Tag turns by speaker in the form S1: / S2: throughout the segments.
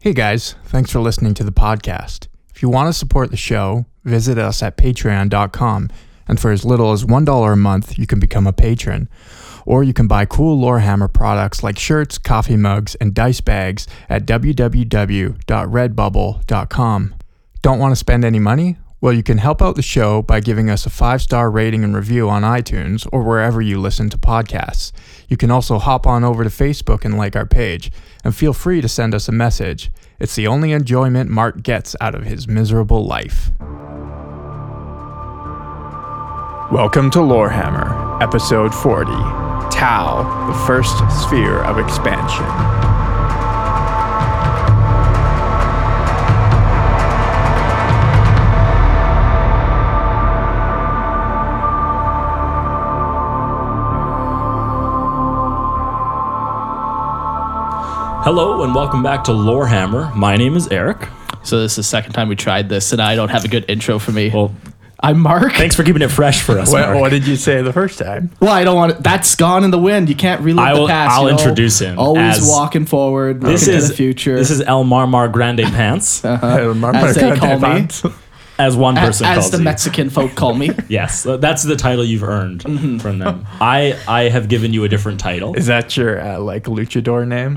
S1: Hey guys, thanks for listening to the podcast. If you want to support the show, visit us at patreon.com. And for as little as $1 a month, you can become a patron. Or you can buy cool Lorehammer products like shirts, coffee mugs, and dice bags at www.redbubble.com. Don't want to spend any money? Well, you can help out the show by giving us a five star rating and review on iTunes or wherever you listen to podcasts. You can also hop on over to Facebook and like our page, and feel free to send us a message. It's the only enjoyment Mark gets out of his miserable life. Welcome to Lorehammer, Episode 40 Tau, the First Sphere of Expansion.
S2: Hello and welcome back to Lorehammer. My name is Eric.
S3: So this is the second time we tried this, and I don't have a good intro for me.
S2: Well,
S3: I'm Mark.
S2: thanks for keeping it fresh for us.
S1: What,
S2: Mark.
S1: what did you say the first time?
S3: Well, I don't want it. That's gone in the wind. You can't relive
S2: I will-
S3: the past.
S2: I'll
S3: you know?
S2: introduce him
S3: Always
S2: as-
S3: walking forward.
S2: this
S3: looking
S2: is
S3: to the future.
S2: This is El Marmar Grande Pants,
S3: As they Uh, call me.
S2: Uh, as one
S3: A-
S2: person
S3: as
S2: calls
S3: the
S2: you.
S3: Mexican folk call me.
S2: yes, uh, that's the title you've earned from them. I I have given you a different title.
S1: Is that your uh, like luchador name?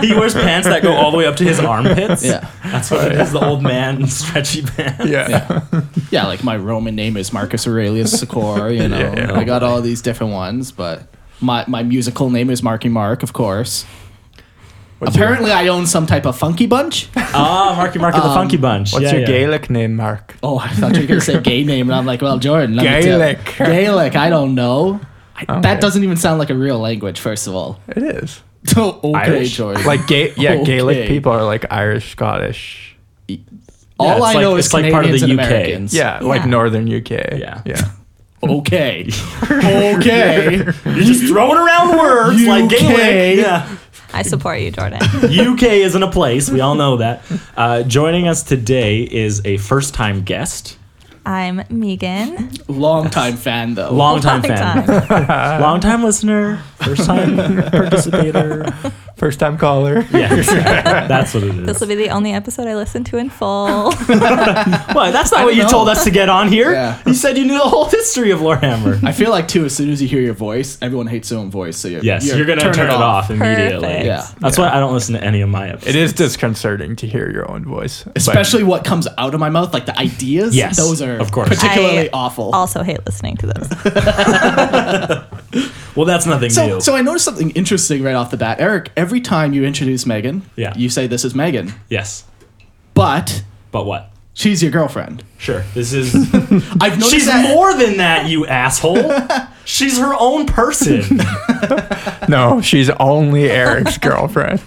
S2: he wears pants that go all the way up to his armpits.
S3: Yeah.
S2: that's what it is. The old man in stretchy pants.
S1: yeah.
S3: Yeah, like my Roman name is Marcus Aurelius Secor. You know,
S1: Yeah, yeah.
S3: I got all these different ones, but my my musical name is Marky Mark, of course.
S1: What's your-
S3: Apparently, I own some type of funky bunch.
S2: Ah, Marky Mark of the Funky Bunch.
S1: What's
S2: Yeah,
S1: your
S2: yeah.
S1: Gaelic name, Mark?
S3: Oh, I thought you were gonna say gay name, and I'm like, well, Jordan, let me tell-
S1: Gaelic.
S3: Gaelic. I don't know. I-
S2: Oh.
S1: Okay.
S3: That doesn't even sound like a real language, first of all.
S1: It is.
S3: Oh, okay,
S2: Irish?
S3: Jordan.
S1: Like ga- yeah,
S3: Okay.
S1: Gaelic people are like Irish, Scottish.
S3: all
S2: it's
S3: I
S2: like-
S3: know is
S2: it's like part of
S3: Canadians
S2: the
S3: and
S2: UK.
S3: Americans.
S1: Yeah, like Northern UK.
S2: Yeah.
S1: Yeah.
S3: Okay. okay.
S2: You're just throwing around words like
S3: UK.
S2: Gaelic. Yeah.
S4: I support you, Jordan.
S2: UK isn't a place. We all know that. Uh, joining us today is a first time guest,
S4: I'm Megan.
S3: Long time fan though.
S2: long time
S4: Long
S2: fan, long time listener, first time participator.
S1: First time caller.
S2: Yeah, exactly. that's what it
S4: This
S2: is.
S4: will be the only episode I listen to in full.
S2: Well, that's not what you
S3: know.
S2: told us to get on here.
S3: Yeah.
S2: You said you knew the whole history of Lorehammer.
S3: I feel like too. As soon as you hear your voice, everyone hates their own voice. So you're,
S2: Yes, you're, gonna turn, it off, immediately.
S4: Perfect.
S3: Yeah.
S2: That's why I don't listen to any of my episodes.
S1: It is disconcerting to hear your own voice. but-
S3: Especially what comes out of my mouth, like the ideas.
S2: Yes,
S3: those are
S2: of course.
S3: particularly
S4: I
S3: awful.
S4: also hate listening to those.
S2: Well, that's nothing
S3: So,
S2: new.
S3: so I noticed something interesting right off the bat, Eric. Every time you introduce Megan,
S2: Yeah.
S3: you say this is Megan,
S2: yes,
S3: but
S2: but what?
S3: she's your girlfriend.
S2: Sure. This is.
S3: I've noticed
S2: She's
S3: that.
S2: more than that, you asshole. She's her own person.
S1: No, she's only Eric's girlfriend.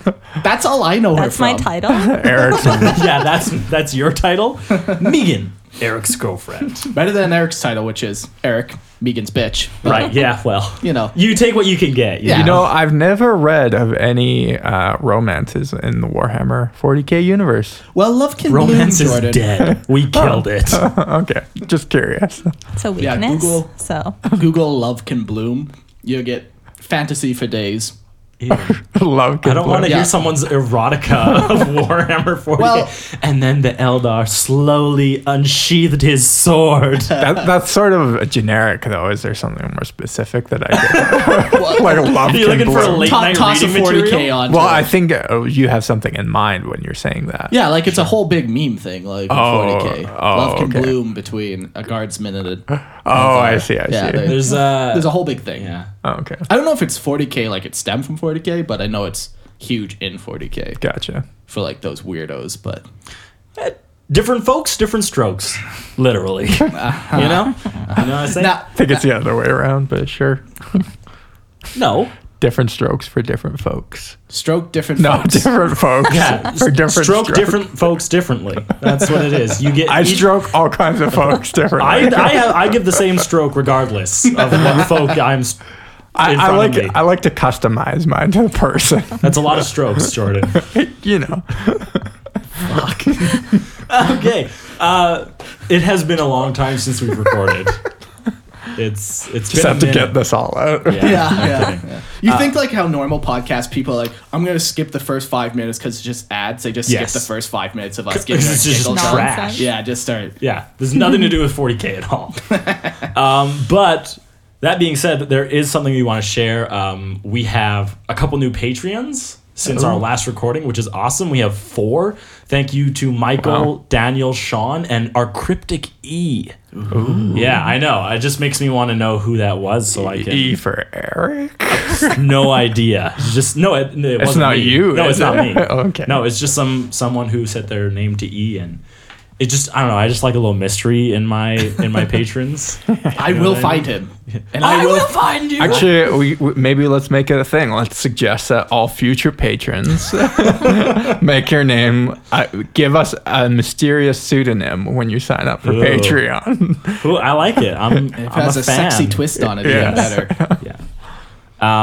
S3: that's all I know
S4: That's
S3: her
S4: my
S3: from.
S4: title.
S1: Eric's
S2: yeah, that's that's your title, Megan, Eric's girlfriend.
S3: Better than Eric's title, which is Eric Megan's bitch. But,
S2: Right? Yeah. Well,
S3: You know.
S2: you take what you can get. you
S3: Yeah.
S2: know?
S1: You know, I've never read of any uh, romances in the Warhammer 40k universe.
S3: Well, love can
S2: romance
S3: bloom,
S2: is
S3: Jordan.
S2: dead. We killed it.
S1: okay, just curious.
S4: It's a
S3: Yeah,
S4: weakness.
S3: Google.
S4: So
S3: Google love can bloom. You get fantasy for days.
S1: Love.
S2: I don't want to
S3: Yeah.
S2: hear someone's erotica of Warhammer 40.
S3: Well-
S2: and then the Eldar slowly unsheathed his sword.
S1: That, that's sort of a generic, though. Is there something more specific that I
S3: Well,
S1: could, like love?
S2: You're
S1: can
S2: looking for a
S1: bloom?
S2: late
S3: to-
S2: night
S3: toss a
S2: reading
S3: 40k
S2: material?
S3: on.
S1: Well, I think uh, you have something in mind when you're saying that.
S3: yeah, like it's a whole big meme thing, like a
S1: Oh,
S3: 40k.
S1: oh,
S3: love can
S1: okay.
S3: bloom between a guardsman and a.
S1: Oh, I see. I
S3: Yeah,
S1: see.
S3: they-
S2: There's uh,
S3: There's a whole big thing.
S2: yeah.
S1: Oh, okay,
S3: I don't know if it's 40k like it stemmed from 40k, but I know it's huge in 40k
S1: gotcha.
S3: for like those weirdos. But
S2: Different folks, different strokes, literally. You know, you know what I'm saying?
S3: Uh-huh. now,
S1: I think it's the other way around, but sure.
S2: no,
S1: Different strokes for different folks.
S3: stroke different.
S1: No,
S3: folks.
S1: different folks
S2: Yeah,
S1: for different
S2: stroke
S1: strokes.
S2: different folks differently. That's what it is. You get
S1: I
S2: each-
S1: stroke all kinds of folks differently.
S2: I, I, have, I give the same stroke regardless of what folk I'm. s-
S1: I,
S2: in
S1: I
S2: front
S1: like
S2: of me.
S1: I like to customize mine to the person.
S2: That's a lot of strokes, Jordan.
S1: you know.
S2: okay, uh, it has been a long time since we've recorded. It's it's
S1: Just
S2: been a
S1: have to get
S2: minute.
S1: this all out.
S2: Yeah,
S3: Yeah,
S2: no
S3: yeah. Uh,
S2: kidding.
S3: You think like how normal podcast people are like, I'm gonna skip the first five minutes because it's just ads. They just
S1: Yes.
S3: skip the first five minutes of us
S2: 'Cause
S3: getting our
S2: it's just
S3: giggles
S4: Nonsense.
S3: out.
S2: trash.
S3: Yeah, just start.
S2: Yeah, there's nothing to do with 40k at all. um, but that being said, there is something we want to share. Um, we have a couple new Patreons since our last recording, which is awesome. We have four. Thank you to Michael, Daniel, Sean, and our cryptic E. Yeah, I know. It just makes me want to know who that was, so I can.
S1: E for Eric.
S2: no idea. Just no. It, it wasn't
S1: not
S2: me.
S1: you,
S2: No,
S1: is
S2: it's not
S1: it?
S2: me.
S1: Okay.
S2: No, it's just some someone who set their name to E and. It just I don't know. I just like a little mystery in my in my patrons.
S3: I will find him, and I, will, find you.
S1: Actually, we, we maybe let's make it a thing. Let's suggest that all future patrons make your name. Uh, give us a mysterious pseudonym when you sign up for
S2: Ooh.
S1: Patreon.
S2: Ooh, I like it. I'm,
S3: If it
S2: I'm
S3: has
S2: a,
S3: a,
S2: fan.
S3: sexy twist on it,
S1: Yes.
S3: even better.
S2: Yeah.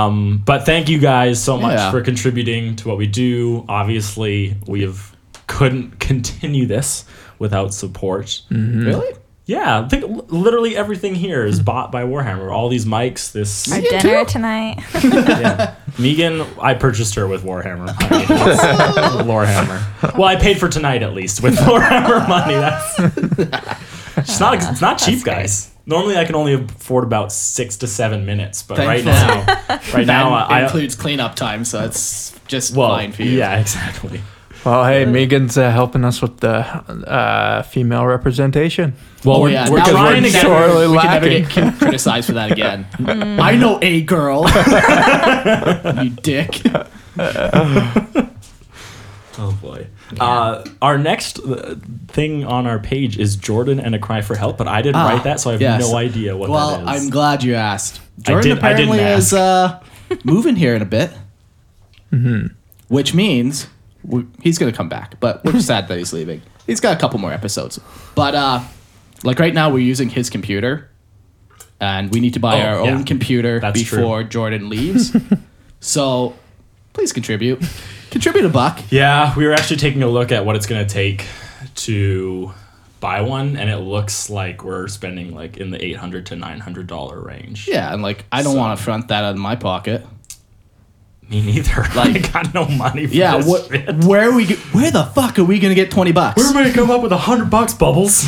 S2: Um, but thank you guys so much
S3: Yeah.
S2: for contributing to what we do. Obviously, we've couldn't continue this without support.
S1: Mm-hmm.
S3: Really?
S2: Yeah, I think l- literally everything here is bought by Warhammer. All these mics, this
S4: Our
S3: You too?
S4: dinner tonight.
S2: Yeah. Megan, I purchased her with Warhammer money.
S3: Oh.
S2: Lorehammer. Well, I paid for tonight at least with Lorehammer money. That's it's not it's not cheap, guys. Normally, I can only afford about six to seven minutes, but right
S3: Thankfully.
S2: now, right now,
S3: That
S2: I
S3: includes cleanup time, so it's just
S2: well,
S3: fine for you. Oh,
S2: yeah, exactly.
S1: Well, hey, Megan's uh, helping us with the uh, female representation.
S2: Well,
S3: Oh
S2: we're,
S3: yeah,
S2: we're
S3: now Oh,
S2: trying to
S1: we're
S2: get
S1: short. sorely
S3: we can never
S1: lacking.
S3: get ki- criticized for that again. I know a girl. you dick.
S2: Oh boy. Uh, our next uh, thing on our page is Jordan and a cry for help, but I didn't
S3: Ah,
S2: write that, so I have
S3: yes.
S2: no idea what
S3: Well,
S2: that is.
S3: I'm glad you asked.
S2: I
S3: Jordan
S2: did- I didn't
S3: apparently is uh, moving here in a bit, mm-hmm. which means we, he's going to come back. But we're sad that he's leaving. He's got a couple more episodes, but uh, like right now we're using his computer, and we need to buy
S2: Oh,
S3: our
S2: yeah.
S3: own computer
S2: That's true.
S3: before Jordan leaves. so please contribute. Contribute a buck.
S2: Yeah, we were actually taking a look at what it's going to take to buy one, and it looks like we're spending like in the eight hundred to nine hundred dollar range.
S3: Yeah, and like I don't
S2: So-
S3: want to front that out of my pocket.
S2: me neither. Like, I got no money. For
S3: Yeah,
S2: this
S3: what?
S2: shit.
S3: Where are we? go- Where the fuck are we gonna get twenty bucks?
S2: We're gonna come up with a hundred bucks, bubbles.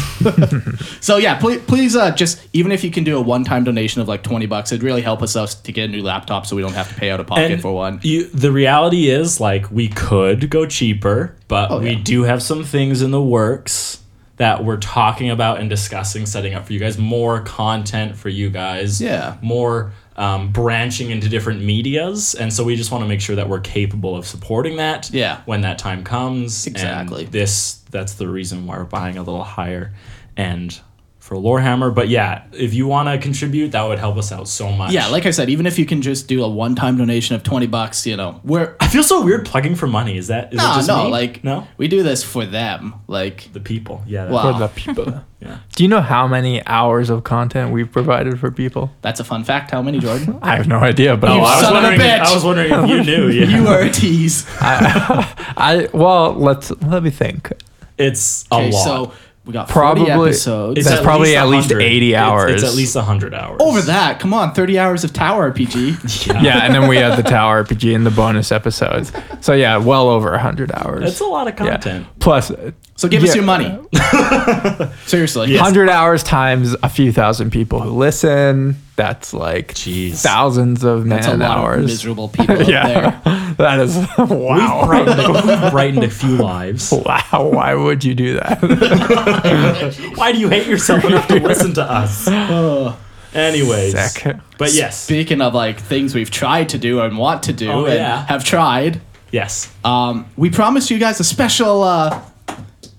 S3: So yeah, please, please uh, just even if you can do a one-time donation of like twenty bucks, it'd really help us out to get a new laptop, so we don't have to pay out of pocket
S2: And
S3: for one.
S2: You, the reality is, like, we could go cheaper, but
S3: Oh,
S2: we
S3: yeah.
S2: do have some things in the works that we're talking about and discussing, setting up for you guys more content for you guys.
S3: Yeah.
S2: More um, branching into different medias. And so we just want to make sure that we're capable of supporting that
S3: Yeah.
S2: when that time comes. And
S3: Exactly.
S2: this that's the reason why we're buying a little higher end for Lorehammer. But yeah, if you want to contribute, that would help us out so much.
S3: Yeah, like I said, even if you can just do a one-time donation of twenty bucks, you know, we're
S2: I feel so weird plugging for money. Is that is it
S3: no,
S2: just
S3: no,
S2: me?
S3: like
S2: no
S3: we do this for them. Like
S2: the people? Yeah. that-
S3: Wow.
S1: For the people.
S2: Yeah.
S1: Do you know how many hours of content we've provided for people?
S3: that's a fun fact. How many, Jordan?
S1: I have no idea, but
S2: Oh,
S1: I'll-
S2: I was
S3: son of a
S2: wondering. If,
S3: bitch.
S2: I was wondering if you knew. Yeah.
S3: you are a tease.
S1: I well, let's let me think.
S2: it's a lot.
S3: so we got probably
S1: Probably-
S3: episodes.
S2: it's
S1: that's
S2: at
S1: probably
S2: least
S1: at least
S2: 100.
S1: 80
S2: It's- It's,
S1: hours.
S2: at least hundred hours.
S3: over that, come on, thirty hours of Tower RPG.
S2: Yeah.
S1: Yeah, and then we had the Tower RPG and the bonus episodes. So yeah, well over hundred hours.
S2: That's a lot of
S1: Yeah.
S2: content.
S1: Plus, uh,
S3: So give us
S1: Yeah.
S3: your money. Seriously,
S1: hundred hours times a few thousand people who listen. That's like
S2: Jeez.
S1: thousands of man
S3: that's a lot of
S1: hours.
S3: miserable people out there.
S1: yeah, that is wow.
S2: We've brightened, a, we've brightened a few lives.
S1: Wow, why would you do that?
S2: Why do you hate yourself enough to listen to us? Anyways,
S1: Sick.
S2: but yes,
S3: Speaking of like things we've tried to do and want to do
S2: Oh,
S3: and
S2: yeah.
S3: have tried,
S2: yes,
S3: um, we promised you guys a special uh,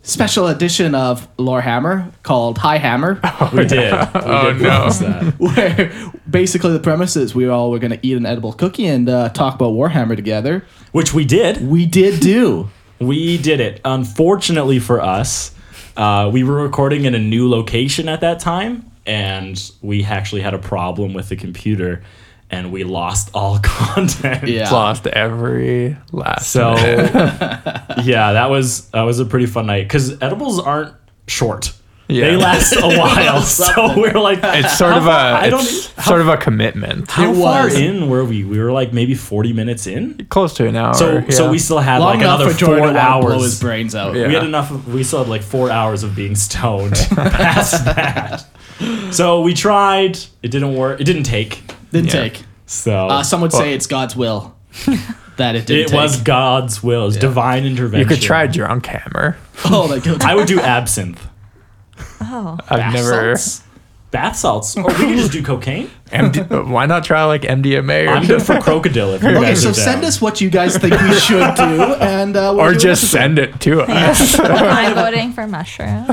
S3: special edition of Lore Hammer called High Hammer,
S2: we did. We
S1: Oh,
S2: did
S1: no.
S2: promise that.
S3: where basically the premise is we all were going to eat an edible cookie and uh, talk about Warhammer together.
S2: which we did.
S3: We did do.
S2: We did it. Unfortunately for us, uh, we were recording in a new location at that time, and we actually had a problem with the computer, and we lost all content.
S3: Yeah.
S1: Lost every last.
S2: So,
S1: minute.
S2: yeah, that was that was a pretty fun night because edibles aren't short.
S1: Yeah.
S2: They last a while, so we're like,
S1: It's sort of
S2: far- I
S1: a
S2: don't- e-
S1: it's sort of a commitment.
S2: how
S3: It
S2: far
S3: was.
S2: in were we? We were like maybe forty minutes in.
S1: Close to an hour.
S2: So so
S1: yeah.
S2: we still had
S3: Long
S2: like
S3: enough
S2: another
S3: for Jordan
S2: four
S3: to wanna blow his
S2: hours.
S3: brains out.
S1: Yeah.
S2: We had enough. Of, we still had like four hours of being stoned past that. So we tried. It didn't work. It didn't take.
S3: Didn't
S1: Yeah.
S3: take.
S2: So
S3: Uh, some would
S1: Well-
S3: say it's God's will that it didn't
S2: it
S3: take.
S2: was God's will. It was divine intervention.
S1: you could try drunk hammer.
S3: Oh, like,
S2: I would do absinthe,
S4: Oh,
S1: I've never.
S2: bath salts, or we could just do cocaine.
S1: MD, why not try like MDMA or
S2: I'm good for crocodile. If you
S3: Okay,
S2: guys
S3: so
S2: are down.
S3: send us what you guys think we should do, and uh, we'll
S1: or
S3: do an
S1: just
S3: episode.
S1: send it to us.
S4: I'm voting for mushrooms.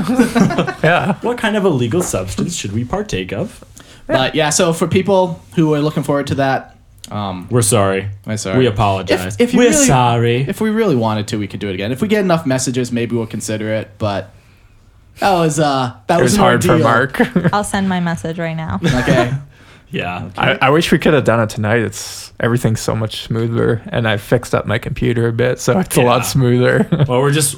S1: yeah.
S2: What kind of illegal substance should we partake of?
S3: But yeah, so for people who are looking forward to that, um,
S2: We're sorry.
S3: I'm sorry.
S2: We apologize.
S3: If- if you
S2: We're
S3: really-
S2: sorry.
S3: if we really wanted to, we could do it again. If we get enough messages, maybe we'll consider it. But that was uh, that
S1: It
S3: was,
S1: was
S3: an
S1: hard for
S3: ordeal.
S1: Mark.
S4: I'll send my message right now.
S3: Okay,
S2: yeah.
S1: I, I wish we could have done it tonight. It's everything's so much smoother, and I fixed up my computer a bit, so it's a
S2: Yeah.
S1: lot smoother.
S2: Well, we're just.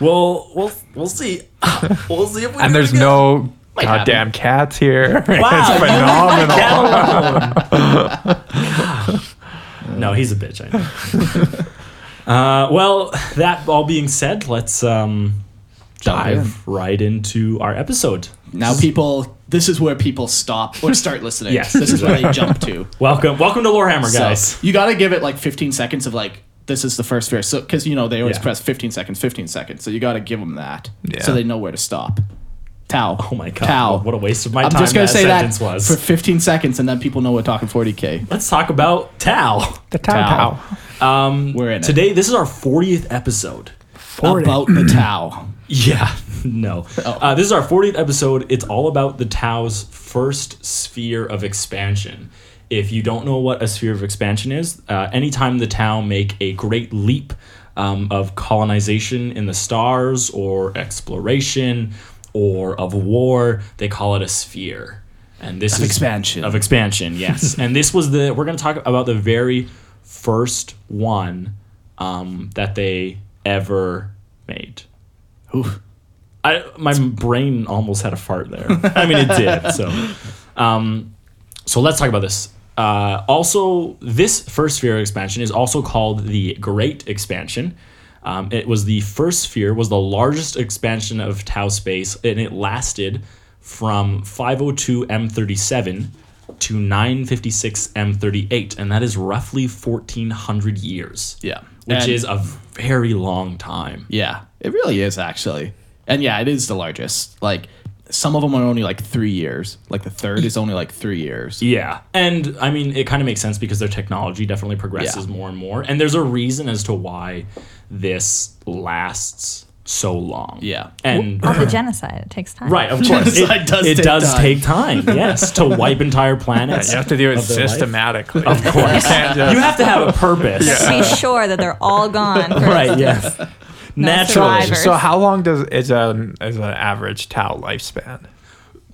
S2: We'll we'll we'll see. We'll see if
S1: and
S2: we. do it
S1: there's
S2: again.
S1: no
S3: Might
S1: goddamn cats here.
S2: Wow,
S1: it's
S2: you left my
S1: phenomenal.
S2: cat alone. no, he's a bitch. I know. Uh, well, that all being said, let's um,
S3: Jump in.
S2: dive right into our episode.
S3: now people, this is where people stop or start listening.
S2: Yes,
S3: this is where they jump to.
S2: Welcome, welcome to Lorehammer, guys.
S3: So you got to give it like 15 seconds of like this is the first verse, so because you know they always
S2: Yeah.
S3: press 15 seconds, 15 seconds. So you got to give them that,
S1: Yeah.
S3: so they know where to stop. Tau.
S2: oh my god,
S3: Tau.
S2: what a waste of my
S3: I'm
S2: time
S3: just gonna
S2: that
S3: say
S2: sentence
S3: that
S2: was.
S3: for 15 seconds, and then people know we're talking 40k.
S2: let's talk about Tao.
S1: The Tao.
S3: Tao.
S2: Um,
S3: We're in it.
S2: today. This is our 40th episode.
S3: About the Tau.
S2: Yeah, no. Uh, this is our 40th episode. It's all about the Tau's first sphere of expansion. If you don't know what a sphere of expansion is, uh, anytime the Tau make a great leap um, of colonization in the stars or exploration or of war, they call it a sphere. And this is
S3: expansion.
S2: Of expansion, yes. and this was the we're going to talk about the very first one um, that they ever made. I my brain almost had a fart there. I mean, it did. So, um, so let's talk about this. Uh, also, this first sphere expansion is also called the Great Expansion. Um, it was the first sphere, was the largest expansion of Tau space, and it lasted from 502 M37 to 956 M38, and that is roughly 1,400 years.
S3: Yeah.
S2: which
S3: And-
S2: is a very long time.
S3: Yeah, it really is actually, and yeah, it is the largest. Like some of them are only like three years. Like the third is only like three years.
S2: Yeah. And I mean, it kind of makes sense because their technology definitely progresses
S3: Yeah.
S2: more and more. And there's a reason as to why this lasts so long.
S3: Yeah.
S2: And
S4: All the genocide. It takes time.
S2: right, of course.
S3: Genocide
S2: It
S3: does
S2: does, it
S3: take
S2: take, does
S3: time.
S2: time. take time, yes, to wipe entire planets.
S1: You have to do it
S2: Of their life.
S1: systematically. Of course. You can't just-
S2: You have to have a purpose.
S4: To be sure that they're all gone. first.
S2: Right, yes. Naturally.
S4: survivors.
S1: so how long does is an is an average Tao lifespan?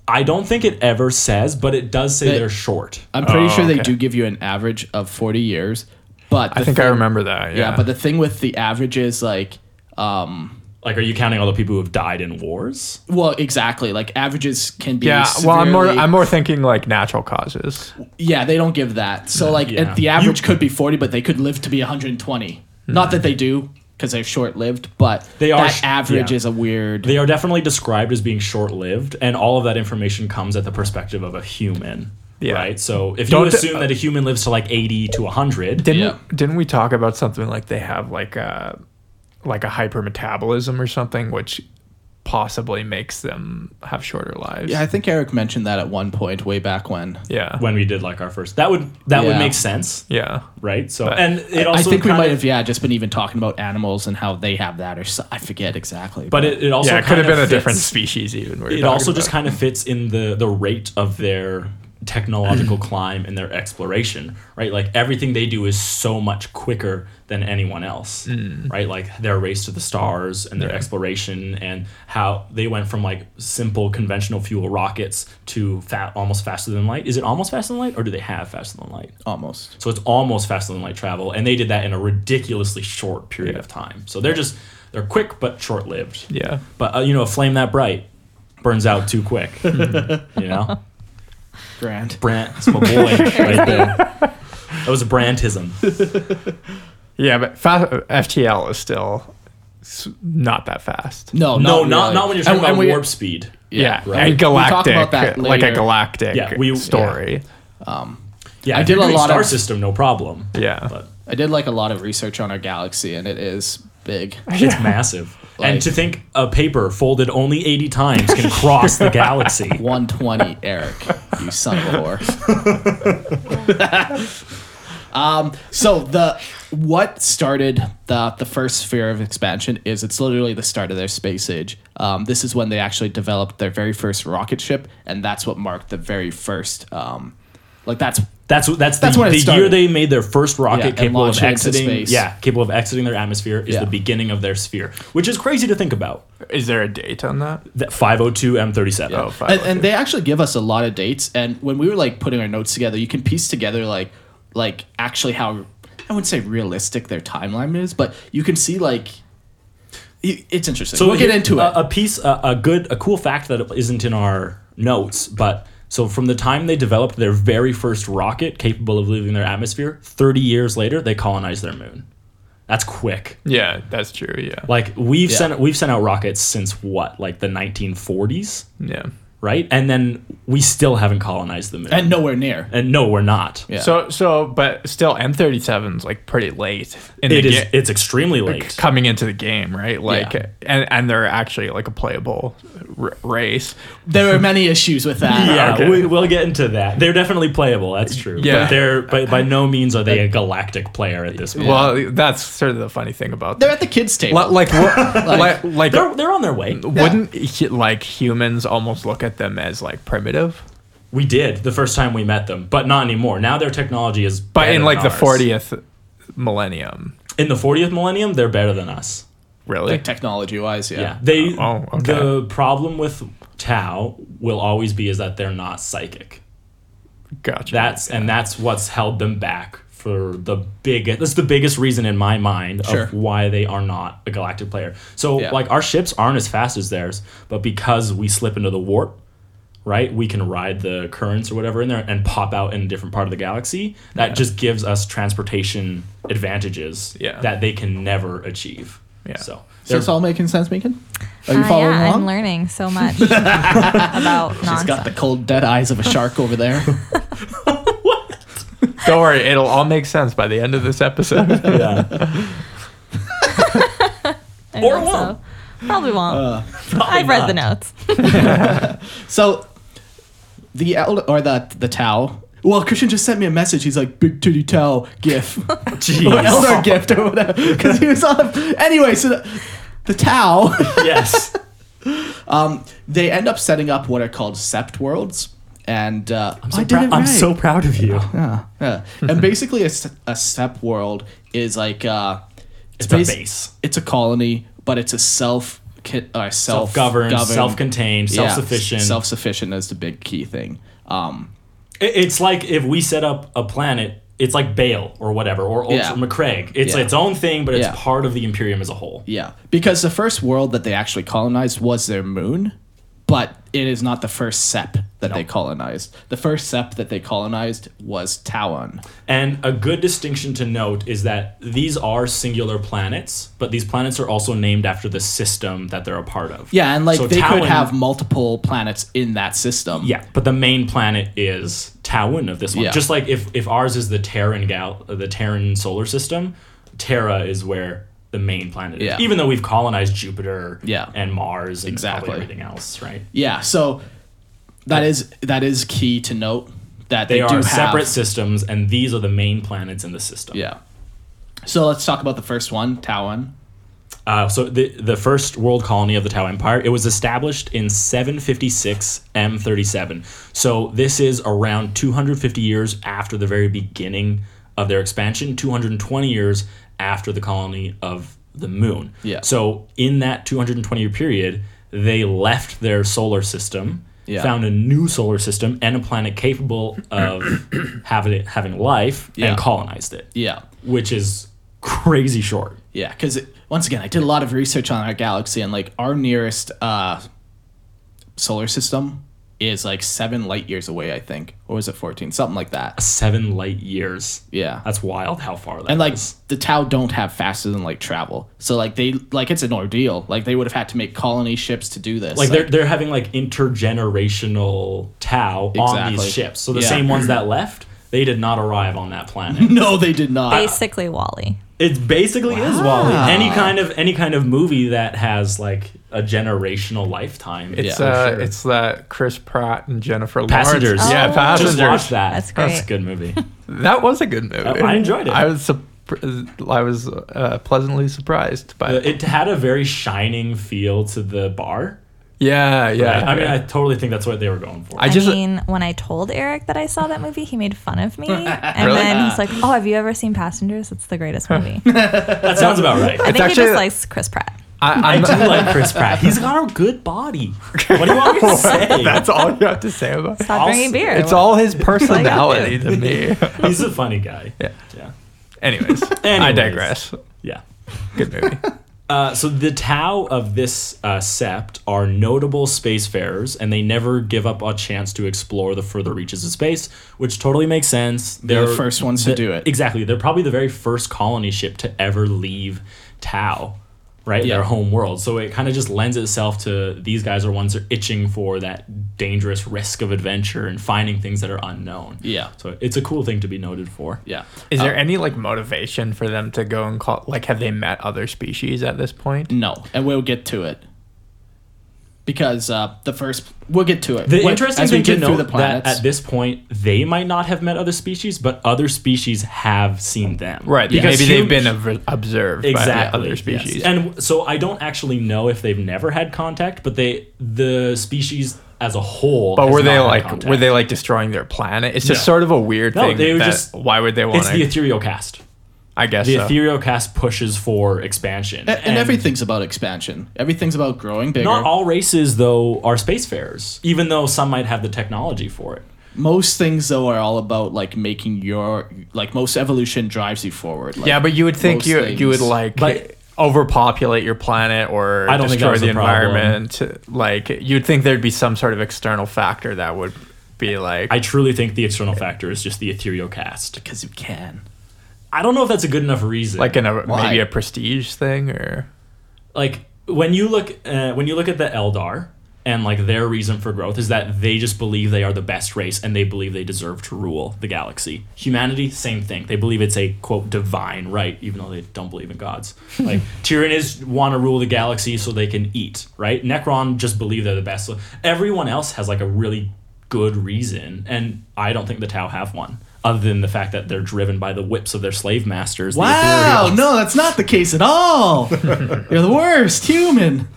S2: I don't think it ever says, but it does say
S3: They-
S2: they're short.
S3: I'm pretty
S1: Oh,
S3: sure they
S1: okay.
S3: do give you an average of 40 years, but
S1: I
S3: the
S1: think I
S3: thing-
S1: remember that. Yeah.
S3: Yeah. but the thing with the average is like, um,
S2: Like, are you counting all the people who have died in wars?
S3: well, exactly. Like averages can be.
S1: yeah, well, I'm more
S3: severely-
S1: I'm more thinking like natural causes.
S3: Yeah, they don't give that. So like,
S2: Yeah.
S3: the average could be 40, but they could live to be 120. Not that they do, because they're short-lived. But
S2: They are
S3: that
S2: sh-
S3: average
S2: yeah.
S3: is a weird.
S2: They are definitely described as being short-lived, and all of that information comes at the perspective of a human.
S1: Yeah.
S2: Right. So if
S1: Don't-
S2: you assume that a human lives to like eighty to hundred,
S1: Didn't
S3: Yeah.
S1: didn't we talk about something like they have like a like a hypermetabolism or something which possibly makes them have shorter lives?
S3: yeah, I think Eric mentioned that at one point way back when.
S1: Yeah.
S2: when we did like our first, that would that
S3: Yeah.
S2: would make sense,
S1: yeah.
S2: right? So and it
S3: I
S2: also
S3: think we
S2: kind
S3: might
S2: of-
S3: have yeah just been even talking about animals and how they have that or so, I forget exactly.
S2: but it, it also
S1: yeah, it could
S2: kind
S1: have been
S2: of
S1: a different
S2: fits-
S1: species even.
S2: It also just kind of fits in the the rate of their technological climb and their exploration, right? Like everything they do is so much quicker than anyone else, right? Like their race to the stars and their exploration and how they went from like simple conventional fuel rockets to fat almost faster than light. Is it almost faster than light, or do they have faster than light?
S3: almost.
S2: So it's almost faster than light travel, and they did that in a ridiculously short period of time. So they're just they're quick but short lived.
S1: Yeah.
S2: But uh, you know, a flame that bright, burns out too quick. you know,
S3: Grand.
S2: Brant, it's my boy right there. That was a Brantism.
S1: Yeah, but fa- FTL is still s- not that fast.
S3: No,
S2: no, not
S3: not, really.
S2: not when you're talking
S1: And-
S2: about
S1: and we-
S2: warp speed.
S1: Yeah,
S3: right.
S1: a
S3: We talk
S1: galactic,
S3: about that
S1: like a
S3: later.
S1: galactic
S2: Yeah, we-
S1: story.
S2: Yeah,
S3: I
S2: if
S3: did
S2: you're
S3: a
S2: doing
S3: lot
S2: star
S3: of-
S2: system, no problem.
S1: Yeah.
S2: but
S3: I did like a lot of research on our galaxy, and it is big.
S2: it's massive. and
S3: Like-
S2: to think a paper folded only 80 times can cross the galaxy.
S3: 120, Eric. You son of a whore. um, so the what started the the first sphere of expansion is it's literally the start of their space age. Um, this is when they actually developed their very first rocket ship, and that's what marked the very first. Um, like that's
S2: That's what- that's the,
S3: That's when it
S2: the
S3: started.
S2: year they made their first rocket
S3: Yeah, and
S2: capable of
S3: launched it into
S2: exiting.
S3: space.
S2: Yeah, capable of exiting their atmosphere is
S3: Yeah.
S2: the beginning of their sphere, which is crazy to think about.
S1: Is there a date on that?
S2: That 502 M37.
S1: Oh, fuck.
S3: and, and they actually give us a lot of dates and when we were like putting our notes together you can piece together like like actually how i wouldn't say realistic their timeline is but you can see like i- it's interesting so we'll get
S2: here-
S3: into
S2: a,
S3: it
S2: A piece, a, a good, a cool fact that isn't in our notes, but so from the time they developed their very first rocket capable of leaving their atmosphere, 30 years later they colonized their moon. That's quick.
S1: yeah, that's true. Yeah.
S2: Like we've
S3: Yeah.
S2: sent we've sent out rockets since what, like the 1940s,
S1: yeah.
S2: right? And then we still haven't colonized the moon.
S3: and nowhere near
S2: And no, we're not.
S3: Yeah.
S1: So so but still M37's like pretty late in
S2: It
S1: the
S2: is.
S1: ga-
S2: It's extremely late.
S1: coming into the game, right? Like
S3: Yeah.
S1: and and they're actually like a playable r- race.
S3: there are many issues with that
S2: Yeah,
S1: okay.
S2: we, we'll get into that. They're definitely playable. That's true.
S1: Yeah.
S2: But they're by, by no means are they a galactic player at this point.
S1: Well, that's sort of the funny thing about
S3: they're
S1: them.
S3: at the kids table
S1: Li- Like like like, like
S2: They're they're on their way.
S1: wouldn't hu- like humans almost look at them as like primitive?
S2: We did the first time we met them, but not anymore. Now their technology is
S1: But
S2: better
S1: in
S2: than
S1: like the
S2: ours.
S1: 40th millennium,
S2: in the 40th millennium, they're better than us.
S1: really?
S3: like technology wise yeah,
S2: Yeah. They
S1: Oh, okay.
S2: the problem with Tau will always be is that they're not psychic.
S1: Gotcha.
S2: That's and that's what's held them back for the biggest. That's the biggest reason in my mind
S3: Sure.
S2: of why they are not a galactic player. So
S3: Yeah.
S2: like our ships aren't as fast as theirs, but because we slip into the warp, right, we can ride the currents or whatever in there and pop out in a different part of the galaxy. That just gives us transportation advantages
S1: Yeah.
S2: that they can never achieve.
S1: Yeah.
S2: So.
S3: is this all making sense megan are you
S4: Ah,
S3: following
S4: yeah,
S3: along
S4: I'm learning so much about
S3: it's got
S4: nonsense.
S3: the cold dead eyes of a shark over there
S1: Don't worry, it'll all make sense by the end of this episode.
S2: Yeah.
S4: I
S2: Or
S4: hope
S2: it
S4: so.
S2: won't.
S4: Probably won't.
S3: Uh,
S4: I've read the notes.
S3: So the eld or the the Tao. Well, Christian just sent me a message. He's like big titty Tao gif, or
S2: Jeez.
S3: Eldar gift or whatever, because he was on. A, anyway, so the, the Tao,
S2: yes.
S3: um, they end up setting up what are called sept worlds, and uh, I'm
S2: So prou- I'm so proud of you.
S3: yeah, yeah. and basically a, s- a sept world is like uh,
S2: It's a
S3: basi-
S2: base.
S3: It's a colony, but it's a self. ki- Uh, self
S2: Self-governed, self-contained, self-sufficient.
S3: self sufficient is the big key thing. Um,
S2: It- It's like if we set up a planet, it's like Bale or whatever, or Ultra
S3: Yeah.
S2: McCraig. It's
S3: Yeah.
S2: its own thing, but it's
S3: Yeah.
S2: part of the Imperium as a whole.
S3: Yeah, because the first world that they actually colonized was their moon, but it is not the first SEP that they colonized. The first SEP that they colonized was Tauan.
S2: And a good distinction to note is that these are singular planets, but these planets are also named after the system that they're a part of.
S3: Yeah, and like
S2: So
S3: they
S2: Tauan-
S3: could have multiple planets in that system.
S2: Yeah, but the main planet is Tauan of this one.
S3: Yeah.
S2: Just like if, if ours is the Terran gal, uh, the Terran solar system, Terra is where the main planet
S3: Yeah.
S2: is. Even though we've colonized Jupiter
S3: Yeah.
S2: and Mars and
S3: Exactly.
S2: probably everything else, right?
S3: yeah. So that is that is key to note that they,
S2: They,
S3: do
S2: are
S3: have,
S2: separate systems, and these are the main planets in the system.
S3: Yeah. So let's talk about the first one, Tauan.
S2: Uh, so the the first world colony of the Tau Empire, it was established in 756 M37. So this is around 250 years after the very beginning of their expansion, 220 years after the colony of the moon.
S3: Yeah.
S2: So in that 220 year period, they left their solar system,
S3: Yeah.
S2: found a new solar system and a planet capable of having having life,
S3: Yeah.
S2: and colonized it,
S3: Yeah.
S2: which is crazy short.
S3: Yeah, because once again, I did a lot of research on our galaxy, and like our nearest uh, solar system is like seven light years away, I think, or was it fourteen? Something like that.
S2: Seven light years.
S3: Yeah,
S2: That's wild how far that
S3: and like
S2: is.
S3: the Tau don't have faster than light travel, so like they like it's an ordeal. Like they would have had to make colony ships to do this.
S2: Like they're they're having like intergenerational Tau on
S3: Exactly.
S2: these ships. So the
S3: Yeah.
S2: same ones that left, they did not arrive on that planet.
S3: no, they did not.
S4: Basically, Wally.
S2: It basically is Wally. Any kind of any kind of movie that has like a generational lifetime.
S1: It's
S3: Yeah,
S1: uh,
S2: sure.
S1: it's that Chris Pratt and Jennifer
S2: Passengers.
S1: Lawrence. Yeah,
S4: Oh.
S1: passengers.
S2: just watch that.
S4: That's
S2: That's
S4: great.
S2: a good movie.
S1: That was a good movie.
S2: I enjoyed it.
S1: I was surp- I was uh, pleasantly surprised by
S2: Uh,
S1: it.
S2: it had a very shining feel to the bar.
S1: Yeah, yeah.
S2: I, I mean, I totally think that's what they were going for.
S1: I
S4: I,
S1: just-
S4: mean, when I told Eric that I saw that movie, he made fun of me. And
S1: Really?
S4: then he's like, Oh, have you ever seen Passengers? It's the greatest movie.
S2: that sounds about right.
S4: I
S1: It's
S4: think he
S1: actually-
S4: just likes Chris Pratt.
S1: I,
S2: I
S1: I'm
S2: do like Chris Pratt. He's got a good body. What do you want me to say?
S1: that's all you have to say about it.
S4: Stop
S2: I'll
S4: drinking
S2: s-
S4: beer.
S1: It's all his personality to me.
S2: He's a funny guy.
S1: Yeah.
S2: Yeah.
S1: Anyways, I
S2: Anyways.
S1: digress.
S2: Yeah.
S1: Good movie.
S2: Uh, so the Tau of this uh, sept are notable spacefarers, and they never give up a chance to explore the further reaches of space, which totally makes sense.
S3: They're the first ones to do it.
S2: Exactly. They're probably the very first colony ship to ever leave Tau, right?
S3: Yeah.
S2: Their home world. So it kind of just lends itself to these guys are ones that are itching for that dangerous risk of adventure and finding things that are unknown.
S3: Yeah.
S2: So it's a cool thing to be noted for.
S3: yeah.
S1: Is there any like motivation for them to go and call? Like, have they met other species at this point?
S3: No, and we'll get to it because uh, the first we'll get to it.
S2: The
S3: When-
S2: interesting
S3: as we
S2: thing to
S3: get through
S2: note
S3: the
S2: that
S3: planets.
S2: at this point they might not have met other species, but other species have seen them.
S1: Right,
S3: Yeah.
S1: because
S2: Yes.
S1: maybe they've
S2: Huge-
S1: been ob- observed
S2: exactly
S1: by other species.
S2: yes. And so I don't actually know if they've never had contact, but they the species as a whole.
S1: But
S2: has
S1: were
S2: not
S1: they
S2: had
S1: like
S2: contact.
S1: were they like destroying their planet? It's just
S2: No.
S1: sort of a weird
S2: No,
S1: thing.
S2: they were
S1: that-
S2: just-
S1: why would they want
S2: It's the
S1: to?
S2: ethereal cast.
S1: I guess
S2: The
S1: so.
S2: ethereal cast pushes for expansion,
S3: A- and, everything's about expansion. Everything's about growing bigger.
S2: Not all races though are spacefarers, even though some might have the technology for it.
S3: most things though are all about like making your like most evolution drives you forward. Like,
S1: yeah, but you would think
S3: most
S1: you you would
S3: things.
S1: like
S2: But-
S1: overpopulate your planet or
S2: I don't think
S1: destroy
S2: that was
S1: the
S2: the problem.
S1: environment. Like you'd think there'd be some sort of external factor that would be like
S2: I truly think the external factor is just the ethereal cast.
S3: because you can.
S2: I don't know if that's a good enough reason.
S1: like an a,
S3: Why?
S1: maybe a prestige thing or
S2: like when you look uh, when you look at the Eldar and like their reason for growth is that they just believe they are the best race and they believe they deserve to rule the galaxy. Humanity, same thing. They believe it's a quote divine right, even though they don't believe in gods. Like Tyranids want to rule the galaxy so they can eat, right? Necron just believe they're the best. So everyone else has like a really good reason, and I don't think the Tau have one. Other than the fact that they're driven by the whips of their slave masters. the
S3: Wow,
S2: Ethereals.
S3: no, that's not the case at all. You're the worst human.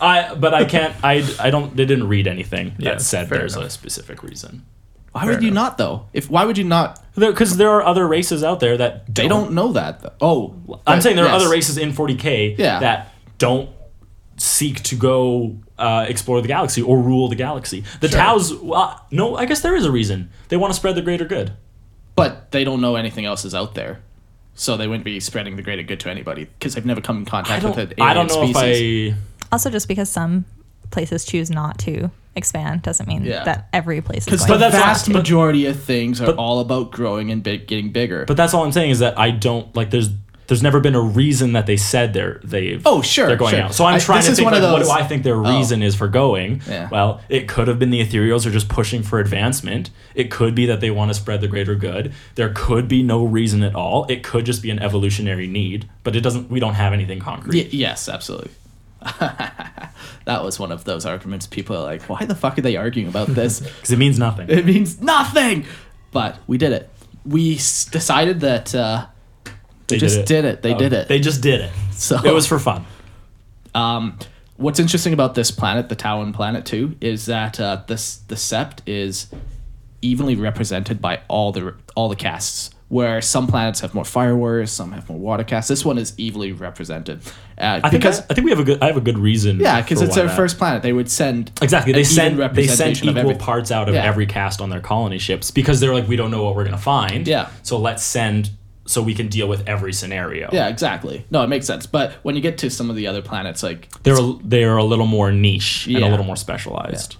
S2: I but I can't I I don't they didn't read anything
S1: Yeah,
S2: that said
S1: fair
S2: there's
S1: enough.
S2: a specific reason.
S3: Why would you not though? If why would you not?
S2: Because there, are other races out there that
S3: They don't know that. Though. Oh,
S2: I'm
S3: but
S2: saying there are
S3: yes.
S2: other races in 40k
S3: Yeah.
S2: that don't seek to go uh, explore the galaxy or rule the galaxy. The Taus, well, no, I guess there is a reason they want to spread the greater good.
S3: but they don't know anything else is out there, so they wouldn't be spreading the greater good to anybody because they've never come in
S2: I
S3: contact
S2: don't,
S3: with an alien
S2: I don't know
S3: species.
S2: if I.
S4: Also, just because some places choose not to expand doesn't mean
S3: Yeah.
S4: that every place is
S3: Because
S4: going
S3: the
S2: But that's-
S3: vast
S2: but-
S3: majority of things are
S2: but-
S3: all about growing and big, getting bigger.
S2: But that's all I'm saying is that I don't like. There's there's never been a reason that they said they're they've.
S3: Oh, sure,
S2: they're going
S3: sure.
S2: out. So I'm
S3: I-
S2: trying
S3: this
S2: to
S3: is
S2: think
S3: one of
S2: like, what do
S3: those-
S2: I
S3: Oh.
S2: think their reason is for going?
S3: Yeah.
S2: Well, it could have been the ethereals are just pushing for advancement. It could be that they want to spread the greater good. There could be no reason at all. It could just be an evolutionary need. But it doesn't. We don't have anything concrete.
S3: Y- yes, absolutely. that was one of those arguments. People are like, why the fuck are they arguing about this?
S2: Because it means nothing.
S3: it means nothing. But we did it. We s- decided that uh,
S2: They
S3: just did it. They
S2: Oh,
S3: did it.
S2: They just did it.
S3: So-
S2: it was for fun.
S3: um, what's interesting about this planet, the Tauan planet too, is that uh, this the Sept is evenly represented by all the all the casts. Where some planets have more fire warriors, some have more water casts. This one is evenly represented uh,
S2: I think
S3: because
S2: I, I think we have a good. I have a good reason.
S3: yeah, because
S2: for
S3: it's
S2: why
S3: their
S2: that-
S3: first planet. They would send
S2: Exactly.
S3: an
S2: They
S3: even
S2: sent they sent
S3: representation of
S2: equal
S3: everything.
S2: parts out of
S3: Yeah.
S2: every cast on their colony ships because they're like, we don't know what we're gonna find.
S3: Yeah.
S2: So let's send so we can deal with every scenario.
S3: Yeah, exactly. No, it makes sense. But when you get to some of the other planets, like
S2: They're a- they're a little more niche and
S3: Yeah.
S2: a little more specialized.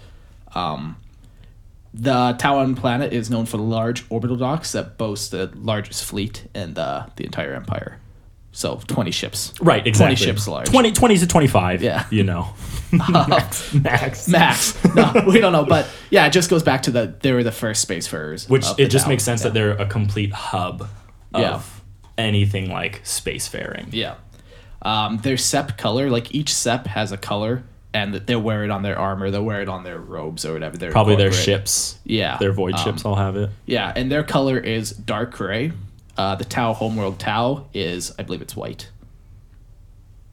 S3: the Tauan planet is known for large orbital docks that boast the largest fleet in the, the entire empire. So 20 ships.
S2: Right, exactly.
S3: ships large.
S2: 20, 20 to 25,
S3: Yeah.
S2: you know. max, max.
S3: Max. No, we don't know. But yeah, it just goes back to the they were the first spacefarers.
S2: Which
S3: of
S2: it
S3: the
S2: just
S3: Tauan.
S2: makes sense
S3: yeah.
S2: that they're a complete hub of
S3: Yeah.
S2: anything like spacefaring.
S3: Yeah. Um, their sep color, like each sep has a color, and they wear it on their armor, they wear it on their robes or whatever. Their
S2: Probably their
S3: corporate-
S2: ships.
S3: Yeah.
S2: Their void
S3: Um,
S2: ships all have it.
S3: Yeah, and their color is dark gray. Uh, the Tau homeworld Tau is, I believe it's white.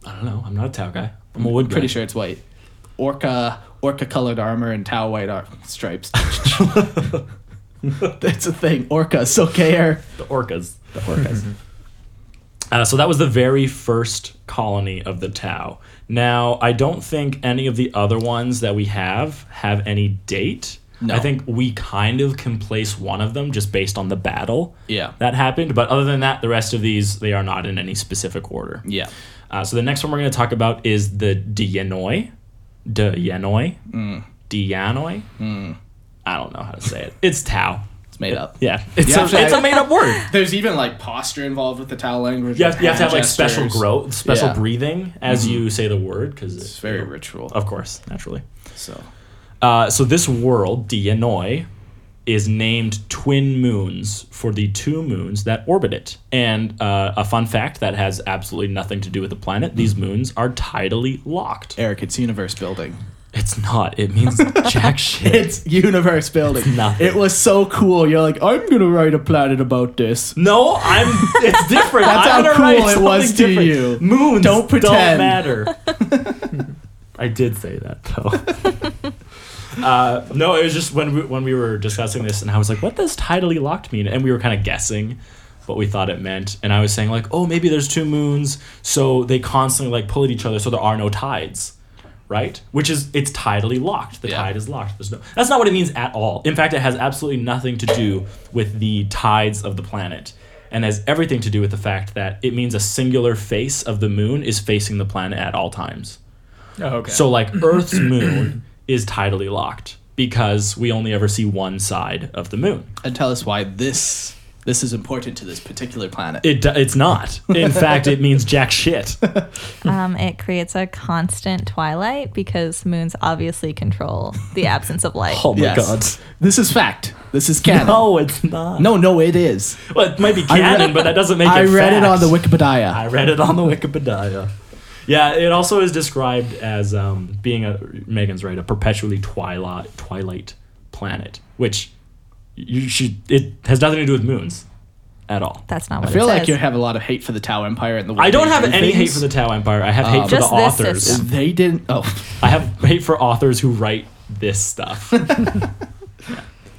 S2: I don't know. I'm not a Tau guy. I'm a wood guy.
S3: Pretty sure it's white. Orca, orca colored armor and Tau white ar- stripes. That's a thing. Orca, silk hair.
S2: The orcas.
S3: The orcas.
S2: Uh, so that was the very first colony of the Tau. Now, I don't think any of the other ones that we have have any date.
S3: No.
S2: I think we kind of can place one of them just based on the battle
S3: Yeah.
S2: that happened. But other than that, the rest of these, they are not in any specific order.
S3: yeah.
S2: Uh, so the next one we're going to talk about is the Dianoi. Dianoi?
S3: Mm.
S2: Dianoi? I don't know how to say it. It's Tau.
S3: It's made up.
S2: Yeah. It's,
S3: Oh. Yeah,
S2: a,
S3: actually,
S2: it's
S3: I-
S2: a made up word.
S3: There's even like posture involved with the Tau language.
S2: You have, you have to have like special
S3: growth.
S2: growth, special
S3: Yeah. Mm-hmm.
S2: breathing as you say the word because
S3: It's very ritual.
S2: of course, naturally.
S3: So
S2: Uh, so this world, Dianoi, is named Twin Moons for the two moons that orbit it. And uh, a fun fact that has absolutely nothing to do with the planet: these
S3: Mm.
S2: moons are tidally locked.
S3: Eric, it's universe building.
S2: It's not. It means jack shit.
S3: It's universe building.
S2: Nothing.
S3: It was so cool. You're like, I'm gonna write a planet about this.
S2: No, I'm. It's different.
S3: That's
S2: I'm
S3: how
S2: gonna
S3: cool
S2: write
S3: it
S2: something
S3: was to
S2: different.
S3: you.
S2: Moons
S3: Don't pretend.
S2: Don't matter. I did say that though. uh, no, it was just when we when we were discussing this, and I was like, "What does tidally locked mean?" And we were kind of guessing what we thought it meant. And I was saying like, "Oh, maybe there's two moons, so they constantly like pull at each other, so there are no tides." Right, which is it's tidally locked. The
S3: Yeah.
S2: tide is locked. There's no. That's not what it means at all. In fact, it has absolutely nothing to do with the tides of the planet, and has everything to do with the fact that it means a singular face of the moon is facing the planet at all times.
S1: okay.
S2: So like Earth's moon is tidally locked because we only ever see one side of the moon.
S3: And tell us why this this is important to this particular planet.
S2: It do- it's not. In fact, it means jack shit.
S4: Um, it creates a constant twilight because moons obviously control the absence of light.
S2: Oh my
S3: Yes.
S2: god.
S3: This is fact. This is canon. No,
S2: No, it's not.
S3: no, it is.
S2: Well, it might be canon, but that doesn't make it
S3: I read it on
S2: fact.
S3: the Wikipedia.
S2: I read it on the Wikipedia. Yeah, it also is described as um, being a Megan's right, a perpetually twilight twilight planet, which you should. It has nothing to do with moons at all.
S4: That's not
S3: I
S4: what
S3: feel
S4: it
S3: like
S4: says.
S3: you have a lot of hate for the Tau Empire and the. Way
S2: I don't
S3: they
S2: have
S3: do
S2: any hate
S3: things.
S2: for the Tao Empire. I have hate for the
S4: Uh, Just this
S2: authors.
S4: system.
S3: They didn't. Oh,
S2: I have hate for authors who write this stuff.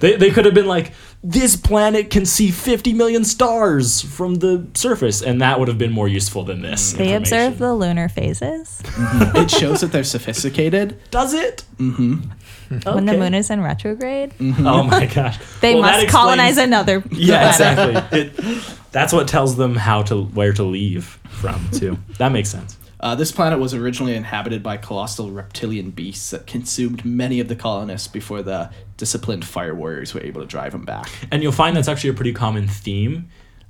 S2: they, they could have been like, this planet can see 50 million stars from the surface, and that would have been more useful than this.
S4: they
S2: information.
S4: observe the lunar phases.
S3: it shows that they're sophisticated.
S2: Does it? Mm-hmm.
S4: When the moon is in retrograde,
S2: Oh my gosh.
S4: they
S2: Well, that
S4: must colonize
S2: explains-
S4: another.
S2: Yeah,
S4: planet.
S2: exactly. It, that's what tells them how to where to leave from too. That makes sense.
S3: Uh, this planet was originally inhabited by colossal reptilian beasts that consumed many of the colonists before the disciplined fire warriors were able to drive them back.
S2: And you'll find that's actually a pretty common theme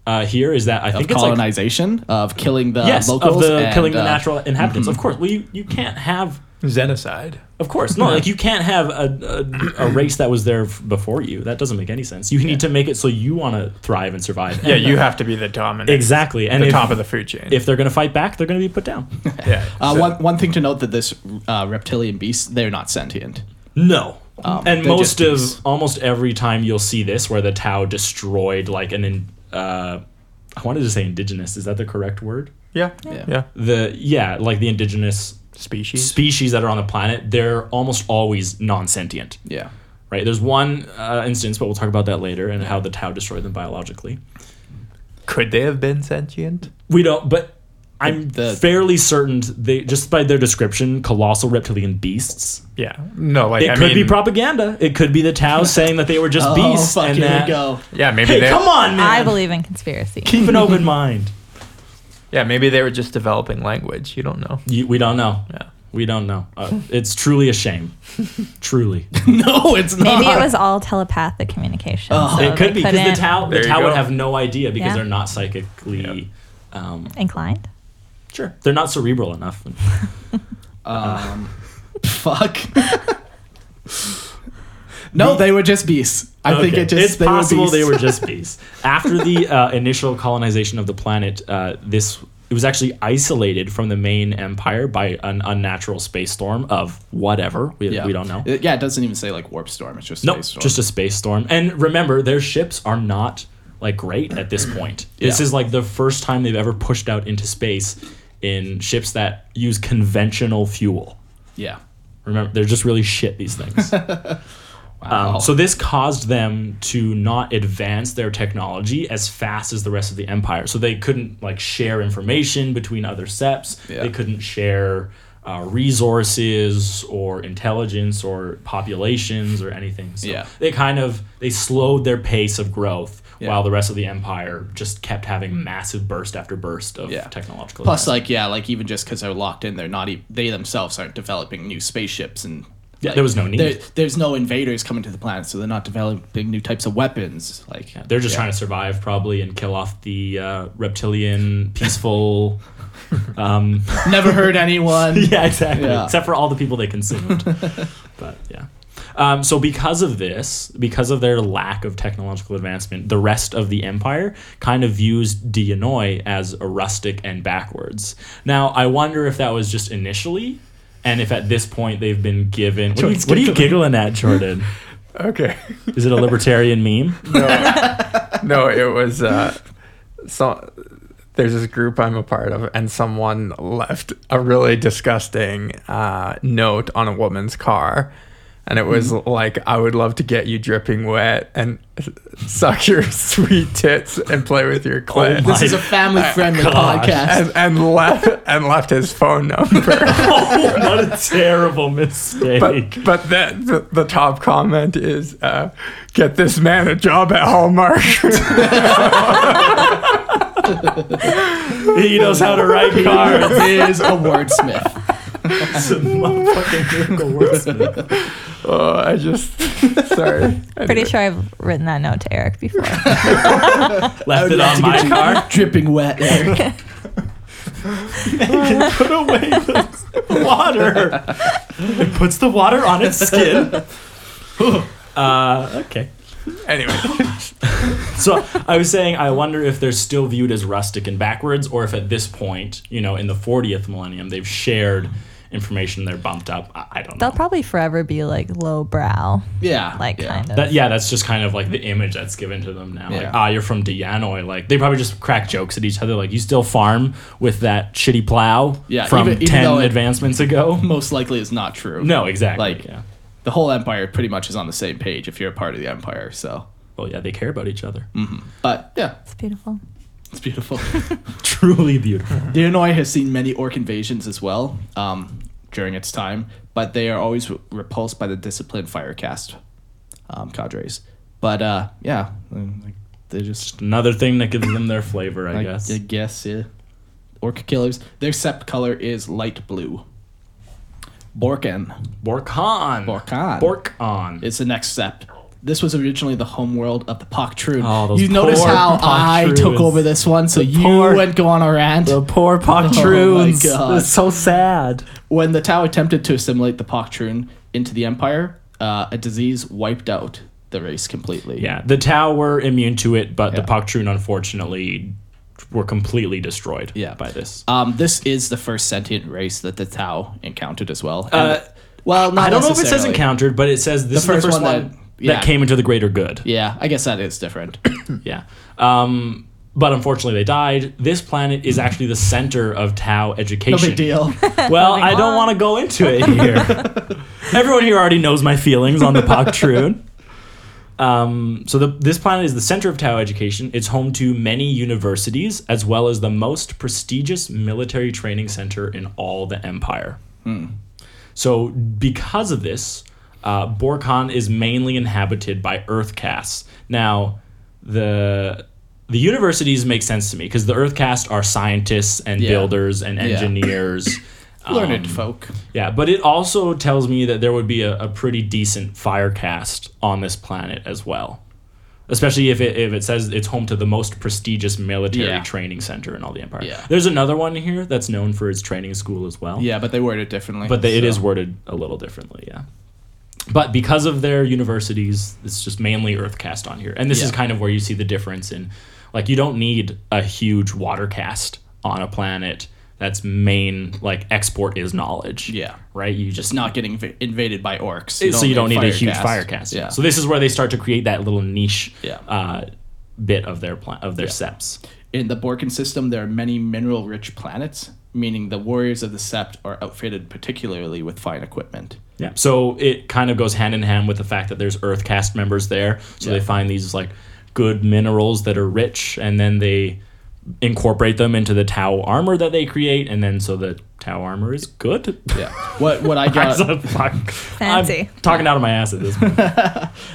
S2: uh, here. Is that I
S3: Of
S2: think it's like
S3: colonization, of killing
S1: uh,
S3: the
S2: yes,
S3: locals,
S2: of the
S3: and,
S2: killing the
S3: uh,
S2: natural inhabitants.
S1: mm-hmm.
S2: Of course, well, you, you can't have.
S1: Xenocide.
S2: Of course, no. Like you can't have a, a, a race that was there f- before you. That doesn't make any sense. You need to make it so you want to thrive and survive.
S1: Yeah, you have to be the dominant.
S2: exactly. And
S1: The
S2: if,
S1: top of the food chain.
S2: if they're going to fight back, they're going to be put down.
S1: yeah.
S3: Uh,
S1: so-
S3: one, one thing to note that this uh, reptilian beast, they're not sentient.
S2: No. and
S3: they're
S2: most
S3: Um, just
S2: of
S3: these-
S2: almost every time you'll see this where the Tau destroyed like an in, uh, I wanted to say indigenous. Is that the correct word?
S1: yeah.
S3: Yeah.
S1: Yeah.
S2: The yeah, like the indigenous
S1: Species.
S2: species that are on the planet, they're almost always non-sentient,
S3: Yeah.
S2: right? There's one uh, instance, but we'll talk about that later, and how the Tau destroyed them biologically.
S1: Could they have been sentient?
S2: We don't, but I'm
S3: The-
S2: fairly certain they just by their description, colossal reptilian beasts.
S1: Yeah. No, like
S2: It
S1: I
S2: could be
S1: mean-
S2: propaganda. It could be the Tao saying that they were just beasts.
S3: Oh, fuck,
S2: and
S3: here
S2: that,
S3: we go.
S1: Yeah, maybe
S2: Hey,
S1: they
S2: come on, man.
S4: I believe in conspiracy.
S2: Keep an open mind.
S5: Yeah, maybe they were just developing language. You don't know.
S2: You, we don't know.
S5: Yeah.
S2: We don't know. Uh, it's truly a shame. truly.
S3: No, it's not.
S4: Maybe it was all telepathic communication. so
S2: Oh. it could
S4: they
S2: be because the
S4: couldn't-
S2: Tao, the
S5: There you
S2: Tao would
S5: go.
S2: have no idea because
S4: Yeah.
S2: they're not psychically. Um,
S4: inclined.
S2: sure. They're not cerebral enough.
S3: Um, fuck. no, they were just beasts. I think
S2: Okay.
S3: it just
S2: it's
S3: they
S2: possible
S3: were beasts.
S2: they were just bees. After the uh, initial colonization of the planet, uh, this it was actually isolated from the main empire by an unnatural space storm of whatever we, we don't know.
S3: It- yeah, it doesn't even say like warp storm. It's just
S2: No,
S3: space storm.
S2: just a space storm. And remember, their ships are not like great at this point. This
S3: Yeah.
S2: is like the first time they've ever pushed out into space in ships that use conventional fuel.
S3: yeah.
S2: Remember, they're just really shit these things.
S3: Wow.
S2: Um, so this caused them to not advance their technology as fast as the rest of the empire. So they couldn't like share information between other seps.
S3: Yeah.
S2: They couldn't share uh, resources or intelligence or populations or anything. So
S3: Yeah.
S2: they kind of they slowed their pace of growth
S3: Yeah.
S2: while the rest of the empire just kept having massive burst after burst of
S3: Yeah.
S2: technological.
S3: Plus,
S2: advancement.
S3: like yeah, like even just because they're locked in, they're not. E- they themselves aren't developing new spaceships and.
S2: Yeah,
S3: like,
S2: there was no need.
S3: there- there's no invaders coming to the planet, so they're not developing new types of weapons. Like
S2: Yeah, they're just trying to survive probably and kill off the uh, reptilian peaceful. um,
S3: never hurt anyone.
S2: yeah, exactly.
S3: Yeah.
S2: Except for all the people they consumed. but yeah. Um, so because of this, because of their lack of technological advancement, the rest of the empire kind of views Dianoi as a rustic and backwards. Now, I wonder if that was just initially, and if at this point they've been given. What are you,
S3: Jordan's
S2: what are you giggling at, Jordan?
S5: Okay.
S2: Is it a libertarian meme?
S5: no, it was uh, so. There's this group I'm a part of, and someone left a really disgusting uh, note on a woman's car, and it was
S2: Mm-hmm.
S5: like, "I would love to get you dripping wet and suck your sweet tits and play with your clit."
S2: Oh, my
S3: This is a family-friendly
S2: gosh.
S3: podcast.
S5: and, and left and left his phone number.
S2: Oh, what a terrible mistake.
S5: But but then the, the top comment is, uh, "Get this man a job at Hallmark."
S2: he knows how to write cards.
S3: is a wordsmith.
S2: It's a motherfucking miracle wordsmith.
S5: oh, I just sorry.
S4: Pretty sure I've written that note to Eric before.
S2: Left it on my card.
S3: dripping wet. Eric.
S2: put away the water. It puts the water on its skin. uh, okay.
S5: Anyway,
S2: So I was saying, I wonder if they're still viewed as rustic and backwards, or if at this point, you know, in the 40th millennium, they've shared information, they're bumped up. I, I don't
S4: They'll
S2: know.
S4: probably forever be like low brow,
S3: Yeah,
S4: like
S3: yeah.
S4: kind of.
S2: That, yeah, that's just kind of like the image that's given to them now. Like,
S3: Yeah.
S2: ah, you're from Dianoy. Like, they probably just crack jokes at each other. Like, you still farm with that shitty plow
S3: Yeah,
S2: from
S3: even- even
S2: 10
S3: though it-
S2: advancements ago?
S3: Most likely is not true.
S2: No, exactly.
S3: Like-
S2: yeah.
S3: the whole empire pretty much is on the same page if you're a part of the empire. So,
S2: Well, yeah, they care about each other.
S3: Mm. but yeah,
S4: It's beautiful.
S3: it's beautiful.
S2: Truly beautiful.
S3: The Illinois has seen many orc invasions as well um, during its time, but they are always re- repulsed by the disciplined firecast um, cadres. But uh, yeah, mm, like, they're just,
S2: Another thing that gives them their flavor, I,
S3: I,
S2: guess.
S3: I guess, yeah. Orc killers. Their sept color is light blue. Borken
S2: Borkan.
S3: Borkan.
S2: Borkan.
S3: is the next sept. This was originally the homeworld of the Paktrun.
S2: Oh, those
S3: you notice
S2: poor
S3: how I took
S2: Pachtruns.
S3: over this one, so you
S2: poor-
S3: went go on a rant.
S2: poor
S3: Paktroons. Oh my God. It's
S2: so sad.
S3: When the Tao attempted to assimilate the Paktrun into the Empire, uh, a disease wiped out the race completely.
S2: Yeah, the Tau were immune to it, but the
S3: Yeah.
S2: Paktrun, unfortunately, were completely destroyed
S3: Yeah.
S2: by this.
S3: Um, this is the first sentient race that the Tao encountered as well.
S2: Uh,
S3: And- well, not
S2: I don't know if it says
S3: necessarily.
S2: encountered, but it says this
S3: The
S2: is the
S3: first
S2: first
S3: one
S2: one,
S3: that-
S2: that,
S3: yeah.
S2: came into the greater good.
S3: Yeah, I guess that is different.
S2: Yeah. Um, but unfortunately, they died. This planet is actually the center of Tau education.
S3: No big deal.
S2: Well,
S4: Moving
S2: I don't
S4: on.
S2: want to go into it here. Everyone here already knows my feelings on the Paktrun. Um, so the, this planet is the center of Tao education. It's home to many universities as well as the most prestigious military training center in all the empire.
S3: Hmm.
S2: So because of this, uh, Borkon is mainly inhabited by Earth casts. Now, the the universities make sense to me because the Earth casts are scientists and
S3: Yeah.
S2: builders and engineers.
S3: Learned
S2: um,
S3: folk.
S2: yeah, but it also tells me that there would be a, a pretty decent fire cast on this planet as well. Especially if it, if it says it's home to the most prestigious military
S3: Yeah.
S2: training center in all the empire.
S3: Yeah.
S2: There's another one here that's known for its training school as well.
S3: Yeah, but they word it differently.
S2: But they, it
S3: so-
S2: is worded a little differently, yeah. But because of their universities, it's just mainly earth cast on here. And this is
S3: Yeah.
S2: kind of where you see the difference in like you don't need a huge water cast on a planet that's main like export is knowledge.
S3: Yeah.
S2: Right? You just
S3: It's not getting inv- invaded by orcs.
S2: so you don't need a huge
S3: firecast.
S2: fire cast.
S3: Yeah.
S2: So this is where they start to create that little niche
S3: Yeah.
S2: uh, bit of their pla- of their seps.
S3: in the Borkin system, there are many mineral rich planets, meaning the warriors of the Sept are outfitted particularly with fine equipment.
S2: Yeah. So it kind of goes hand in hand with the fact that there's Earth cast members there. So
S3: Yeah.
S2: they find these like good minerals that are rich, and then they incorporate them into the Tau armor that they create, and then so the Tau armor is good.
S3: Yeah. What what I
S2: That's
S3: got,
S2: a fuck-
S4: Fancy.
S2: I'm talking out of my ass at this point.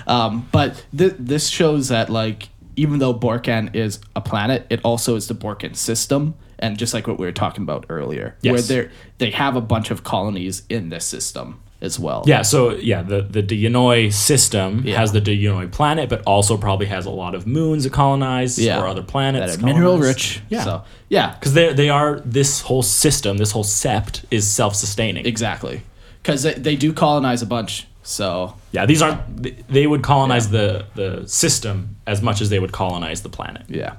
S3: um, but th- this shows that like even though Borkan is a planet, it also is the Borkan system, and just like what we were talking about earlier, where
S2: Yes.
S3: they they have a bunch of colonies in this system as well.
S2: Yeah, so yeah, the the Dionoi system
S3: Yeah.
S2: has the Dionoi planet, but also probably has a lot of moons to colonize
S3: Yeah.
S2: or other planets
S3: that are mineral
S2: colonize.
S3: rich.
S2: Yeah.
S3: So yeah,
S2: Because they they are this whole system, this whole sept is self sustaining.
S3: exactly, because they, they do colonize a bunch. So
S2: yeah, these aren't. th- They would colonize the the system as much as they would colonize the planet.
S3: Yeah.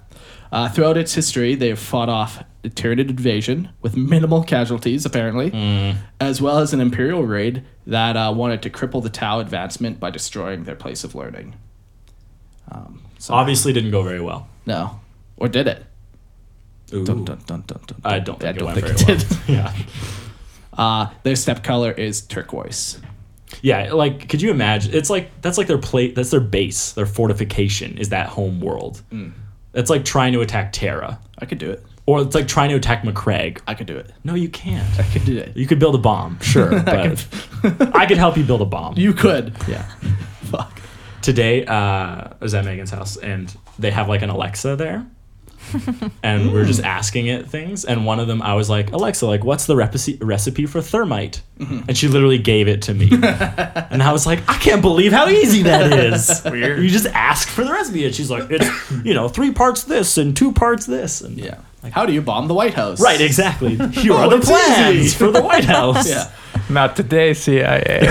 S3: Uh, throughout its history, they have fought off a Tyranid invasion with minimal casualties, apparently,
S2: Mm.
S3: as well as an Imperial raid that uh, wanted to cripple the Tau advancement by destroying their place of learning.
S2: Obviously, didn't go very well.
S3: No. Or did it?
S2: Ooh.
S3: Dun, dun, dun, dun, dun,
S2: I don't think
S3: I
S2: it
S3: don't
S2: went
S3: think
S2: very
S3: it
S2: well. yeah,
S3: Uh, their step color is turquoise.
S2: yeah. Like, could you imagine? It's like that's like their plate. That's their base. Their fortification is that home world.
S3: Mm.
S2: That's like trying to attack Terra,
S3: I could do it.
S2: or it's like trying to attack McCraig.
S3: I could do it.
S2: No, you can't.
S3: I could do it.
S2: You could build a bomb, sure, but I could help you build a bomb.
S3: You could. Yeah. Fuck.
S2: today uh, I was at Megan's house and they have like an Alexa there. and we are just asking it things. And one of them, I was like, Alexa, like, what's the recipe recipe for thermite? And she literally gave it to me. and I was like, I can't believe how easy that is.
S5: Weird.
S2: You just ask for the recipe. And she's like, it's, you know, three parts this and two parts this. And
S3: Yeah. How do you bomb the White House?
S2: Right, exactly. Here
S3: Oh,
S2: are the
S3: it's
S2: plans
S3: easy.
S2: for the White House.
S3: Yeah.
S5: Not today, CIA.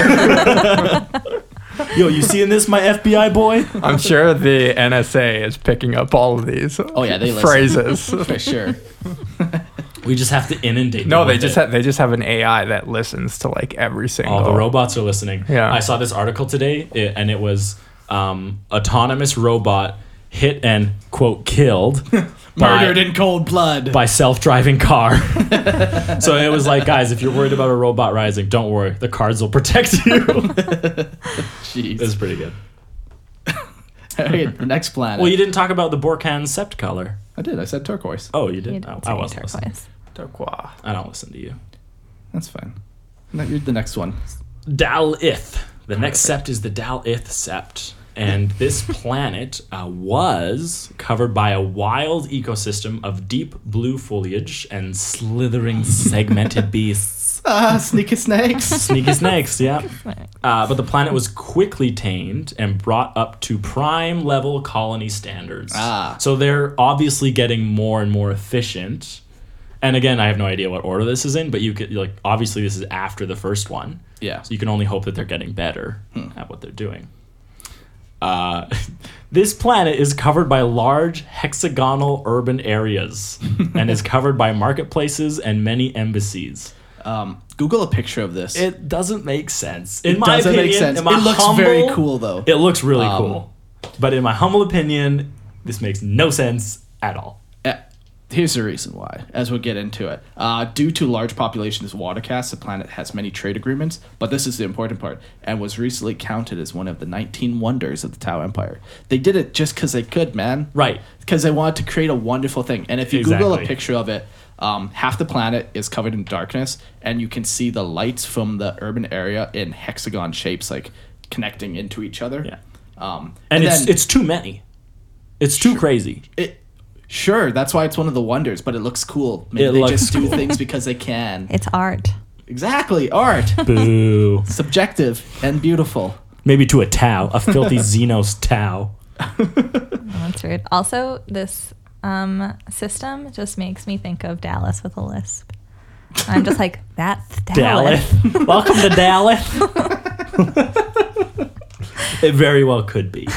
S2: Yo, you seeing this, my FBI boy?
S5: I'm sure the NSA is picking up all of these. Oh
S3: yeah, they listen.
S5: phrases.
S3: For sure.
S2: We just have to inundate.
S5: no,
S2: them
S5: they
S2: with
S5: just
S2: it.
S5: have, they just have an AI that listens to like every single.
S2: Oh, the robots are listening.
S5: Yeah.
S2: I saw this article today, i- and it was um, autonomous robot hit and quote killed
S3: Murdered
S2: by,
S3: in cold blood.
S2: by self-driving car. so it was like, guys, if you're worried about a robot rising, don't worry, the cards will protect you. it
S3: Jeez.
S2: was pretty good.
S3: Okay, the next planet.
S2: Well, you didn't talk about the Borkan sept color.
S3: I did. I said turquoise.
S2: Oh, you
S4: You
S2: did.
S4: didn't
S2: not
S4: say
S2: I wasn't listening.
S4: turquoise.
S5: Turquoise.
S2: I don't listen to you.
S3: That's fine. No, you're the next one.
S2: Dal Ith. The next sept is the Dal Ith sept. And this planet uh, was covered by a wild ecosystem of deep blue foliage and slithering, segmented beasts.
S3: Ah, sneaky snakes.
S2: Sneaky snakes, yeah.
S4: Snakes.
S2: Uh, but the planet was quickly tamed and brought up to prime level colony standards.
S3: Ah.
S2: So they're obviously getting more and more efficient. And again, I have no idea what order this is in, but you could like obviously this is after the first one.
S3: Yeah.
S2: So you can only hope that they're getting better
S3: Hmm.
S2: at what they're doing. Uh, this planet is covered by large hexagonal urban areas and is covered by marketplaces and many embassies.
S3: Um, Google a picture of this.
S2: It doesn't make sense. In my
S3: doesn't
S2: opinion,
S3: make sense.
S2: in my
S3: It looks
S2: humble-
S3: very cool, though.
S2: It looks really
S3: Um,
S2: cool. But in my humble opinion, this makes no sense at all.
S3: Eh, Here's the reason why, as we'll get into it. Uh, due to large populations of watercats, the planet has many trade agreements, but this is the important part, and was recently counted as one of the 19 wonders of the Tau Empire. They did it just because they could, man.
S2: Right.
S3: Because they wanted to create a wonderful thing. And if you Google a
S2: Exactly.
S3: picture of it, um, half the planet is covered in darkness, and you can see the lights from the urban area in hexagon shapes, like connecting into each other.
S2: Yeah.
S3: Um,
S2: and, it's
S3: then-
S2: it's too many. It's too crazy.
S3: it sure that's why it's one of the wonders but it looks cool maybe
S2: It
S3: they
S2: looks
S3: just do
S2: cool.
S3: things because they can
S4: It's art.
S3: exactly art
S2: Boo.
S3: subjective and beautiful
S2: Maybe to a Tau, a filthy Xenos Tau.
S4: That's weird. Also, this um, system just makes me think of Dallas with a lisp. I'm just like, that's Dallas.
S2: Dallas. Welcome to Dallas. it very well could be.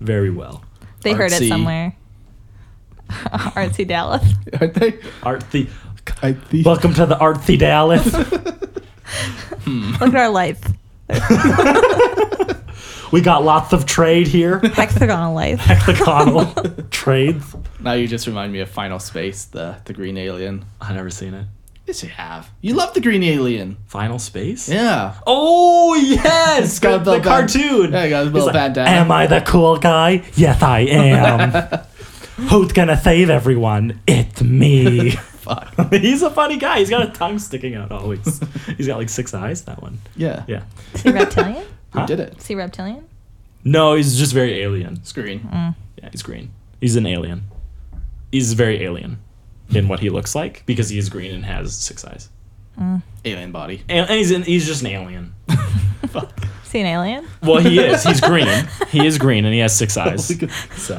S2: Very well.
S4: They heard it
S3: Artsy.
S4: somewhere. Artsy Dallas.
S3: aren't they
S2: Art the
S3: i think
S2: Welcome to the Artsy Dallas.
S4: Look at our life.
S2: We got lots of trade here.
S4: Hexagonal life.
S2: Hexagonal trades.
S3: now you just remind me of final space the the green alien
S2: I've never seen it.
S3: yes you have you love the green alien
S2: Final Space?
S3: yeah
S2: Oh yes,
S3: got
S2: the,
S3: Bill
S2: the
S3: Van-
S2: cartoon.
S3: Yeah, it got Bill
S2: He's like,
S3: Van Damme.
S2: Am I the cool guy? Yes, I am. Who's gonna save everyone? It's me.
S3: Fuck.
S2: He's a funny guy. He's got a tongue sticking out always. He's got like six eyes. That one.
S3: yeah
S2: Yeah.
S4: Is he reptilian?
S3: we
S2: Huh?
S3: did it
S4: Is he reptilian?
S2: No, he's just very alien.
S3: it's green
S2: Yeah, he's green. He's an alien. He's very alien in what he looks like because he is green and has six eyes.
S3: alien body
S2: And, and he's an, he's just an alien.
S4: Is he an alien?
S2: Well, he is. He's green. He is green, and he has six eyes. So,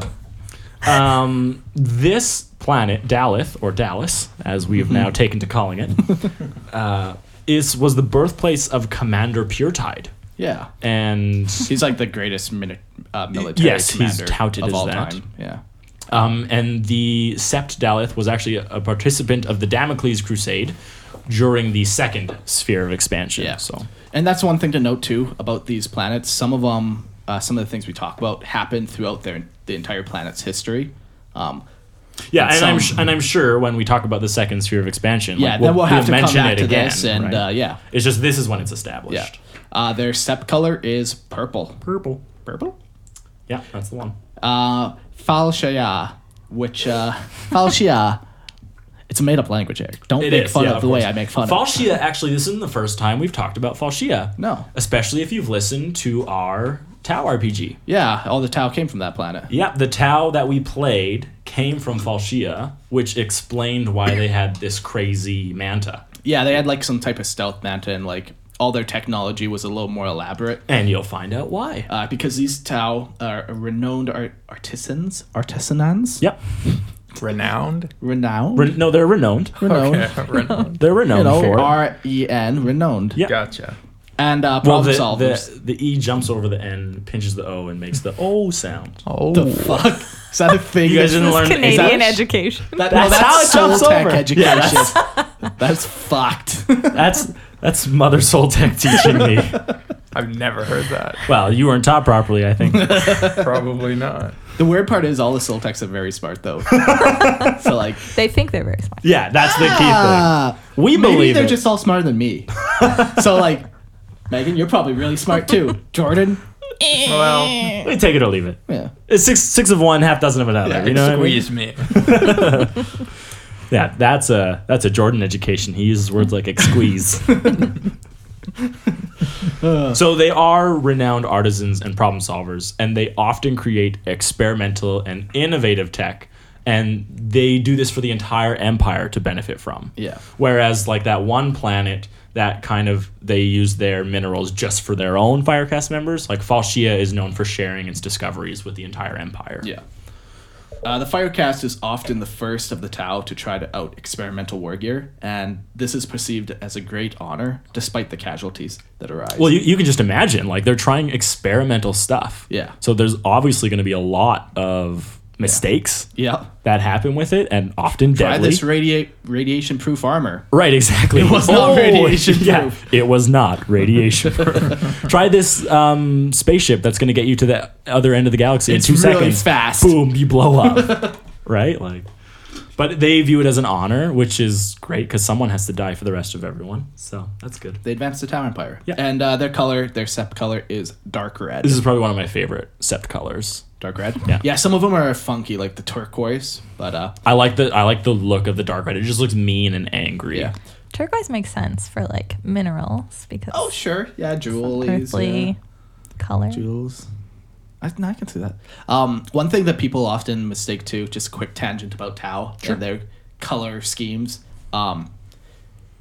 S2: um, this planet, Dalith or Dallas, as we have now taken to calling it, uh, is was the birthplace of Commander Puretide,
S3: yeah
S2: and
S3: he's like the greatest mini- uh, military
S2: yes, he's
S3: commander
S2: touted
S3: of
S2: as
S3: all
S2: that.
S3: time yeah
S2: um, and the Sept Dalith was actually a, a participant of the Damocles Crusade during the second sphere of expansion.
S3: Yeah.
S2: So,
S3: And that's one thing to note too about these planets. Some of them, uh, some of the things we talk about, happen throughout their the entire planet's history. Um,
S2: yeah, and I'm
S3: some-
S2: sh- and I'm sure when we talk about the second sphere of expansion,
S3: um, yeah,
S2: like,
S3: then we'll have to come
S2: mention
S3: back
S2: it
S3: to
S2: again,
S3: this, and
S2: right?
S3: uh, yeah,
S2: It's just this is when it's established.
S3: yeah. Uh, their sep color is purple.
S2: Purple.
S3: Purple.
S2: Yeah, that's the one.
S3: Uh, Falshaya, which uh, Falshaya, it's a made up language, Eric. Don't
S2: It
S3: make
S2: is,
S3: fun
S2: yeah,
S3: of the
S2: course.
S3: way I make fun of.
S2: Falchia, actually, this isn't the first time we've talked about Falchia.
S3: No.
S2: Especially if you've listened to our Tau RPG.
S3: Yeah, all the Tau came from that planet.
S2: Yeah, the Tau that we played came from Falchia, which explained why they had this crazy manta.
S3: Yeah, they had like some type of stealth manta, and like all their technology was a little more elaborate.
S2: And you'll find out why.
S3: uh, because these Tao are renowned art- artisans, artisanans,
S2: yep.
S5: Renowned.
S3: renowned,
S2: Ren- no, they're renowned.
S3: renowned,
S5: Yeah, renowned.
S2: They're renowned
S3: you know,
S2: for it.
S3: R E N, renowned,
S2: Yeah.
S5: Gotcha.
S3: and uh,
S2: well,
S3: problem
S2: the,
S3: solvers.
S2: the, the E jumps over the N, pinches the O, and makes the O sound.
S5: Oh,
S3: Fuck, is that a thing?
S2: You guys didn't learn
S3: is that-
S4: Canadian education.
S3: That, no,
S2: That's how it
S3: that's
S2: jumps
S3: soul tech
S2: over.
S3: education.
S2: Yeah,
S3: that's, fucked.
S2: That's that's Mother Soul Tech teaching me.
S5: I've never heard that.
S2: Well, you weren't taught properly, I think.
S5: Probably not.
S3: the weird part is all the soul techs are very smart though. so like,
S4: They think they're very smart.
S2: Yeah, that's the key
S3: uh,
S2: thing. We
S3: maybe
S2: believe
S3: they're
S2: it.
S3: just all smarter than me. so like, Megan, you're probably really smart too. Jordan,
S5: Well,
S2: we take it or leave it.
S3: yeah.
S2: It's six six of one, half dozen of another. you know what I mean?
S5: squeeze me.
S2: Yeah, that's a that's a Jordan education. He uses words like squeeze. so they are renowned artisans and problem solvers, and they often create experimental and innovative tech, and they do this for the entire empire to benefit from.
S3: Yeah.
S2: Whereas like that one planet that kind of they use their minerals just for their own Firecast members. Like Falshia is known for sharing its discoveries with the entire empire.
S3: Yeah. Uh, the Firecast is often the first of the Tau to try to out experimental war gear, and this is perceived as a great honor, despite the casualties that arise.
S2: Well, you, you can just imagine, like, they're trying experimental stuff.
S3: Yeah.
S2: So there's obviously going to be a lot of mistakes
S3: yeah.
S2: that happen with it and often
S3: Buy
S2: deadly.
S3: this radiate radiation proof armor.
S2: right, exactly. It
S3: was not radiation proof.
S2: It was not radiation proof. Try this um, spaceship that's going to get you to the other end of the galaxy
S3: It's
S2: in two
S3: really
S2: seconds.
S3: fast.
S2: Boom, you blow up. right? Like, But they view it as an honor, which is great because someone has to die for the rest of everyone. So that's good.
S3: They advanced the Tower Empire.
S2: Yeah.
S3: And uh, their color, their sep color is dark red.
S2: This is probably one of my favorite sept colors.
S3: dark red?
S2: Yeah.
S3: Yeah, some of them are funky, like the turquoise, but uh,
S2: I like the I like the look of the dark red. It just looks mean and angry.
S3: Yeah.
S4: Turquoise makes sense for like minerals because
S3: oh, sure. Yeah, jewels.
S4: earthly
S3: Yeah.
S4: color.
S3: Jewels. I, no, I can see that. Um, one thing that people often mistake too, just a quick tangent about Tau and their color schemes. Um,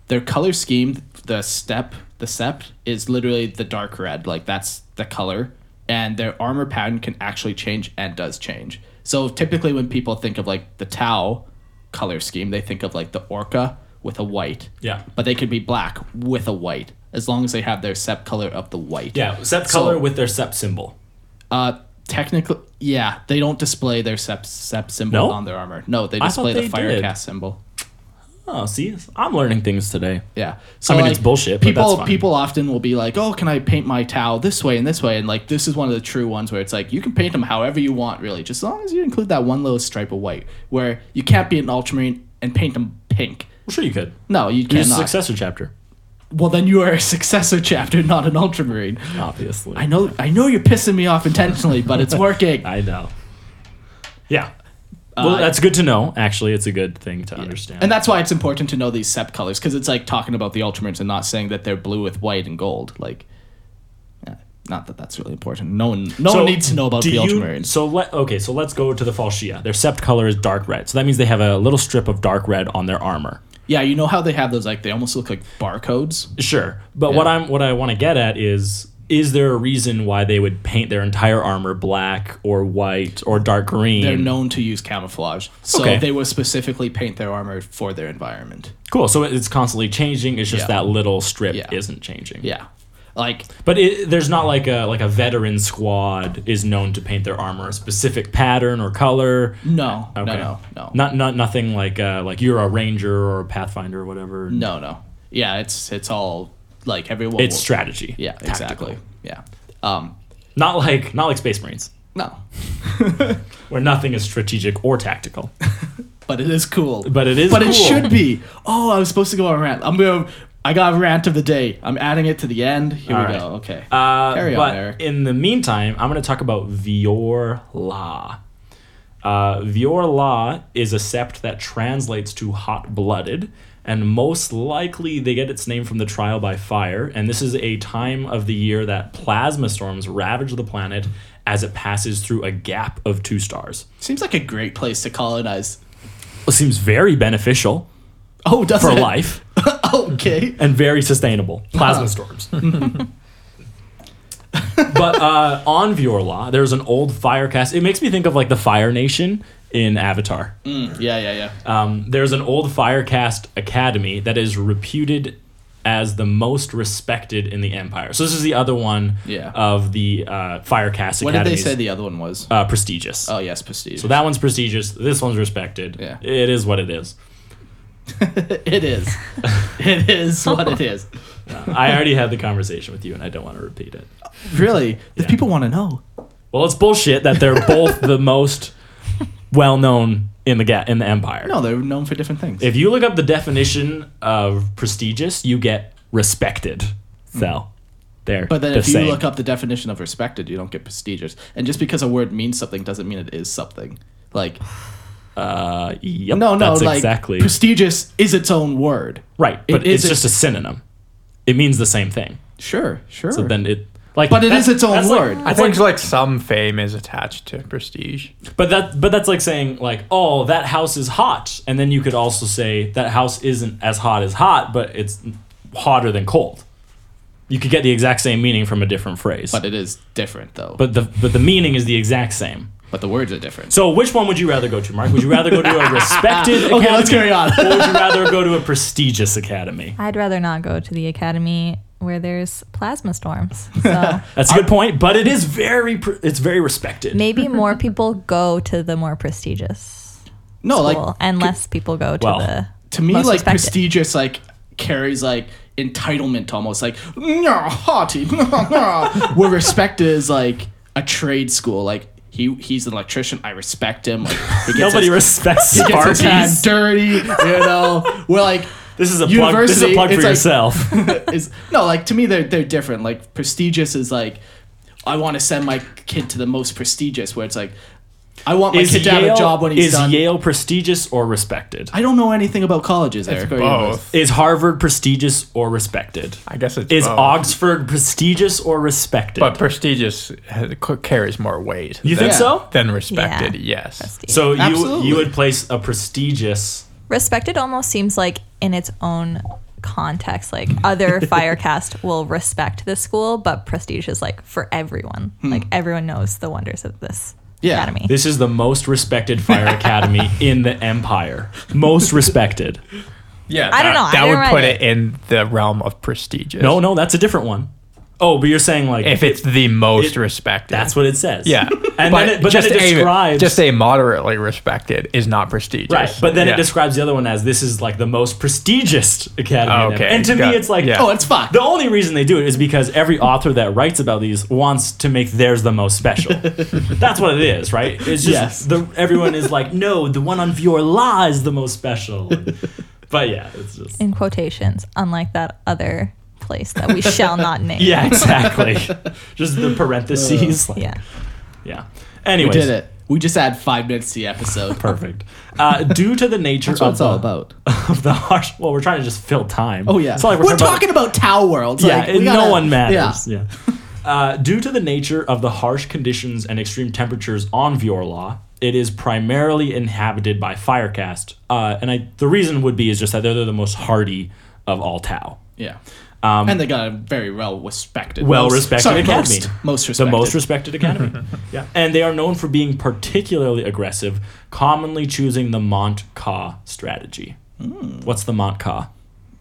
S3: their color scheme, the step, the sept is literally the dark red. Like that's the color, and their armor pattern can actually change and does change. So typically, when people think of like the Tau color scheme, they think of like the orca with a white.
S2: Yeah.
S3: But they could be black with a white, as long as they have their sept color of the white.
S2: Yeah. Sept
S3: So-
S2: color with their sept symbol.
S3: uh, technically, yeah, they don't display their sep, sep symbol
S2: No?
S3: on their armor. No, they
S2: I
S3: display
S2: thought
S3: the
S2: they did.
S3: fire cast symbol.
S2: Oh, see, I'm learning things today.
S3: Yeah. So
S2: I mean, it's bullshit, but
S3: People
S2: that's fine.
S3: people often will be like, "Oh, can I paint my towel this way and this way?" And like, this is one of the true ones where it's like you can paint them however you want, really, just as long as you include that one little stripe of white. Where you can't be an ultramarine and paint them pink.
S2: Well, sure, you could.
S3: No, you
S2: Use a
S3: cannot.
S2: successor chapter,
S3: well, then you are a successor chapter, not an ultramarine.
S2: obviously.
S3: I know, I know, you're pissing me off intentionally, but it's working.
S2: I know. Yeah. well,
S3: Uh,
S2: that's good to know. Actually, it's a good thing to understand.
S3: And that's why it's important to know these sep colors because it's like talking about the Ultramarines and not saying that they're blue with white and gold. Like, eh, not that that's really important. No one, no one needs to know about
S2: do
S3: the
S2: you-
S3: Ultramarines.
S2: So let okay, so let's go to the Falshia. Their sept color is dark red, so that means they have a little strip of dark red on their armor.
S3: yeah, you know how they have those like they almost look like barcodes.
S2: Sure, but what I'm what I want to get at is is there a reason why they would paint their entire armor black or white or dark green?
S3: They're known to use camouflage, so
S2: Mm. Okay.
S3: they will specifically paint their armor for their environment.
S2: cool. So it's constantly changing. It's just
S3: Yeah.
S2: that little strip
S3: Yeah.
S2: isn't changing.
S3: Yeah, like
S2: But it, there's not like a like a veteran squad is known to paint their armor a specific pattern or color.
S3: no,
S2: Okay.
S3: no, no, no,
S2: Not not nothing like uh, like you're a ranger or a pathfinder or whatever.
S3: no, no. Yeah, it's it's all like everyone.
S2: It's
S3: will-
S2: strategy.
S3: Yeah,
S2: Tactical.
S3: exactly. Yeah. Um.
S2: Not like not like Space Marines
S3: No,
S2: where nothing is strategic or tactical.
S3: but it is cool.
S2: But it is
S3: But
S2: cool.
S3: it should be. Oh, I was supposed to go on a rant. I'm going. to I got a rant of the day. I'm adding it to the end. Here
S2: All
S3: we
S2: right.
S3: go. Okay.
S2: Uh,
S3: Carry on,
S2: but
S3: Eric.
S2: in the meantime, I'm going to talk about Vior La. Uh, Vior La is a sept that translates to hot blooded, and most likely they get its name from the trial by fire. And this is a time of the year that plasma storms ravage the planet as it passes through a gap of two stars.
S3: Seems like a great place to colonize.
S2: It seems very beneficial
S3: Oh, does
S2: for
S3: it?
S2: life.
S3: okay.
S2: and very sustainable plasma storms. but uh, on Viorla, there's an old fire cast. It makes me think of like the Fire Nation in Avatar.
S3: Mm, Yeah, yeah, yeah.
S2: Um, there's an old Firecast Academy that is reputed as the most respected in the Empire. So this is the other one
S3: Yeah.
S2: of the uh, Firecast
S3: what did they
S2: Academies.
S3: say the other one was?
S2: uh, prestigious.
S3: oh yes, prestige.
S2: So that one's prestigious. This one's respected.
S3: Yeah.
S2: It is what it is.
S3: it is. it is what it is.
S2: Uh, I already had the conversation with you, and I don't want to repeat it.
S3: Really, if people want to know.
S2: Well, it's bullshit that they're both the most well known in the ga- in the empire.
S3: No, they're known for different things.
S2: If you look up the definition of prestigious, you get respected. So, there.
S3: Hmm. but then
S2: the
S3: if you
S2: same.
S3: look up the definition of respected, you don't get prestigious. And just because a word means something doesn't mean it is something. Like
S2: uh, yep,
S3: no, no,
S2: that's
S3: like
S2: exactly
S3: prestigious is its own word.
S2: right.
S3: it
S2: But
S3: is
S2: it's
S3: a-
S2: just a synonym. It means the same thing.
S3: Sure, sure.
S2: So then it like,
S3: But it
S2: that-
S3: is its own
S2: that's
S3: word.
S5: I
S2: Like, that's
S5: think
S2: like-
S5: like some fame is attached to prestige.
S2: but that but that's like saying like, oh, that house is hot, and then you could also say that house isn't as hot as hot, but it's hotter than cold. You could get the exact same meaning from a different phrase.
S3: But it is different though.
S2: but
S3: But
S2: the but the meaning is the exact same.
S3: but the words are different.
S2: So which one would you rather go to, Mark? Would you rather go to a respected academy,
S3: Okay, let's carry on.
S2: or would you rather go to a prestigious academy?
S4: I'd rather not go to the academy where there's plasma storms. So
S2: That's a good point, but it is very pre- it's very respected.
S4: maybe more people go to the more prestigious
S3: No,
S4: school
S3: like
S4: and less people go to
S2: Well,
S4: the
S3: to me,
S4: most
S3: like
S4: respected.
S3: prestigious, like carries like entitlement almost. Like "Nyah, haughty. Where respected is like a trade school. Like He he's an electrician. I respect him. Like, he gets
S2: Nobody
S3: his-
S2: respects
S3: he gets his hand
S2: Sparkies.
S3: dirty. You know, we're like
S2: This is a plug. This is a
S3: University,
S2: plug for
S3: it's like-
S2: yourself.
S3: is no like to me they're they're different. Like prestigious is like I want to send my kid to the most prestigious, where it's like I want my
S2: is
S3: kid to have
S2: Yale,
S3: a job when he's
S2: is
S3: done.
S2: Yale prestigious or respected?
S3: I don't know anything about colleges, Eric. Oh, or universities.
S5: Both.
S2: Is Harvard prestigious or respected?
S5: I guess it's
S2: Is
S5: both.
S2: Oxford prestigious or respected?
S5: But prestigious ha- c- carries more weight.
S2: You
S5: than,
S2: think so?
S5: Than respected,
S4: Yeah.
S5: yes.
S4: Prestige.
S2: so you
S3: Absolutely.
S2: you would place a prestigious
S4: respected almost seems like in its own context like other firecast will respect this school but prestige is like for everyone like everyone knows the wonders of this
S3: Yeah.
S4: academy
S2: This is the most respected fire academy in the empire. Most respected.
S5: Yeah,
S4: I don't
S5: that-
S4: know, I
S5: That
S4: didn't
S5: would
S4: write
S5: put it
S4: it.
S5: in the realm of prestigious.
S2: No, no, that's a different one. Oh, but you're saying like
S5: If it's the most
S2: it-
S5: respected.
S2: that's what it says.
S5: Yeah.
S2: And then it, but then it describes
S5: A, just a moderately respected is not prestigious.
S2: Right, but then
S5: Yeah.
S2: it describes the other one as this is like the most prestigious academy. in
S5: Okay,
S2: it. and to me,
S5: got-
S2: it's like,
S5: yeah.
S2: oh,
S3: Oh, it's fucked.
S2: the only reason they do it is because every author that writes about these wants to make theirs the most special. That's what it is, right? It's just
S3: Yes.
S2: the, everyone is like, no, the one on Viola is the most special. But yeah, it's just
S4: in quotations unlike that other place that we shall not name
S2: yeah, exactly. just the parentheses, like, yeah.
S4: yeah
S3: we
S2: Anyways,
S3: did it. We just add five minutes to the episode.
S2: Perfect. Uh, due to the nature
S3: That's what
S2: of
S3: it's
S2: the,
S3: all about.
S2: of the harsh. Well, we're trying to just fill time.
S3: Oh yeah,
S2: It's not like
S3: we're, talking about, Tao World.
S2: yeah,
S3: like,
S2: it-
S3: we
S2: no
S3: gotta-
S2: one
S3: Yeah.
S2: matters. Yeah. Uh, due to the nature of the harsh conditions and extreme temperatures on Viorla, it is primarily inhabited by Firecast, uh, and I, the reason would be is just that they're, the most hardy of all Tau.
S3: Yeah.
S2: Um,
S3: and they got a very well respected,
S2: Well respected
S3: sorry,
S2: academy.
S3: Most, most
S2: the
S3: respected.
S2: most respected academy. yeah. And they are known for being particularly aggressive, commonly choosing the Mont Ka strategy.
S3: Hmm.
S2: What's the Mont Ka?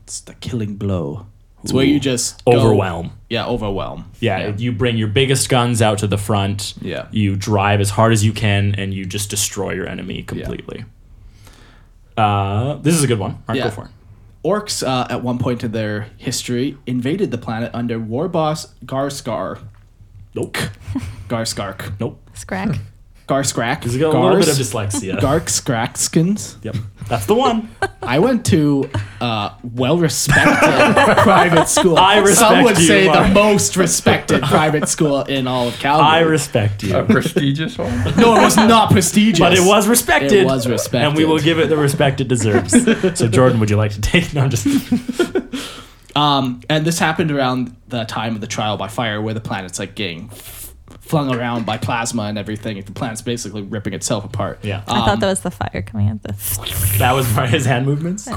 S3: it's the killing blow. It's where you just go-
S2: Overwhelm.
S3: yeah, overwhelm.
S2: Yeah, you bring your biggest guns out to the front.
S3: Yeah.
S2: You drive as hard as you can and you just destroy your enemy completely. Uh, this is a good one. All right,
S3: Yeah.
S2: go for it.
S3: Orcs, uh, at one point in their history, invaded the planet under war boss Garskar.
S2: Nope.
S3: Garskark.
S2: Nope.
S4: scrack
S3: Garskrak.
S2: He's got a little bit of
S3: Gars-
S2: dyslexia.
S3: Garskrakskins.
S2: yep. That's the one.
S3: I went to uh, well respected private school.
S2: I
S3: Some
S2: respect
S3: would
S2: you,
S3: say
S2: Mark.
S3: the most respected private school in all of Calgary.
S2: I respect you.
S5: a prestigious one.
S3: no, it was not prestigious.
S2: But it was respected.
S3: It was respected.
S2: And we will give it the respect it deserves. so, Jordan, would you like to take? No, I'm just.
S3: Um, and this happened around the time of the trial by fire, where the planet's like getting f- flung around by plasma and everything. The planet's basically ripping itself apart.
S2: Yeah.
S4: i thought
S3: Um,
S4: that was the fire coming at this
S2: That was part of his hand movements.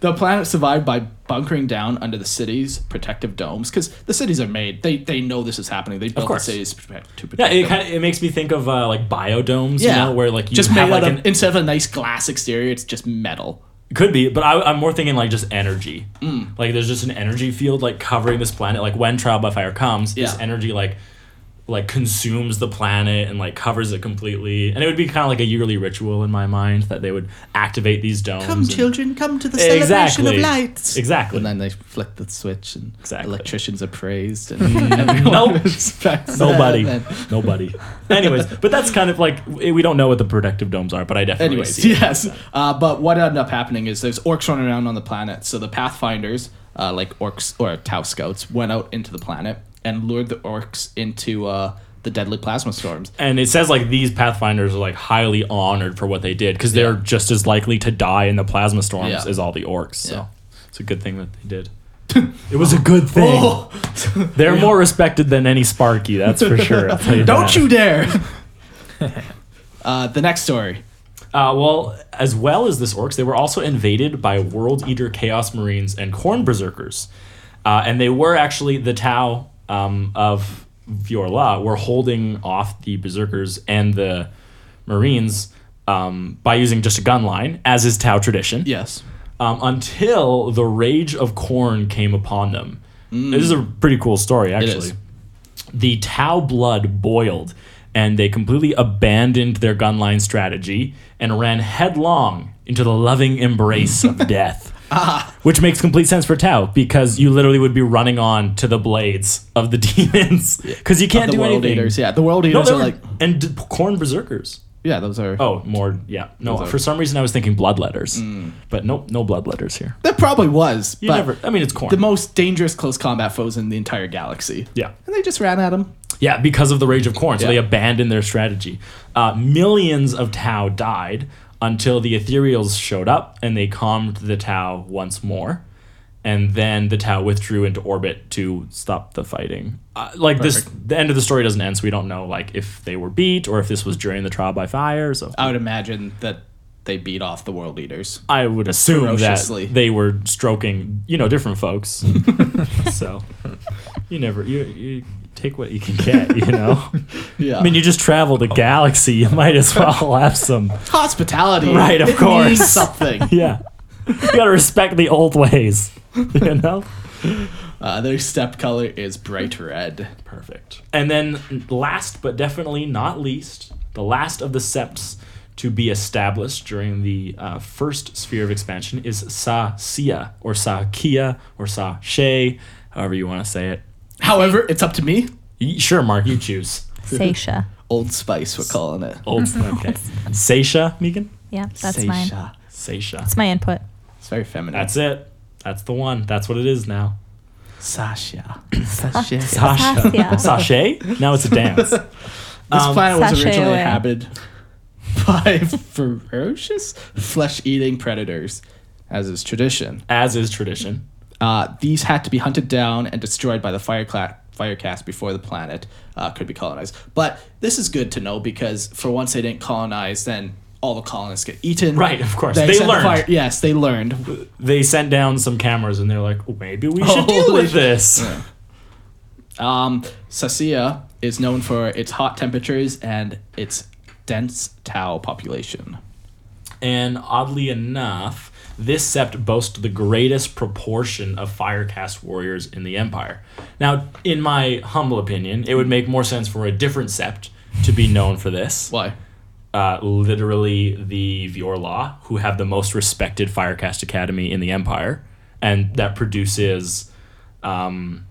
S3: The planet survived by bunkering down under the city's protective domes because the cities are made. They they know this is happening. They built the
S2: course.
S3: cities to protect. To
S2: Yeah,
S3: protect
S2: it
S3: them.
S2: kind of it makes me think of uh, like biodomes, you know, where like you
S3: just
S2: have
S3: made
S2: like
S3: out of,
S2: an
S3: instead of a nice glass exterior, it's just metal.
S2: Could be, but I, I'm more thinking like just energy.
S3: Mm.
S2: Like there's just an energy field like covering this planet. Like when trial by fire comes, this
S3: Yeah.
S2: energy like like consumes the planet and like covers it completely. And it would be kind of like a yearly ritual in my mind that they would activate these domes. and-
S3: come to the
S2: Exactly. Exactly.
S3: And then they flick the switch, and
S2: Exactly.
S3: electricians are praised, and everyone
S2: Nope.
S3: respects them,
S2: Nobody.
S3: and-
S2: Nobody. Anyways, but that's kind of like we don't know what the protective domes are, but I definitely
S3: Anyways,
S2: see it.
S3: yes. Uh, but what ended up happening is there's orcs running around on the planet. So the Pathfinders, uh, like orcs or Tau scouts, went out into the planet and lured the orcs into uh, the deadly plasma storms.
S2: And it says like these pathfinders are like highly honored for what they did because they're just as likely to die in the plasma storms
S3: Yeah.
S2: as all the orcs. So
S3: Yeah.
S2: it's a good thing that they did. it was a good thing.
S3: Oh,
S2: They're more respected than any Sparky, that's for sure. I'll tell you
S3: Don't
S2: that.
S3: you dare! uh, the next story.
S2: Uh, well, as well as this orcs, they were also invaded by World Eater Chaos Marines and Corn Berserkers. Uh, and they were actually the Tau um, of Viorla were holding off the Berserkers and the Marines um, by using just a gun line, as is Tau tradition
S3: Yes.
S2: um, until the rage of corn came upon them. This is a pretty cool story, actually.
S3: is.
S2: The Tau blood boiled, and they completely abandoned their gunline strategy and ran headlong into the loving embrace of death.
S3: Ah.
S2: Which makes complete sense for Tau because you literally would be running on to the blades of the demons because you can't
S3: the
S2: do
S3: world
S2: anything.
S3: eaters. Yeah, the world
S2: No,
S3: eaters
S2: they
S3: are
S2: were-
S3: like
S2: and d- corn berserkers.
S3: yeah, those are.
S2: Oh, more yeah. No,
S3: Those are-
S2: for some reason I was thinking blood letters,
S3: Mm.
S2: but nope, no blood letters here.
S3: That probably was,
S2: You
S3: but
S2: never. I mean, it's corn.
S3: the most dangerous close combat foes in the entire galaxy.
S2: yeah,
S3: And they just ran at him.
S2: yeah, because of the rage of corn, so
S3: Yeah.
S2: they abandoned their strategy. Uh, millions of Tau died until the Ethereals showed up and they calmed the Tau once more, and then the Tau withdrew into orbit to stop the fighting. Uh, like this, the end of the story doesn't end, so we don't know like if they were beat or if this was during the trial by fire. So
S3: I would imagine that they beat off the world eaters.
S2: I would assume
S3: Ferociously.
S2: that they were stroking, you know, different folks. so you never you you take what you can get, you know.
S3: Yeah.
S2: I mean, you just traveled a galaxy. You might as well have some.
S3: Hospitality.
S2: Right, of
S3: It
S2: course.
S3: means something.
S2: Yeah, you gotta respect the old ways. You know.
S3: Uh, their step color is bright red.
S2: Perfect. And then last but definitely not least, the last of the septs to be established during the uh, first sphere of expansion is Sa-Sia or Sa-Kia or Sa-She, however you want to say it.
S3: However, it's up to me.
S2: Y- Sure, Mark, you choose.
S4: Seisha.
S3: Old Spice, we're calling it.
S2: Old okay. Seisha, Megan?
S4: Yeah, that's mine.
S3: Seisha.
S2: Seisha.
S4: That's my input.
S3: It's very feminine.
S2: That's it. That's the one. That's what it is now.
S3: Sasha.
S2: Sasha.
S3: Sasha.
S4: Sasha.
S2: Sashay? Now it's a dance.
S3: This
S2: Um,
S3: planet was
S4: Sashay
S3: originally
S4: away.
S3: inhabited by ferocious flesh-eating predators, as is tradition.
S2: As is tradition.
S3: Uh, these had to be hunted down and destroyed by the fire cla- Firecast before the planet uh, could be colonized. But this is good to know because for once they didn't colonize, then all the colonists get eaten.
S2: Right, of course. They
S3: sent the
S2: learned.
S3: yes, they learned.
S2: They sent down some cameras and they're like, "Oh, maybe we should deal
S3: Holy
S2: with
S3: sh-
S2: this.
S3: Um, Sasia is known for its hot temperatures and its dense Tau population.
S2: And oddly enough, this sept boasts the greatest proportion of Firecast warriors in the Empire. Now, in my humble opinion, it would make more sense for a different sept to be known for this.
S3: Why?
S2: uh, literally the Vior Law, who have the most respected Firecast Academy in the Empire, and that produces, um,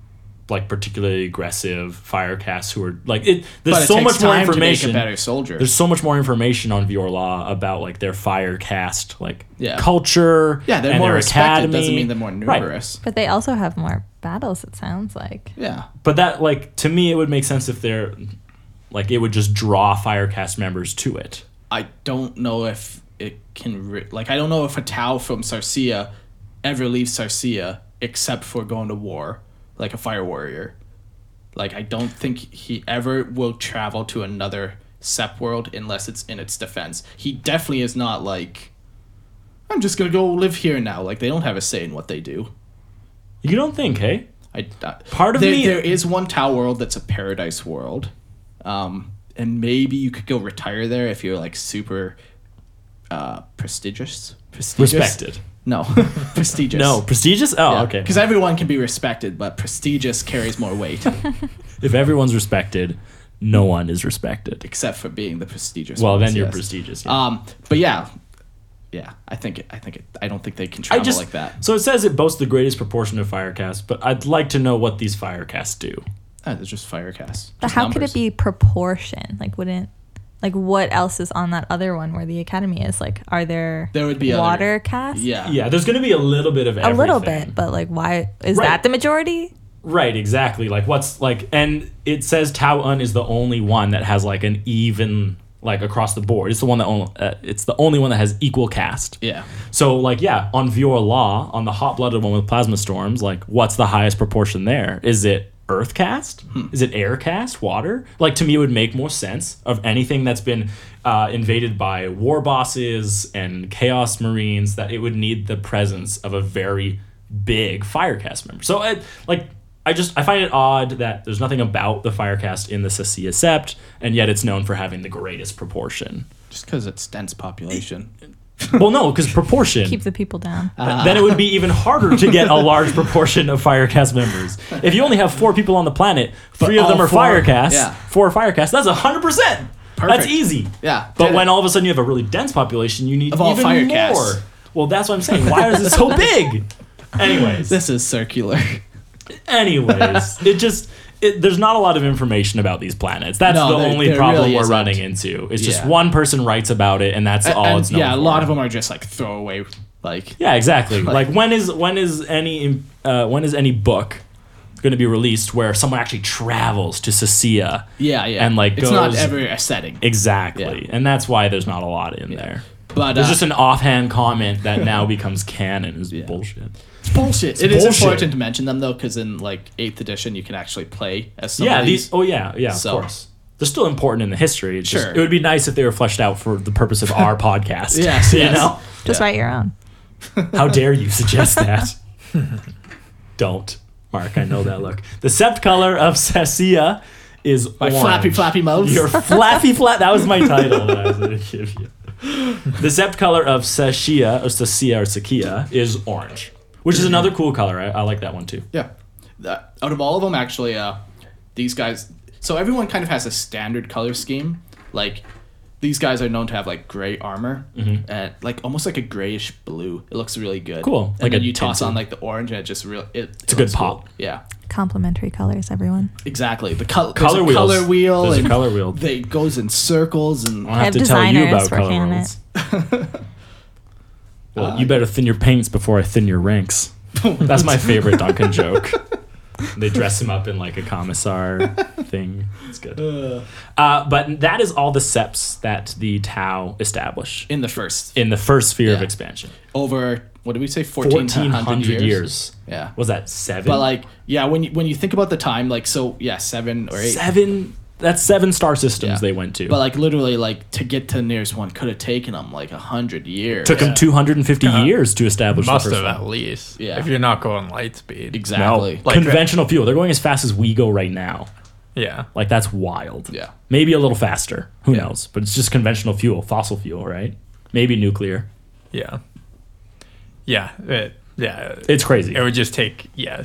S2: like particularly aggressive Firecasts who are like it. There's
S3: But it
S2: so
S3: takes
S2: much more
S3: time to make a
S2: information.
S3: better soldier.
S2: There's so much more information on Vior Law about like their Firecast like
S3: Yeah.
S2: culture.
S3: Yeah, they're
S2: and
S3: more
S2: their
S3: respected. Doesn't
S2: academy.
S3: mean they're more
S2: Right.
S3: numerous.
S4: But they also have more battles, it sounds like.
S3: Yeah.
S2: But that like to me, it would make sense if they're like it would just draw Firecast members to it.
S3: I don't know if it can re- like I don't know if a Tau from Sarsia ever leaves Sarsia except for going to war, like a fire warrior. Like I don't think he ever will travel to another Sep world unless it's in its defense. He definitely is not like I'm just gonna go live here now. Like they don't have a say in what they do.
S2: You don't think, hey?
S3: I, I-
S2: Part of
S3: there,
S2: me-
S3: there is one Tau world that's a paradise world, um, and maybe you could go retire there if you're like super uh, prestigious. prestigious.
S2: Respected.
S3: No, prestigious.
S2: No, prestigious. Oh, okay.
S3: Because everyone can be respected, but prestigious carries more weight,
S2: If everyone's respected, no one is respected.
S3: except for being the prestigious.
S2: Well,
S3: ones,
S2: then you're
S3: yes.
S2: prestigious. yeah.
S3: Um, but yeah, yeah. I think it, I think it, I don't think they can
S2: I
S3: travel
S2: just
S3: like that.
S2: So it says it boasts the greatest proportion of firecasts, but I'd like to know what these firecasts do.
S3: Ah, there's just firecasts.
S4: But
S3: just
S4: how could
S3: numbers.
S4: it be proportion? Like, wouldn't like what else is on that other one where the academy is? Like, are there
S3: There would be other-
S4: water casts?
S3: Yeah.
S2: Yeah, there's going to be a little bit of
S4: a
S2: everything.
S4: little bit, but like, why is
S2: Right.
S4: that the majority?
S2: Right, exactly. Like what's like and it says Tao Un is the only one that has like an even like across the board. It's the one that only, uh, it's the only one that has equal cast.
S3: Yeah.
S2: So like yeah, on Vior Law, on the hot blooded one with plasma storms, like what's the highest proportion there? Is it earth cast? Is it air cast? Water? Like to me it would make more sense of anything that's been uh, invaded by war bosses and chaos marines that it would need the presence of a very big firecast member. So I, like I just I find it odd that there's nothing about the firecast in the Sacia Sept and yet it's known for having the greatest proportion.
S3: Just because it's dense population.
S2: well no, cuz proportion
S4: Keep the people down.
S2: Uh-huh. then it would be even harder to get a large proportion of Firecast members. If you only have four people on the planet, three of
S3: all
S2: them are
S3: four-
S2: Firecast,
S3: yeah.
S2: four are Firecast, that's 100%. That's
S3: Perfect.
S2: easy.
S3: Yeah,
S2: But
S3: did
S2: when
S3: it.
S2: all of a sudden you have a really dense population, you need
S3: Of all
S2: even
S3: Firecasts.
S2: more. Well, that's what I'm saying. Why is it so big? Anyways,
S3: This is circular.
S2: anyways, it just it, there's not a lot of information about these planets. That's
S3: No,
S2: the
S3: there-
S2: only
S3: there
S2: problem
S3: really
S2: we're
S3: isn't.
S2: running into. It's just
S3: Yeah.
S2: one person writes about it, and that's all
S3: And,
S2: it's known
S3: yeah, a
S2: for.
S3: lot of them are just like throwaway. Like
S2: Yeah, exactly.
S3: Like-
S2: Like, when is when is any uh, when is any book going to be released where someone actually travels to Cecilia?
S3: yeah, yeah.
S2: And, like,
S3: it's not
S2: goes-
S3: ever a setting.
S2: Exactly, and that's why there's not a lot in there.
S3: But uh,
S2: There's just an offhand comment that now becomes canon is bullshit.
S3: it's bullshit. It is
S2: bullshit.
S3: important to mention them though, because in like eighth edition, you can actually play as some
S2: yeah,
S3: of
S2: these.
S3: these.
S2: Oh yeah, yeah.
S3: So-
S2: Of course, they're still important in the history. It's just-
S3: Sure.
S2: it would be nice if they were fleshed out for the purpose of our podcast.
S3: Yes,
S2: you
S3: yes.
S2: know.
S4: Just write your own.
S2: How dare you suggest that? Don't, Mark. I know that look. The sept color of Cecia is
S3: My
S2: orange.
S3: flappy flappy mouth.
S2: Your flappy flap. That was my title that I was going to give you. The sept color of Sashia or Sasia or Sakia is orange, which is another cool color. I, I like that one too.
S3: Yeah. The- out of all of them, actually, uh, these guys. So everyone kind of has a standard color scheme. Like, these guys are known to have like gray armor, and like almost like a grayish blue. It looks really good.
S2: Mm-hmm. Cool.
S3: And
S2: Like
S3: then
S2: a
S3: you toss
S2: tinted-
S3: on like the orange, and it just real. It, it's
S2: a good pop.
S3: Yeah,
S4: Complimentary colors, everyone.
S3: exactly. The col- there's
S2: Color
S3: a
S2: wheels.
S3: color wheel.
S2: There's a
S3: and
S2: color wheel.
S3: They it goes in circles and
S2: I'll have
S4: I
S2: to
S4: have
S2: tell you
S4: designers
S2: about color
S4: working on
S2: wheels. well, you better thin your paints before I thin your ranks. That's my favorite Duncan joke. They dress him up in like a commissar thing. It's good. Uh, but that is all the seps that the Tau establish
S3: in the first
S2: in the first sphere of
S3: Yeah.
S2: expansion.
S3: over what did we say fourteen
S2: 1400
S3: hundred
S2: years.
S3: years. Yeah.
S2: Was that seven?
S3: But like, yeah, when you when you think about the time, like, so yeah, seven or eight.
S2: seven. That's seven star systems
S3: Yeah.
S2: they went to.
S3: But like literally, like to get to the nearest one could have taken them like a hundred years.
S2: Took them 250 years to establish
S5: Must
S2: the first
S5: have
S2: one.
S5: at least.
S3: Yeah.
S5: If you're not going light speed.
S3: exactly.
S2: No,
S5: Like-
S2: conventional fuel. They're going as fast as we go right now.
S5: Yeah.
S2: Like that's wild.
S3: Yeah.
S2: Maybe a little faster. Who knows? But it's just conventional fuel, fossil fuel, right? Maybe nuclear.
S5: Yeah. Yeah. It, yeah. It,
S2: It's crazy.
S5: would just take, yeah.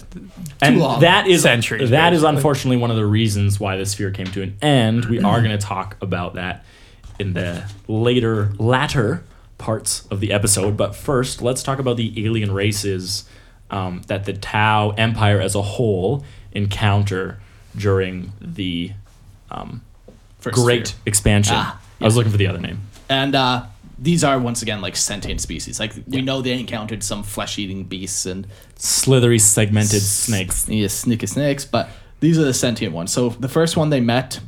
S2: and
S3: long.
S2: that is
S5: Centuries,
S2: That is
S5: basically.
S2: unfortunately one of the reasons why the sphere came to an end. We are going to talk about that in the later latter parts of the episode. But first, let's talk about the alien races um, that the Tau Empire as a whole encounter during the
S3: First
S2: Great
S3: year.
S2: Expansion.
S3: Ah,
S2: I was looking for the other name.
S3: And uh, these are once again like sentient species. Like we know they encountered some flesh-eating beasts and
S2: Slithery segmented snakes.
S3: yeah, sneaky snakes, but these are the sentient ones. So the first one they met.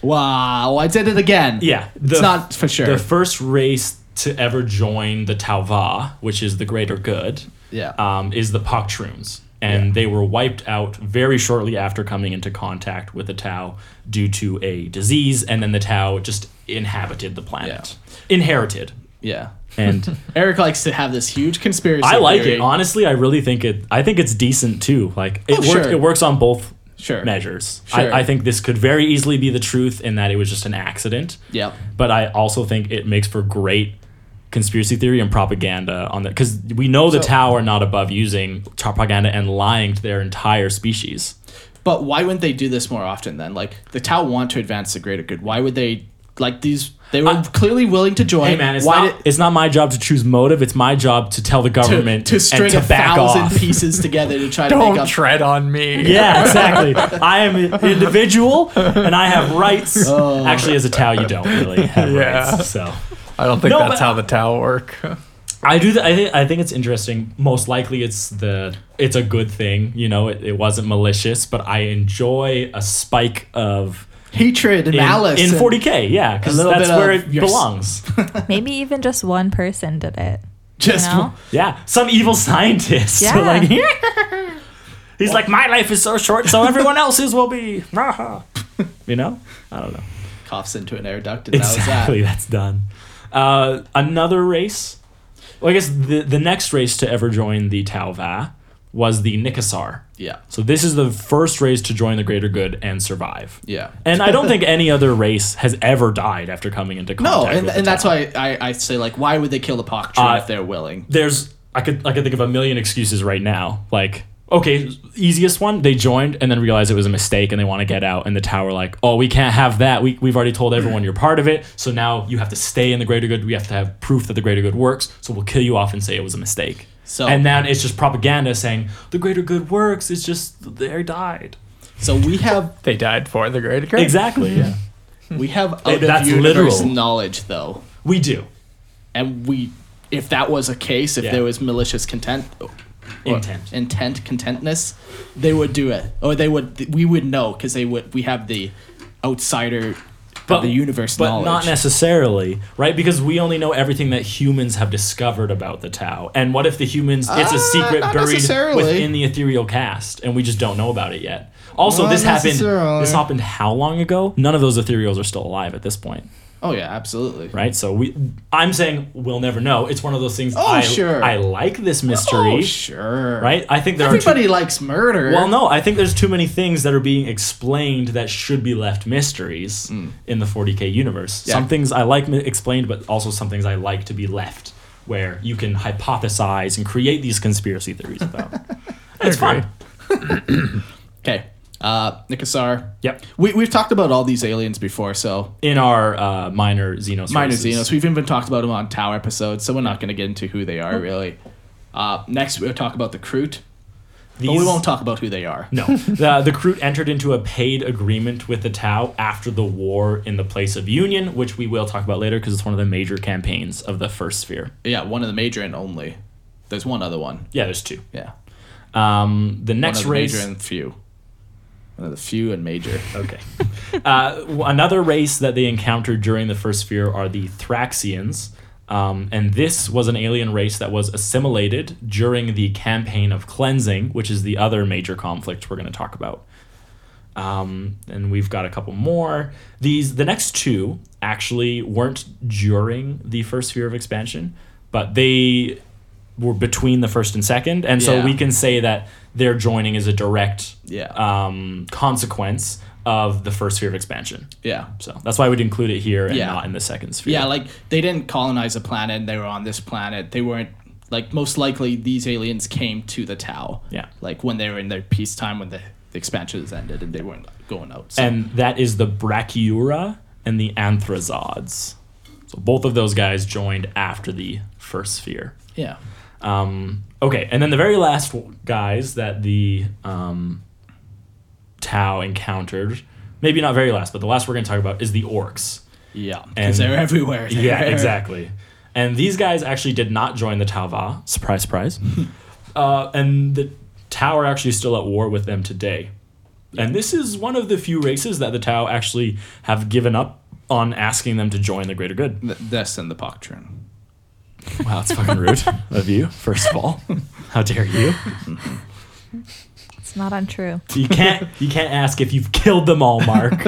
S3: Wow, I did it again.
S2: Yeah, the-
S3: it's not for sure.
S2: The first race to ever join the Tauva, which is the greater good,
S3: Yeah.
S2: um, is the Paktrums. And they were wiped out very shortly after coming into contact with the Tau due to a disease, and then the Tau just inhabited the planet. Inherited.
S3: yeah.
S2: And
S3: Eric likes to have this huge conspiracy.
S2: I like
S3: theory.
S2: it. Honestly, I really think it. I think it's decent too. Like it
S3: Oh,
S2: works.
S3: sure.
S2: It works on both
S3: Sure.
S2: measures.
S3: Sure.
S2: I, I think this could very easily be the truth in that it was just an accident.
S3: Yep.
S2: But I also think it makes for great conspiracy theory and propaganda on that because we know the
S3: So-
S2: Tau are not above using propaganda and lying to their entire species.
S3: But why wouldn't they do this more often then? Like the Tau want to advance the greater good. Why would they? Like these, they were
S2: I-
S3: clearly willing to join.
S2: Uh, Hey man, it's
S3: why
S2: not it's not my job to choose motive. It's my job to tell the
S3: did,
S2: government
S3: to, to
S2: and
S3: string
S2: to
S3: a
S2: back
S3: thousand
S2: off.
S3: pieces together to try to make
S5: Don't
S3: up?
S5: tread on me.
S2: Yeah, exactly. I am an individual and I have rights.
S3: Oh.
S2: Actually, as a Tao, you don't really have
S5: Yeah.
S2: rights. So
S5: I don't think
S2: No,
S5: that's
S2: but-
S5: how the towel work.
S2: I do. Th- I think. I think it's interesting. Most likely, it's the. It's a good thing. You know, it, it wasn't malicious, but I enjoy a spike of
S3: hatred and
S2: in,
S3: malice
S2: in
S3: and-
S2: 40k. Yeah, because
S3: little
S2: that's
S3: bit
S2: where
S3: of
S2: it
S3: your s-
S2: belongs.
S4: Maybe even just one person did it.
S3: Just
S4: You know?
S2: yeah, some evil scientist.
S4: Yeah.
S2: like, he's like, my life is so short, so everyone else's will be. you know, I don't know.
S3: coughs into an air duct, and
S2: Exactly,
S3: that
S2: that's
S3: was
S2: done. Uh, another race. Well, I guess the the next race to ever join the Tauva was the Nikasar.
S3: that. Yeah,
S2: So this is the first race to join the greater good and survive.
S3: yeah.
S2: And I don't think any other race has ever died after coming into contact.
S3: no, and,
S2: with the
S3: and that's
S2: Tau.
S3: why I, I say like, why would they kill the Poctrine
S2: Uh,
S3: if they're willing?
S2: there's I could I could think of a million excuses right now. Like okay, easiest one. They joined and then realized it was a mistake and they want to get out. And the tower, like, oh, we can't have that. We, we've already told everyone you're part of it. So now you have to stay in the greater good. We have to have proof that the greater good works. So we'll kill you off and say it was a mistake.
S3: So-
S2: and then it's just propaganda saying the greater good works. It's just they died.
S3: So we have
S5: They died for the greater good.
S2: Exactly. Yeah.
S3: we have
S2: Hey,
S3: out of
S2: that's
S3: universe
S2: literal.
S3: knowledge though,
S2: We do.
S3: and we if that was a case, if
S2: Yeah.
S3: there was malicious content, or
S2: Intent.
S3: intent, contentness, they would do it, or they would. We would know because they would. We have the outsider of the universe
S2: but
S3: knowledge.
S2: not necessarily, right? Because we only know everything that humans have discovered about the Tau. And what if the humans? It's a secret
S3: Uh, not
S2: buried
S3: necessarily.
S2: within the ethereal cast, and we just don't know about it yet. Also,
S3: Not
S2: this happened.
S3: necessarily.
S2: This happened how long ago? None of those ethereals are still alive at this point,
S3: oh yeah, absolutely.
S2: right? So we, I'm saying we'll never know. It's one of those things.
S3: Oh,
S2: I,
S3: sure.
S2: I like this mystery,
S3: Oh sure.
S2: right? I think there are.
S3: Everybody
S2: Too,
S3: likes murder.
S2: well, no, I think there's too many things that are being explained that should be left mysteries in the 40k universe.
S3: Mm. Yeah.
S2: Some things I like mi- explained, but also some things I like to be left, where you can hypothesize and create these conspiracy theories about. it's fun.
S3: Okay. Uh, Nikasar.
S2: Yep.
S3: We, we've talked about all these aliens before, so
S2: In our uh, minor Xenos.
S3: minor
S2: races.
S3: Xenos. We've even talked about them on Tau episodes, so we're not going to get into who they
S2: Oh.
S3: are really. Uh, next, we'll talk about the Kroot,
S2: These,
S3: but we won't talk about who they are.
S2: No, the, the Kroot entered into a paid agreement with the Tau after the war in the place of Union, which we will talk about later because it's one of the major campaigns of the First Sphere.
S3: Yeah, one of the major and only. There's one other one.
S2: Yeah, there's two.
S3: Yeah,
S2: Um, the
S3: one
S2: next
S3: of the
S2: race.
S3: major and few. One of the few and major.
S2: Okay. uh, w- another race that they encountered during the first sphere are the Thraxians. Um, and this was an alien race that was assimilated during the campaign of cleansing, which is the other major conflict we're going to talk about. Um, and we've got a couple more. These the next two actually weren't during the first sphere of expansion, but they were between the first and second, and so
S3: Yeah.
S2: we can say that their joining is a direct
S3: Yeah.
S2: um, consequence of the first sphere of expansion.
S3: Yeah.
S2: So that's why we'd include it here and
S3: Yeah.
S2: not in the second sphere.
S3: Yeah, like they didn't colonize a planet. and They were on this planet. They weren't like most likely these aliens came to the Tau.
S2: Yeah.
S3: like when they were in their peacetime when the, the expansions ended and they weren't going out. So.
S2: and that is the Brachyura and the Anthrazods. So both of those guys joined after the first sphere.
S3: yeah,
S2: Um, okay, and then the very last w- guys that the um, Tau encountered, maybe not very last, but the last we're going to talk about is the orcs.
S3: yeah,
S2: And-
S3: because they're everywhere. They're
S2: Yeah,
S3: everywhere.
S2: exactly. And these guys actually did not join the Tauva. Surprise, surprise. uh, and the Tau are actually still at war with them today. And this is one of the few races that the Tau actually have given up on asking them to join the greater good.
S3: Th- This and the Poctron.
S2: Wow, it's fucking rude of you, first of all. How dare you?
S4: It's not untrue.
S2: You can't you can't ask if you've killed them all, Mark.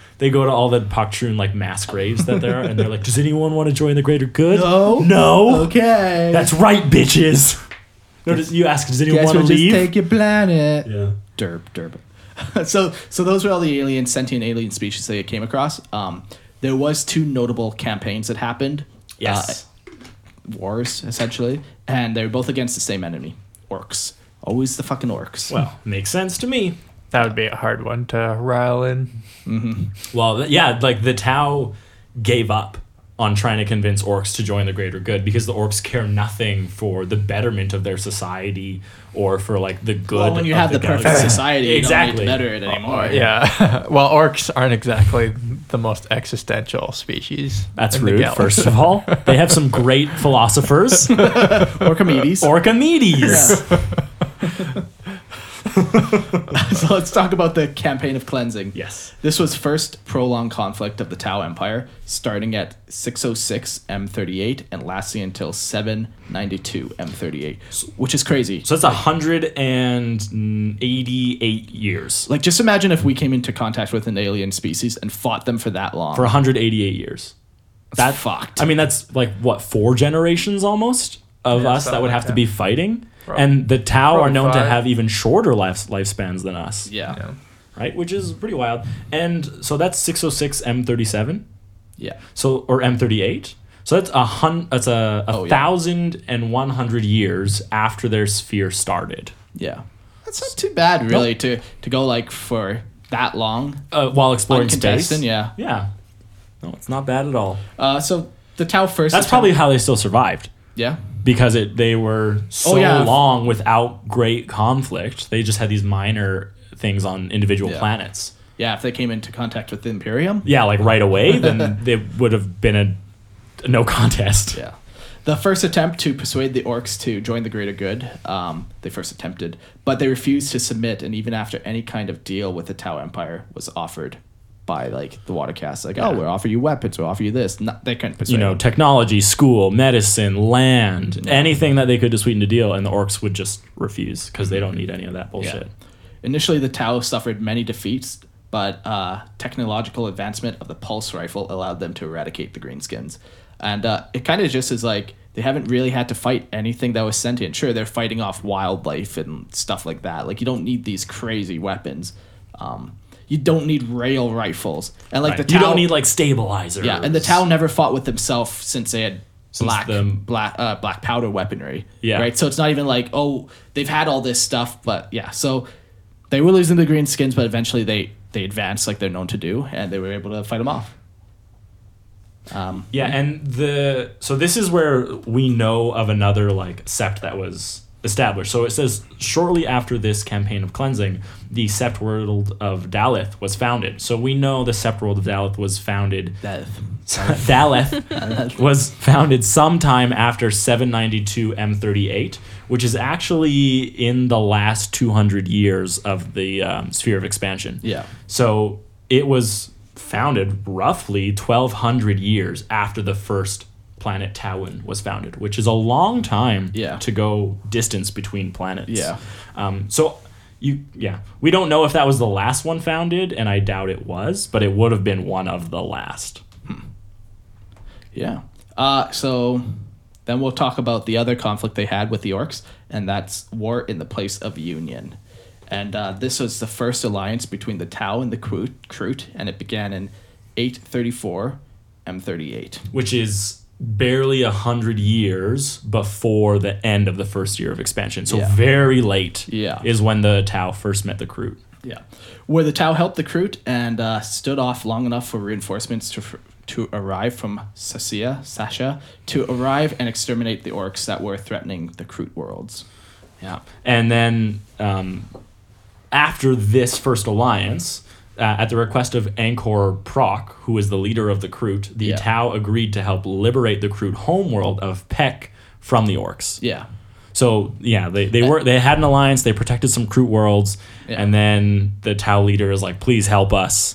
S2: they go to all the Paktrun like mass graves that there are, and they're like, "Does anyone want to join the greater good?"
S3: No.
S2: no.
S3: Okay.
S2: That's right, bitches. Notice you ask, "Does anyone want to leave?"
S3: your planet.
S2: yeah.
S3: Derp, derp. so, so those were all the alien sentient alien species that I came across. Um, there was two notable campaigns that happened.
S2: Yes.
S3: uh, wars essentially, and they were both against the same enemy, orcs. Always the fucking orcs.
S2: well, Uh, oh, makes sense to me.
S5: That would be a hard one to rile in.
S2: Well, th- yeah, like the Tau gave up on trying to convince orcs to join the greater good because the orcs care nothing for the betterment of their society or for like the good.
S3: Well, when you
S2: of
S3: have the, perfect
S2: galaxy.
S3: society,
S2: exactly. Oh,
S3: you don't need to better it anymore.
S5: Yeah. well, orcs aren't exactly the most existential species.
S2: That's
S5: in the
S2: rude,
S5: galaxy.
S2: first of all. They have some great philosophers.
S3: Orcomedes.
S2: Orchimedes.
S3: so let's talk about the campaign of cleansing.
S2: Yes.
S3: This was first prolonged conflict of the Tau Empire, starting at 606 M38 and lasting until 792 M38, which is crazy.
S2: So that's 188 years.
S3: Like, just imagine if we came into contact with an alien species and fought them for that long.
S2: For 188 years.
S3: that fucked.
S2: I mean, that's like, what, four generations almost of us that
S5: something
S2: would
S5: like
S2: have to
S5: that.
S2: be fighting? and the Tau are
S5: probably
S2: known to
S5: five.
S2: have even shorter life, lifespans than us.
S3: yeah. yeah.
S2: Right? Which is pretty wild. And so that's 606 M37. So or M38. So that's a hun. That's a, a
S3: Oh, yeah.
S2: thousand and one hundred years after their sphere started.
S3: Yeah. That's not too bad, really, to to go like for that long.
S2: uh, while exploring space.
S3: Uncontested, yeah.
S2: Yeah. No, it's not bad at all.
S3: Uh, so the Tau first.
S2: That's probably how they still survived
S3: yeah.
S2: because it they were so
S3: Oh, yeah.
S2: long without great conflict. They just had these minor things on individual
S3: Yeah.
S2: planets.
S3: Yeah, if they came into contact with the Imperium.
S2: Yeah, like right away, then they would have been a, no contest.
S3: Yeah. The first attempt to persuade the orcs to join the greater good, um, they first attempted, but they refused to submit, and even after any kind of deal with the Tau Empire was offered by like the Watercast, like, oh, we'll offer you weapons, we'll offer you this. No, they couldn't persuade.
S2: You know,
S3: them.
S2: technology, school, medicine, land, anything that they could to sweeten the deal, and the orcs would just refuse because
S3: Mm-hmm.
S2: they don't need any of that bullshit.
S3: Initially, the Tau suffered many defeats, but uh, technological advancement of the pulse rifle allowed them to eradicate the greenskins. And uh, it kind of just is like they haven't really had to fight anything that was sentient. Sure, they're fighting off wildlife and stuff like that. Like, you don't need these crazy weapons. Um, you don't need rail rifles. And, like,
S2: Right.
S3: the Tau.
S2: you don't need like stabilizers.
S3: Yeah, and the Tau never fought with themselves since they had black
S2: the-
S3: black uh, black powder weaponry.
S2: Yeah.
S3: right. So it's not even like oh they've had all this stuff, but yeah. So they were losing the green skins, but eventually they they advanced like they're known to do, and they were able to fight them off. Um,
S2: Yeah, and the so this is where we know of another like sept that was established. So it says shortly after this campaign of cleansing, the sept world of Daleth was founded. So we know the sept world of Daleth was founded.
S3: that-
S2: Daleth was founded sometime after 792 M38, which is actually in the last 200 years of the um, sphere of expansion.
S3: Yeah.
S2: So it was founded roughly 1,200 years after the first planet Tawin was founded, which is a long time
S3: Yeah.
S2: to go distance between planets.
S3: Yeah.
S2: Um, so you, yeah, we don't know if that was the last one founded, and I doubt it was, but it would have been one of the last.
S3: yeah. Uh, so then we'll talk about the other conflict they had with the orcs, and that's war in the place of union. And uh, this was the first alliance between the Tau and the Kroot, Kroot and it began in 834 M38.
S2: which is barely a hundred years before the end of the first year of expansion. So
S3: Yeah.
S2: very late
S3: Yeah.
S2: is when the Tau first met the crew.
S3: Yeah, where the Tau helped the Kroot and uh, stood off long enough for reinforcements to to arrive from Sasia, Sasha, to arrive and exterminate the orcs that were threatening the Kroot worlds.
S2: Yeah. And then um, after this first alliance, uh, at the request of Angkor Proc, who is the leader of the Kroot, the
S3: Yeah.
S2: Tau agreed to help liberate the Kroot homeworld of Peck from the orcs.
S3: Yeah,
S2: So yeah, they, they were they had an alliance. They protected some Crute worlds,
S3: Yeah.
S2: and then the Tau leader is like, "Please help us,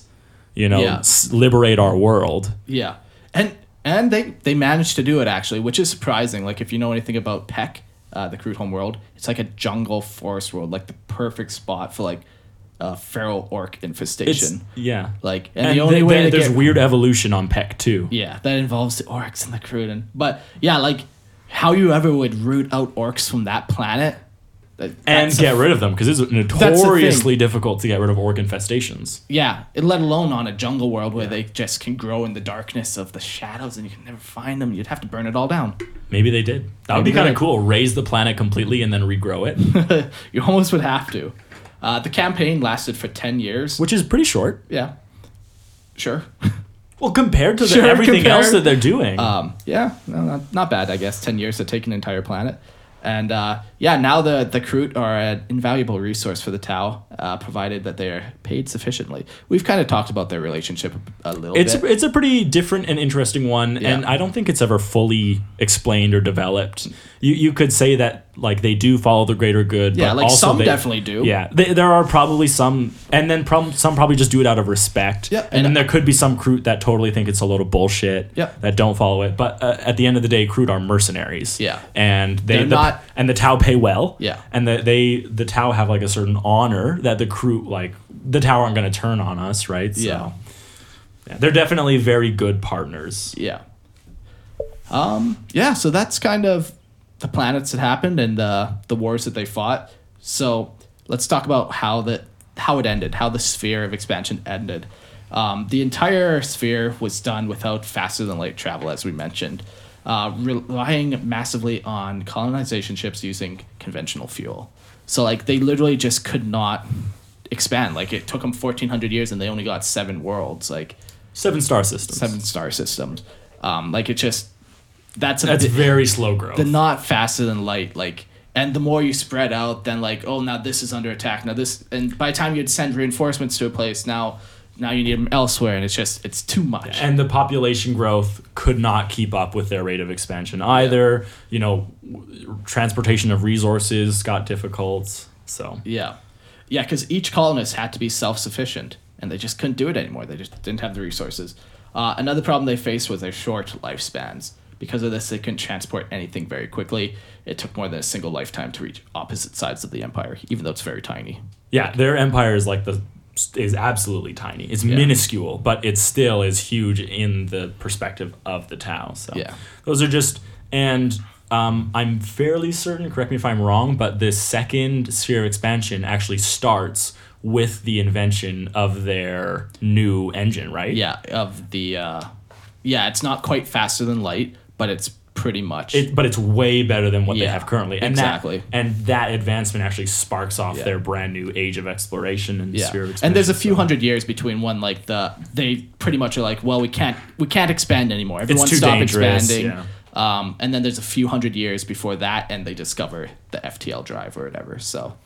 S2: you know,
S3: Yeah.
S2: s- liberate our world."
S3: yeah, and and they they managed to do it actually, which is surprising. Like if you know anything about Peck, uh, the Kroot homeworld, it's like a jungle forest world, like the perfect spot for like a feral orc
S2: It's-
S3: infestation.
S2: yeah,
S3: like and,
S2: and,
S3: the only
S2: th-
S3: way
S2: th-
S3: to
S2: there's
S3: get
S2: weird evolution on Peck too.
S3: Yeah, that involves the orcs and the Cruden. But yeah, like how you ever would root out orcs from that planet that,
S2: And
S3: that's a-
S2: get rid of them because it's
S3: thing.
S2: notoriously difficult to get rid of orc infestations.
S3: yeah, and let alone on a jungle world where they just can grow in the darkness of the shadows and you can never find them. You'd have to burn it all down.
S2: Maybe they did. That would be
S3: Maybe
S2: kind
S3: they-
S2: of cool. Raise the planet completely and then regrow it,
S3: You almost would have to. Uh, the campaign lasted for ten years.
S2: which is pretty short.
S3: yeah, sure.
S2: Well, compared to the,
S3: Sure,
S2: everything else
S3: compared-
S2: that they're doing.
S3: Um, yeah, no, not, not bad, I guess. 10 years to take an entire planet. And uh, yeah, now the, the Kroot are an invaluable resource for the Tau, uh, provided that they're paid sufficiently. We've kind of talked about their relationship a little
S2: It's
S3: bit.
S2: a, it's a pretty different and interesting one,
S3: Yeah.
S2: and I don't think it's ever fully explained or developed. You you could say that like they do follow the greater good.
S3: Yeah,
S2: but
S3: like,
S2: also
S3: some
S2: they-
S3: definitely do.
S2: Yeah, they, there are probably some, and then prob- some probably just do it out of respect.
S3: Yeah,
S2: and, then
S3: and-
S2: there could be some crew that totally think it's a load of bullshit.
S3: Yeah.
S2: that don't follow it. But uh, at the end of the day, crew are mercenaries.
S3: Yeah.
S2: and they
S3: They're
S2: the-
S3: not-
S2: and the Tau pay well.
S3: Yeah.
S2: and the, they the Tau have like a certain honor that the crew like the Tau aren't going to turn on us, right? So-
S3: Yeah.
S2: yeah, they're definitely very good partners.
S3: yeah. Um, yeah, so that's kind of the planets that happened and the, the wars that they fought. So let's talk about how the how it ended, how the sphere of expansion ended. Um, the entire sphere was done without faster than light travel, as we mentioned, uh, relying massively on colonization ships using conventional fuel. So like they literally just could not expand. Like it took them 1400 years and they only got seven worlds, like
S2: Seven star systems.
S3: seven star systems. Um, like it just that's a
S2: That's
S3: bit-
S2: very slow growth.
S3: the not faster than light like and the more you spread out then like oh now this is under attack now this and by the time you'd send reinforcements to a place now now you need them elsewhere and it's just it's too much
S2: and the population growth could not keep up with their rate of expansion either. You know, w- transportation of resources got difficult. So
S3: yeah yeah because each colonist had to be self-sufficient and they just couldn't do it anymore they just didn't have the resources uh, another problem they faced was their short lifespans because of this they couldn't transport anything very quickly it took more than a single lifetime to reach opposite sides of the empire even though it's very tiny
S2: yeah, their empire is like the is absolutely tiny. It's minuscule, but it still is huge in the perspective of the Tao. So
S3: Yeah.
S2: those are just and um, I'm fairly certain. Correct me if I'm wrong, but this second sphere of expansion actually starts with the invention of their new engine, right?
S3: Yeah, of the uh yeah, it's not quite faster than light, but it's pretty much
S2: It, but it's way better than what they
S3: Yeah,
S2: have currently. And
S3: exactly.
S2: That, and that advancement actually sparks off
S3: Yeah.
S2: their brand new age of exploration and
S3: yeah.
S2: sphere of expansion.
S3: And there's a few
S2: so-
S3: hundred years between when like the they pretty much are like, well, we can't we can't expand anymore. Everyone
S2: too
S3: stop
S2: dangerous,
S3: expanding.
S2: yeah.
S3: Um, and then there's a few hundred years before that, and they discover the FTL drive or whatever. So,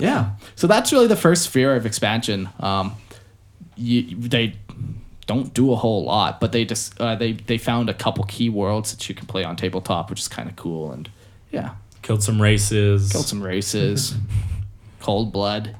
S3: yeah. So that's really the first sphere of expansion. Um, you, they don't do a whole lot, but they just uh, they they found a couple key worlds that you can play on tabletop, which is kind of cool. And yeah,
S2: Killed some races.
S3: Killed some races. Cold blood.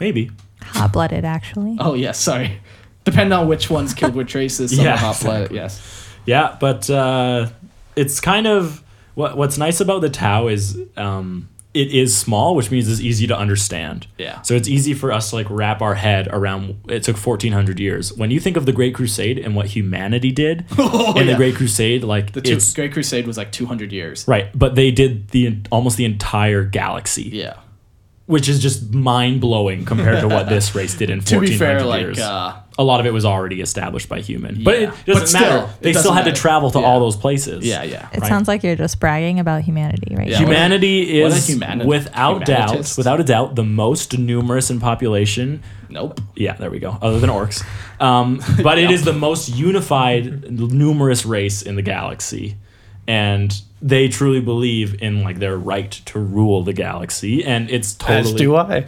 S2: Maybe.
S4: Hot blooded, actually.
S3: Oh yes, sorry. Depending on which ones killed with traces, some
S2: Yeah,
S3: are hot blood. Yes.
S2: Yeah, but uh, it's kind of what what's nice about the Tao is um, it is small, which means it's easy to understand.
S3: Yeah.
S2: So it's easy for us to like wrap our head around. It took fourteen hundred years. When you think of the Great Crusade and what humanity did in
S3: Oh, yeah.
S2: the Great Crusade, like
S3: The two,
S2: it's
S3: Great Crusade was like 200 years.
S2: right, but they did the almost the entire galaxy.
S3: Yeah.
S2: which is just mind blowing compared to what this race did in
S3: To be
S2: 1400
S3: fair, like
S2: years.
S3: uh,
S2: a lot of it was already established by human, but
S3: Yeah.
S2: it doesn't
S3: But
S2: matter.
S3: still, it
S2: they still
S3: doesn't
S2: had to
S3: matter.
S2: travel to
S3: Yeah.
S2: all those places.
S3: yeah, yeah.
S4: It
S2: Right.
S4: sounds like you're just bragging about humanity right
S3: Yeah.
S4: now.
S2: Humanity
S3: What a
S2: is
S3: humanit-
S2: without doubt,
S3: humanitist.
S2: without a doubt, the most numerous in population.
S3: Nope.
S2: Yeah, there we go. Other than orcs, um, but it is the most unified, numerous race in the galaxy, and they truly believe in like their right to rule the galaxy, and it's
S5: As
S2: totally
S5: do I.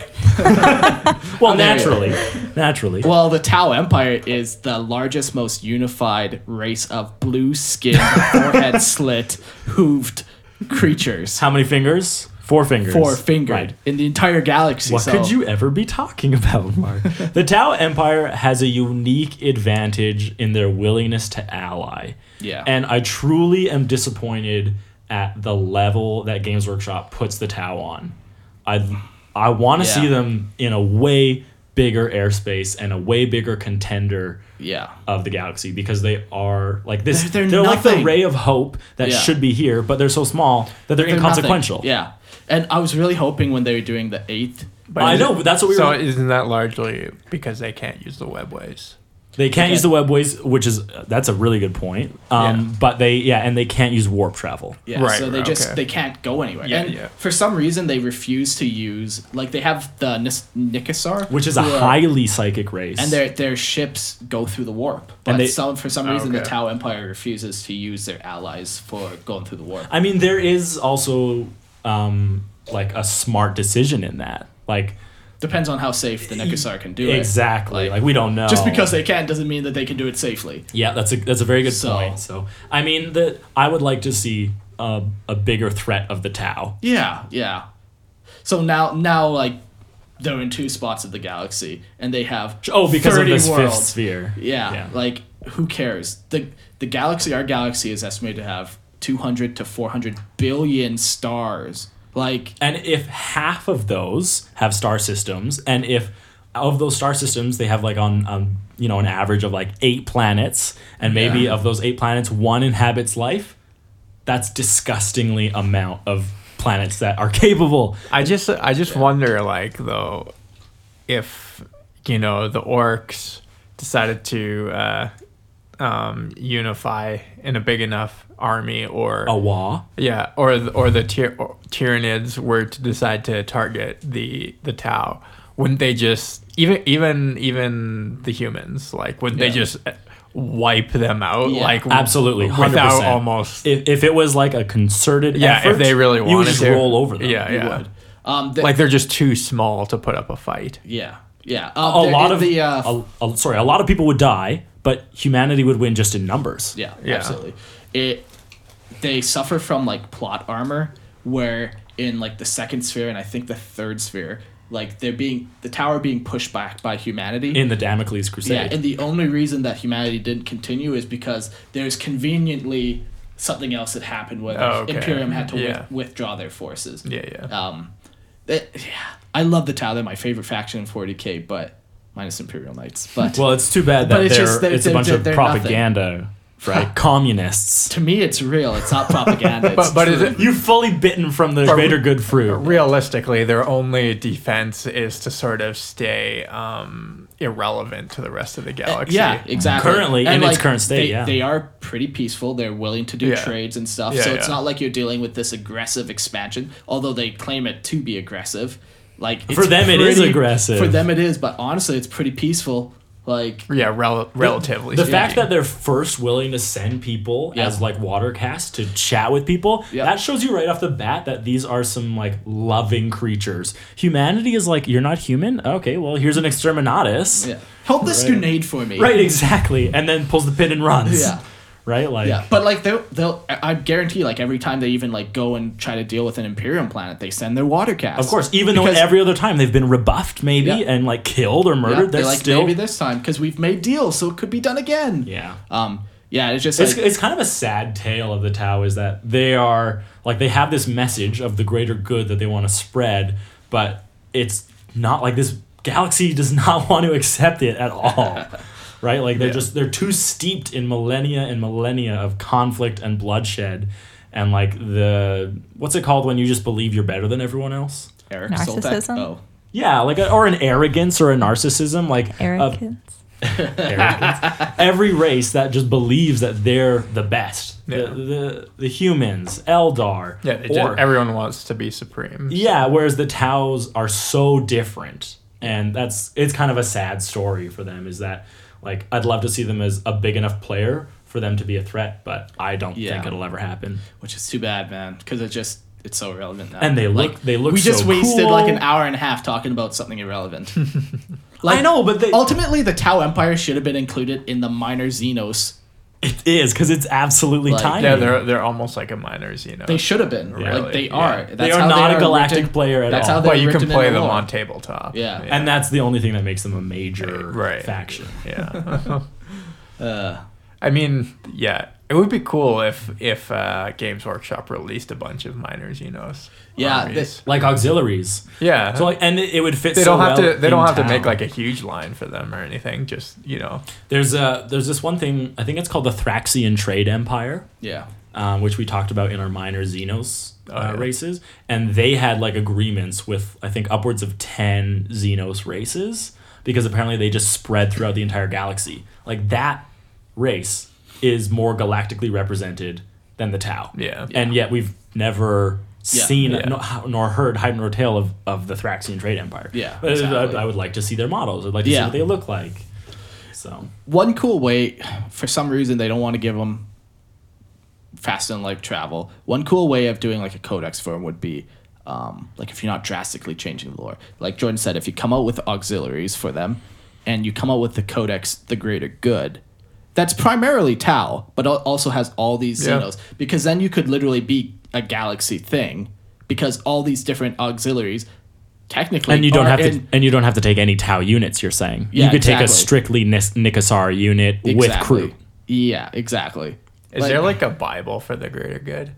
S2: well
S3: there you
S2: naturally, naturally.
S3: Well, the Tau Empire is the largest, most unified race of blue skinned, forehead slit, hooved creatures.
S2: How many fingers? Four fingers.
S3: Four fingered
S2: Right.
S3: in the entire galaxy.
S2: What
S3: so-
S2: could you ever be talking about, Mark? the Tao Empire has a unique advantage in their willingness to ally.
S3: Yeah.
S2: And I truly am disappointed at the level that Games Workshop puts the Tao on. I I want to
S3: Yeah.
S2: see them in a way bigger airspace and a way bigger contender
S3: Yeah.
S2: of the galaxy because they are like this
S3: They're-
S2: they're,
S3: they're
S2: like the
S3: nothing.
S2: ray of hope that
S3: Yeah.
S2: should be here but they're so small that they're,
S3: They're nothing.
S2: inconsequential
S3: Yeah. And I was really hoping when they were doing the eighth.
S2: I know, but that's what we
S5: So
S2: were.
S5: isn't that largely because they can't use the webways?
S2: They can't
S3: Okay.
S2: use the webways, which is that's a really good point. Um,
S5: Yeah.
S2: But they yeah, and they can't use warp travel.
S3: Yeah,
S5: Right,
S3: so they
S5: right,
S3: just
S5: okay.
S3: they can't go anywhere.
S5: Yeah,
S3: and
S5: yeah.
S3: for some reason they refuse to use like they have the Nis- Nikasar,
S2: Which is a
S3: who are-
S2: highly psychic race.
S3: and their their ships go through the warp. But
S2: they- Oh,
S3: some for some reason the
S5: okay.
S3: Tau Empire refuses to use their allies for going through the warp.
S2: I mean, there is also um, like a smart decision in that. Like
S3: Depends on how safe the Nikasar can do
S2: exactly, like, we don't know.
S3: it. Just because they can doesn't mean that they can do it safely.
S2: yeah, that's a that's a very good
S3: So-
S2: point. So I mean, that I would like to see a, a bigger threat of the Tau.
S3: Yeah, yeah. So now now like they're in two spots of the galaxy and they have
S2: Oh, because of
S3: 30
S2: this fifth
S3: worlds.
S2: sphere.
S3: Yeah, like who cares? The the galaxy, our galaxy, is estimated to have two hundred to four hundred billion stars. Like
S2: And if half of those have star systems, and if of those star systems they have like on um, you know an average of like eight planets, and maybe
S3: Yeah.
S2: of those eight planets one inhabits life, that's disgustingly amount of planets that are capable.
S5: I just I just wonder like though if you know the orcs decided to uh
S1: um, unify in a big enough army or
S2: A wah.
S1: yeah or the, or the tyr- or Tyranids were to decide to target the the Tau wouldn't they just even even even the humans like would not they
S3: Yeah.
S1: just uh, wipe them out
S3: Yeah.
S1: like
S2: Absolutely, 100%.
S1: without almost
S2: If, if it was like a concerted
S1: Yeah, if
S2: effort,
S1: they really
S2: you would
S1: wanted
S2: just
S1: to.
S2: roll over them.
S1: Yeah,
S2: You
S1: yeah.
S2: would.
S3: Um, the-
S1: like they're just too small to put up a fight
S3: yeah, yeah. Um,
S2: A lot of
S3: the uh,
S2: a- a- sorry, a lot of people would die, but humanity would win just in numbers.
S3: Yeah,
S1: Yeah.
S3: absolutely. It they suffer from like plot armor where in like the second sphere and I think the third sphere, like they're being the tower being pushed back by humanity.
S2: in the Damocles
S3: yeah,
S2: Crusade.
S3: and the only reason that humanity didn't continue is because there's conveniently something else that happened where the
S1: Oh, okay.
S3: Imperium had to wi-
S1: Yeah.
S3: withdraw their forces.
S1: yeah yeah
S3: Um, it- yeah, I love the Tower. They're my favorite faction in 40k, but minus Imperial Knights. But
S2: well, it's too bad that
S3: But it's
S2: it's, they're,
S3: just- they're-
S2: it's
S3: they're-
S2: a bunch
S3: they're
S2: of
S3: nothing.
S2: propaganda, right? Communists.
S3: to me, it's real. It's not propaganda.
S1: but
S3: it's
S1: but is
S3: truth.
S1: it
S2: You fully bitten from the greater good fruit.
S1: realistically, their only defense is to sort of stay um, irrelevant to the rest of
S2: Uh,
S1: the galaxy.
S3: Yeah, exactly.
S2: Currently, in its current state,
S3: they,
S2: yeah.
S3: they are pretty peaceful. They're willing to do
S1: Yeah.
S3: trades and stuff.
S1: Yeah,
S3: so it's
S1: yeah.
S3: not like you're dealing with this aggressive expansion, although they claim it to be aggressive. Like it's
S2: For them, it is
S3: pretty-
S2: aggressive.
S3: For them, it is. But honestly, it's pretty peaceful. Like
S1: Yeah, rel- relatively.
S2: The
S1: speaking.
S2: fact that they're first willing to send people
S3: Yeah.
S2: as like watercasts to chat with people,
S3: Yeah.
S2: that shows you right off the bat that these are some like loving creatures. Humanity is like, you're not human? Okay, well, here's an exterminatus.
S3: yeah. help this grenade for me.
S2: Right, exactly. And then pulls the pin and runs.
S3: Yeah.
S2: Right? Like,
S3: Yeah, but like they'll, they'll I I guarantee like every time they even like go and try to deal with an Imperium planet, they send their water cast.
S2: of course, even though
S3: Because-
S2: every other time they've been rebuffed, maybe,
S3: Yeah.
S2: and like killed or
S3: yeah,
S2: murdered,
S3: they're
S2: they're,
S3: like
S2: still.
S3: maybe this time because we've made deals, so it could be done again.
S2: yeah.
S3: Um. Yeah. It's just
S2: It's,
S3: like,
S2: it's kind of a sad tale of the Tao is that they are like they have this message of the greater good that they want to spread, but it's not like this galaxy does not want to accept it at all. right? Like they're just they're too steeped in millennia and millennia of conflict and bloodshed and like the what's it called when you just believe you're better than everyone else?
S3: Eric
S4: Narcissism?
S3: Solbeck. Oh.
S2: Yeah, like a, or an arrogance or a narcissism like of-
S4: Arrogance.
S2: arrogance. Every race that just believes that they're the best.
S1: Yeah.
S2: The, the the humans, Eldar,
S1: yeah, they
S2: Orc.
S1: just, everyone wants to be supreme.
S2: yeah. Whereas the Taos are so different, and that's it's kind of a sad story for them. Is that like I'd love to see them as a big enough player for them to be a threat, but I don't
S3: Yeah.
S2: think it'll ever happen.
S3: which is too bad, man, because it just it's so irrelevant now.
S2: And they look- they look
S3: We just
S2: so
S3: wasted
S2: cool.
S3: like an hour and a half talking about something irrelevant. like,
S2: I know, but they,
S3: Ultimately, the Tau Empire should have been included in the minor Xenos.
S2: it is because it's absolutely
S3: Like-
S2: tiny.
S1: Yeah, they're they're almost like a miners, you know.
S3: They should have been. Like
S1: Really,
S3: they
S1: yeah.
S3: are. That's
S2: are
S3: how
S2: not
S3: they
S2: a galactic
S3: written-
S2: player at
S3: that's
S2: all.
S3: How they're
S1: but you can
S3: written in
S1: play
S3: the
S1: them
S3: lore.
S1: on tabletop.
S3: Yeah.
S2: and that's the only thing that makes them a major
S1: Right.
S2: faction.
S1: yeah.
S3: Uh,
S1: I mean, yeah, it would be cool if if uh, Games Workshop released a bunch of miners, you know.
S3: Yeah,
S1: armies.
S2: Like auxiliaries.
S1: yeah.
S2: So like, and it it would fit.
S1: Uh, they
S2: so
S1: don't have
S2: well
S1: to. They
S2: in
S1: don't have
S2: town.
S1: to make like a huge line for them or anything. Just you know,
S2: There's a there's this one thing I think it's called the Thraxian Trade Empire,
S3: yeah.
S2: um, which we talked about in our minor Xenos uh,
S1: Oh, yeah.
S2: races, and they had like agreements with I think upwards of ten Xenos races because apparently they just spread throughout the entire galaxy. Like that race is more galactically represented than the Tau.
S1: Yeah.
S2: and yet we've never.
S3: Yeah.
S2: Seen
S1: Yeah.
S2: no- nor heard hide nor tale of, of the Thraxian trade empire.
S3: Yeah,
S2: Uh, I-
S3: exactly.
S2: I, would like to see their models. I'd like to
S3: Yeah.
S2: see what they look like. So
S3: One cool way, for some reason, they don't want to give them fast and like travel. One cool way of doing like a codex for 'em would be um, like if you're not drastically changing the lore. Like Jordan said, if you come out with auxiliaries for them and you come out with the codex, the greater good, that's primarily Tau, but al- also has all these
S1: Yeah.
S3: Xenos because then you could literally be a galaxy thing because all these different auxiliaries technically
S2: and you don't
S3: are
S2: have
S3: in-
S2: to and you don't have to take any tau units you're saying
S3: Yeah,
S2: you could take
S3: exactly.
S2: a strictly Nis- nikasar unit with crew
S3: Yeah, exactly.
S1: is there like a Bible for the greater good?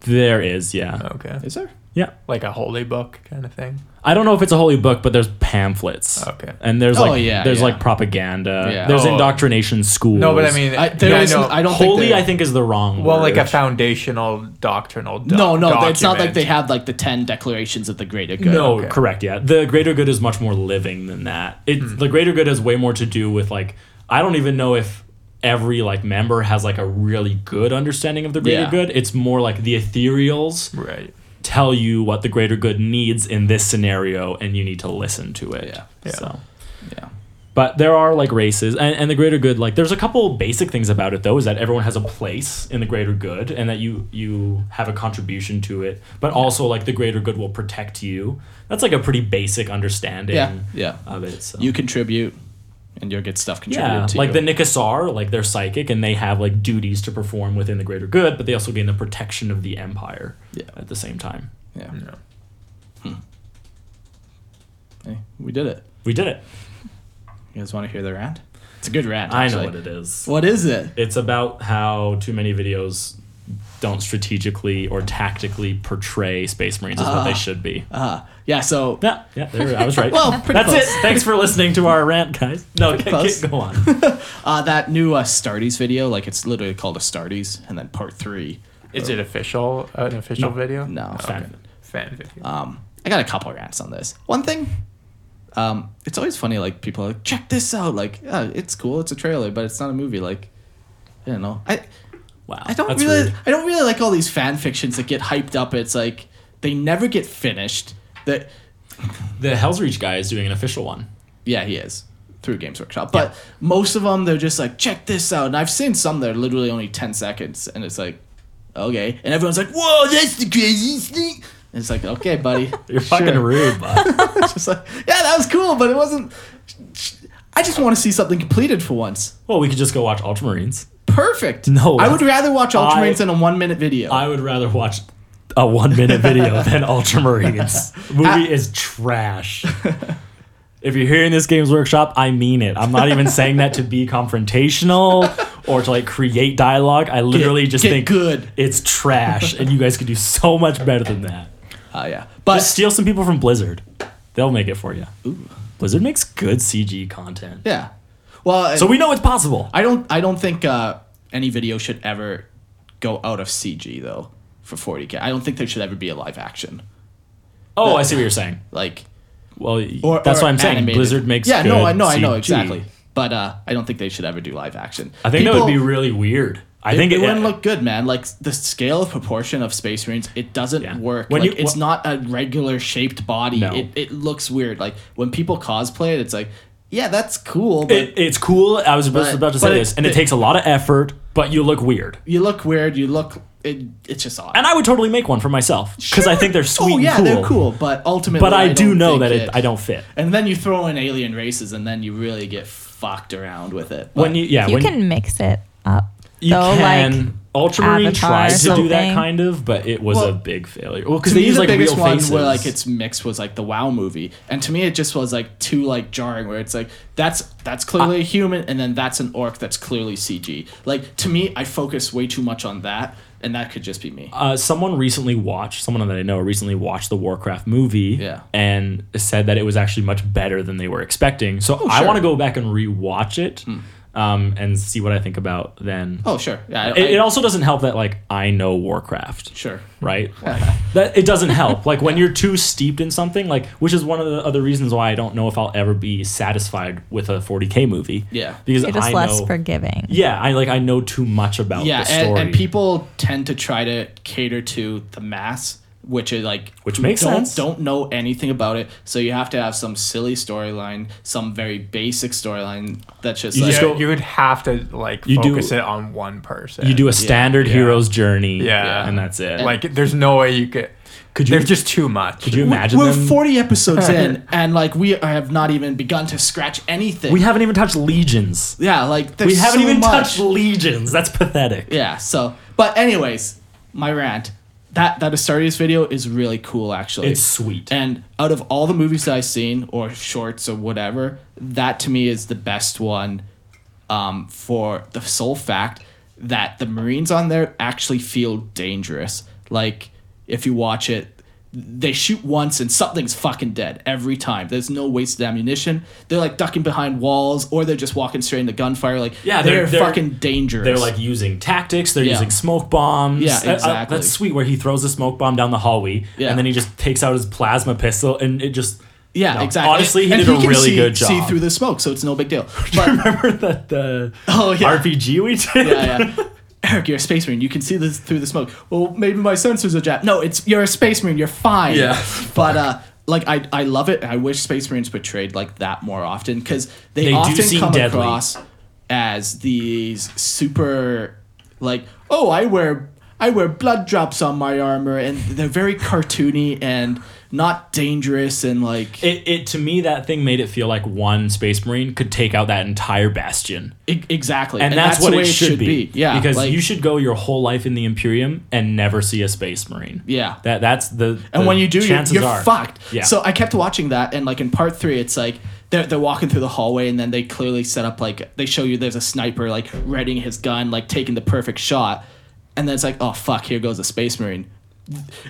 S2: there is yeah
S1: Okay,
S3: is there?
S2: yeah
S1: like a holy book kind of thing.
S2: i don't know if it's a holy book but there's pamphlets
S1: Okay.
S2: and there's
S3: Oh,
S2: like
S3: yeah,
S2: there's
S3: yeah.
S2: like propaganda
S3: Yeah.
S2: there's
S1: Oh.
S2: indoctrination schools
S1: No, but I mean,
S3: I, there
S1: yeah, I
S3: isn't-
S1: know.
S3: I don't think
S2: holy
S3: there-
S2: i think is the wrong
S1: Well,
S2: word.
S1: like a foundational doctrinal. doc-
S3: No, no, it's not like they
S1: document.
S3: have like the ten declarations of the greater good.
S2: no
S1: Okay.
S2: correct yeah the greater good is
S1: Hmm.
S2: much more living than that it the greater good has way more to do with like i don't even know if every like member has like a really good understanding of the greater
S3: Yeah.
S2: good. It's more like the ethereals
S5: Right.
S2: tell you what the greater good needs in this scenario, and you need to listen to it.
S3: Yeah.
S5: Yeah.
S2: So.
S3: Yeah.
S2: But there are like races and, and the greater good, like there's a couple basic things about it though, is that everyone has a place in the greater good and that you you have a contribution to it. But also like the greater good will protect you. That's like a pretty basic understanding
S3: Yeah. Yeah.
S2: of it. So
S3: You contribute, and you'll get stuff contributed
S2: yeah,
S3: to
S2: like
S3: you.
S2: the Nikasar, like they're psychic and they have like duties to perform within the greater good, but they also gain the protection of the empire
S3: Yeah.
S2: at the same time.
S3: yeah. Hmm.
S5: No.
S3: Hey, we did it.
S2: We did it.
S3: You guys want to hear the rant? It's a good rant.
S2: I know
S3: actually.
S2: what it is.
S3: What is it?
S2: It's about how too many videos don't strategically or tactically portray Space Marines as what they should be.
S3: Uh, yeah. So
S2: yeah, yeah, there, I was right.
S3: Well, pretty
S2: that's
S3: close.
S2: it. Thanks for listening to our rant, guys. No, g-
S3: close.
S2: g- go on.
S3: uh, that new Astartes video, like it's literally called Astartes, and then part three.
S5: Is it official? An official
S2: No.
S5: video?
S3: No.
S2: Fan.
S5: Fan video.
S3: Um, I got a couple rants on this. One thing, um, it's always funny. Like people are like, check this out. Like, yeah, it's cool. It's a trailer, but it's not a movie. Like, I don't know. I
S2: Wow,
S3: I don't
S2: that's
S3: really
S2: rude.
S3: I don't really like all these fan fictions that get hyped up. It's like they never get finished. That
S2: The Hell's Reach guy is doing an official one.
S3: yeah, he is through Games Workshop. But most of them, they're just like, check this out. And I've seen some that are literally only ten seconds, and it's like, okay. And everyone's like, whoa, that's the craziest thing. And it's like, okay, buddy,
S2: You're fucking rude, bud.
S3: It's just like, yeah, that was cool, but it wasn't. I just want to see something completed for once.
S2: well, we could just go watch Ultramarines.
S3: Perfect.
S2: No,
S3: I would rather watch Ultramarines
S2: I-
S3: than a one-minute video.
S2: I would rather watch a one minute video than Ultramarines. Movie
S3: Ah.
S2: is trash. If you're hearing this Games Workshop, I mean it. I'm not even saying that to be confrontational or to like create dialogue. I literally just
S3: get
S2: think
S3: good.
S2: it's trash, and you guys could do so much better than that.
S3: Uh, yeah, but
S2: Just steal some people from Blizzard; they'll make it for you. Blizzard makes good CG content,
S3: yeah. Well,
S2: so we know it's possible.
S3: I don't. I don't think uh, any video should ever go out of CG though for 40k. I don't think there should ever be a live action
S2: oh, I see what you're saying.
S3: like.
S2: Well, y-
S3: Or,
S2: that's
S3: or
S2: what I'm saying.
S3: animated.
S2: Blizzard makes
S3: yeah.
S2: Good
S3: no, I know. I know
S2: CG.
S3: exactly. But uh, I don't think they should ever do live action.
S2: I think that would
S3: People-
S2: be really weird. I
S3: I
S2: think
S3: think it,
S2: would
S3: wouldn't look good, man. Like the scale of proportion of Space Marines, it doesn't
S2: Yeah.
S3: work.
S2: When
S3: like
S2: you-
S3: it's
S2: wh-
S3: not a regular shaped body.
S2: No.
S3: It it looks weird. Like when people cosplay it, it's like, yeah, that's cool, but
S2: It, it's cool. I was about,
S3: But-
S2: about to
S3: but
S2: say
S3: it-
S2: this, and it,
S3: it-
S2: takes a lot of effort, but you look weird.
S3: you look weird. You look it. It's just odd.
S2: And I would totally make one for myself because I think they're sweet.
S3: oh
S2: and
S3: yeah,
S2: cool,
S3: they're cool, but ultimately,
S2: But I, do
S3: don't
S2: know
S3: think
S2: that it, I don't fit.
S3: And then you throw in alien races, and then you really get fucked around with it.
S2: When
S3: But-
S2: you yeah,
S4: you
S2: when
S4: can mix it up.
S2: you
S4: though,
S2: can.
S4: like
S2: Ultramarine
S4: Avatar
S2: tried
S4: or
S2: to do that
S4: something.
S2: kind of, but it was a
S3: Well,
S2: big failure. Well, because
S3: to
S2: they
S3: me,
S2: use
S3: the
S2: like
S3: biggest
S2: real
S3: one
S2: faces.
S3: where like it's mixed was like the WoW movie, and to me it just was like too like jarring. Where it's like that's that's clearly a human, and then that's an orc that's clearly CG. Like to me, I focus way too much on that, and that could just be me.
S2: uh, someone recently watched someone that I know recently watched the Warcraft movie
S3: Yeah.
S2: and said that it was actually much better than they were expecting. So I
S3: Oh, sure. Hmm.
S2: want to go back and rewatch it um, and see what I think about then.
S3: Oh sure, yeah, I,
S2: it, it
S3: I-
S2: also doesn't help that like I know Warcraft.
S3: sure.
S2: Right? Like, that it doesn't help. Like when you're too steeped in something, like which is one of the other reasons why I don't know if I'll ever be satisfied with a 40K movie.
S3: Yeah.
S2: Because
S4: You're just
S2: I
S4: less
S2: know
S4: forgiving.
S2: Yeah, I like I know too much about
S3: Yeah,
S2: the story.
S3: and, and people tend to try to cater to the mass, which is like
S2: Which
S3: who
S2: makes
S3: don't,
S2: sense.
S3: Don't know anything about it, so you have to have some silly storyline, some very basic storyline that's just
S2: You
S3: like
S2: just
S5: Yeah,
S2: go-
S5: you would have to like
S2: You do-
S5: focus it on one person.
S2: you do a standard
S5: Yeah.
S2: hero's journey.
S5: Yeah.
S2: And that's it.
S5: like. There's no way you could.
S2: Could you-
S5: There's just too much.
S2: could you
S3: We-
S2: imagine
S3: we're
S2: them?
S3: 40 episodes in and like we have not even begun to scratch anything
S2: we haven't even touched legions.
S3: yeah like there's
S2: We haven't
S3: so
S2: even
S3: much.
S2: touched legions. That's pathetic.
S3: yeah so but anyways my rant that that astartes video is really cool actually
S2: It's sweet.
S3: and out of all the movies that i've seen or shorts or whatever that to me is the best one um, for the sole fact that the marines on there actually feel dangerous like if you watch it they shoot once and something's fucking dead every time. There's no wasted ammunition. They're like ducking behind walls or they're just walking straight into gunfire. Like
S2: Yeah, they're-
S3: they're,
S2: they're-
S3: fucking dangerous.
S2: They're like using tactics. They're
S3: Yeah.
S2: using smoke bombs.
S3: Yeah,
S2: Uh, uh,
S3: exactly.
S2: that's sweet. Where he throws the smoke bomb down the hallway,
S3: Yeah.
S2: and then he just takes out his plasma pistol, and it just
S3: Yeah,
S2: No,
S3: exactly.
S2: honestly, he
S3: And
S2: did a
S3: can
S2: really
S3: see,
S2: good
S3: See
S2: job.
S3: through the smoke, so it's no big deal. But
S2: Remember that the
S3: oh yeah,
S2: RPG we did?
S3: yeah, yeah. Eric, you're a space marine. You can see this through the smoke. Well, maybe my sensors are jacked. No, it's you're a space marine. You're fine.
S2: Yeah.
S3: But uh, like I, I love it. and I wish space marines portrayed like that more often because they,
S2: They do
S3: often
S2: seem
S3: come
S2: deadly.
S3: across as these super, like oh I wear I wear blood drops on my armor and they're very cartoony and not dangerous and like
S2: It, it to me that thing made it feel like one space marine could take out that entire bastion.
S3: e- exactly
S2: And, that's,
S3: the
S2: what
S3: way
S2: it should, be.
S3: yeah
S2: Because
S3: like-
S2: you should go your whole life in the Imperium and never see a space marine.
S3: Yeah.
S2: That that's the
S3: and
S2: the
S3: when you do, you're,
S2: chances
S3: you're
S2: are.
S3: fucked.
S2: Yeah.
S3: So I kept watching that, and like in part three, it's like they're they're walking through the hallway, and then they clearly set up like they show you there's a sniper like readying his gun, like taking the perfect shot, and then it's like oh fuck, here goes a space marine.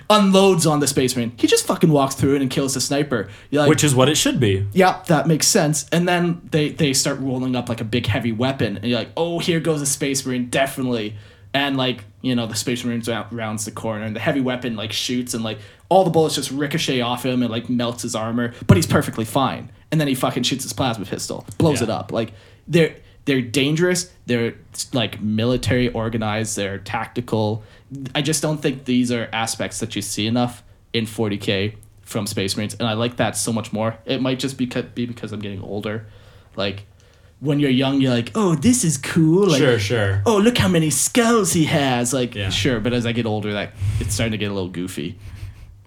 S3: Unloads on the space marine. He just fucking walks through it and kills the sniper. You're like,
S2: which is what it should be.
S3: yep, that makes sense. And then they they start rolling up like a big heavy weapon, and you're like, oh, here goes a space marine, definitely. And like you know, the space marine rou- rounds the corner, and the heavy weapon like shoots, and like all the bullets just ricochet off him, and like melts his armor, but he's perfectly fine. And then he fucking shoots his plasma pistol, blows
S2: Yeah.
S3: it up. Like they're they're dangerous. They're like military organized. They're tactical. I just don't think these are aspects that you see enough in 40k from Space Marines, and I like that so much more. It might just be because, be because I'm getting older. Like when you're young, you're like, oh, this is cool. Like,
S2: sure, sure.
S3: Oh, look how many skulls he has. Like
S2: Yeah.
S3: sure, but as I get older, that it's starting to get a little goofy.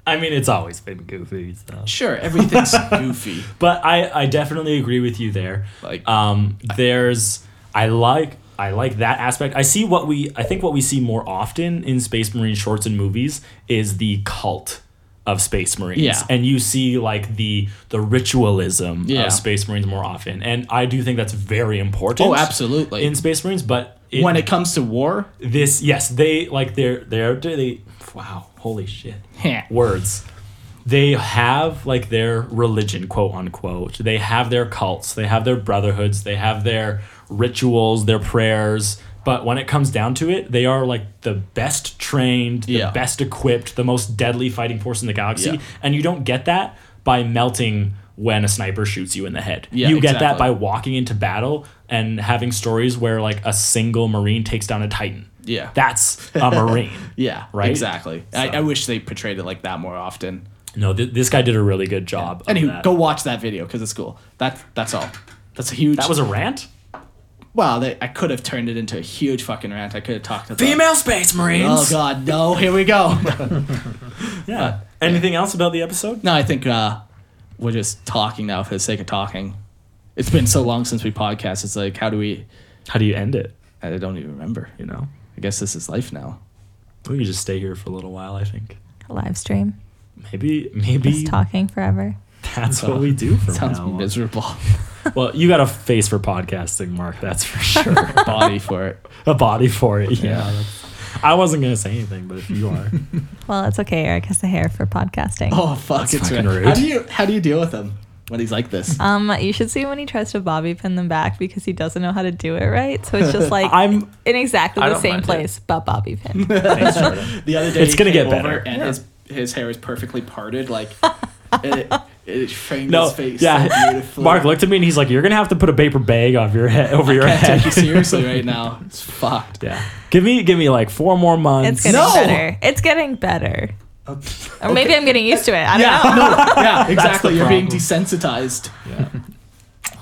S2: I mean it's always been goofy so.
S3: Sure, everything's goofy.
S2: But I, I definitely agree with you there.
S3: Like-
S2: um, there's I like I like that aspect. I see what we I think what we see more often in Space Marine shorts and movies is the cult of Space Marines.
S3: Yeah.
S2: And you see like the the ritualism
S3: Yeah.
S2: of Space Marines more often. And I do think that's very important.
S3: Oh, absolutely.
S2: In Space Marines, but it,
S3: when it comes to war,
S2: this yes, they like they're they're they wow, holy shit words. They have like their religion, quote unquote. They have their cults, they have their brotherhoods, they have their rituals, their prayers. But when it comes down to it, they are like the best trained, the
S3: Yeah.
S2: best equipped, the most deadly fighting force in the galaxy.
S3: Yeah.
S2: And you don't get that by melting when a sniper shoots you in the head.
S3: Yeah,
S2: you get that
S3: exactly.
S2: by walking into battle and having stories where like a single marine takes down a titan.
S3: Yeah.
S2: That's a marine.
S3: Yeah,
S2: Right?
S3: Exactly. I, I wish they portrayed it like that more often.
S2: No, th- this guy did a really good job. of
S3: Anywho,
S2: that.
S3: go watch that video because it's cool. That's that's all. That's a huge.
S2: That was a rant.
S3: wow. They, I could have turned it into a huge fucking rant. I could have talked about
S2: space marines.
S3: Oh god, no! Here we go.
S2: Yeah. Anything else about the episode?
S3: no, I think uh, we're just talking now for the sake of talking. It's been so long since we podcast. It's like, how do we?
S2: How do you end it?
S3: I don't even remember.
S2: You know,
S3: I guess this is life now.
S2: we could just stay here for a little while. I think
S4: Live stream.
S2: maybe maybe
S4: Just talking forever.
S2: that's what we do from
S3: Uh, Sounds
S2: now on.
S3: miserable.
S2: Well, you got a face for podcasting, Mark. That's for sure.
S3: Body for it.
S2: a body for it. Yeah.
S3: Yeah.
S2: that's- I wasn't gonna say anything, but if you are,
S4: Well, it's okay. Eric has the hair for podcasting.
S3: Oh fuck! it's
S2: fucking
S3: right.
S2: rude.
S3: How do you how do you deal with him when he's like this?
S4: Um, you should see when he tries to bobby pin them back because he doesn't know how to do it right. So it's just like
S2: I'm.
S4: in exactly
S5: I
S4: the
S5: don't
S4: same
S5: mind it.
S4: place, but bobby pin.
S2: Thanks, Jordan.
S3: The other day,
S2: It's
S3: he
S2: gonna
S3: came
S2: get better.
S3: over And his his hair is perfectly parted, like it, it framed
S2: No,
S3: his face so
S2: yeah.
S3: beautifully.
S2: Mark looked at me and he's like, "You're gonna have to put a paper bag over your head, over your
S3: can't
S2: head."
S3: take you seriously right now. It's fucked.
S2: Yeah. Give me give me like four more
S4: It's
S2: months.
S4: getting
S3: No!
S4: better. It's getting better.
S5: Uh,
S4: Or maybe I'm getting used to it. I don't know.
S3: no, yeah,
S2: the
S3: exactly. You're being
S2: problem.
S3: desensitized.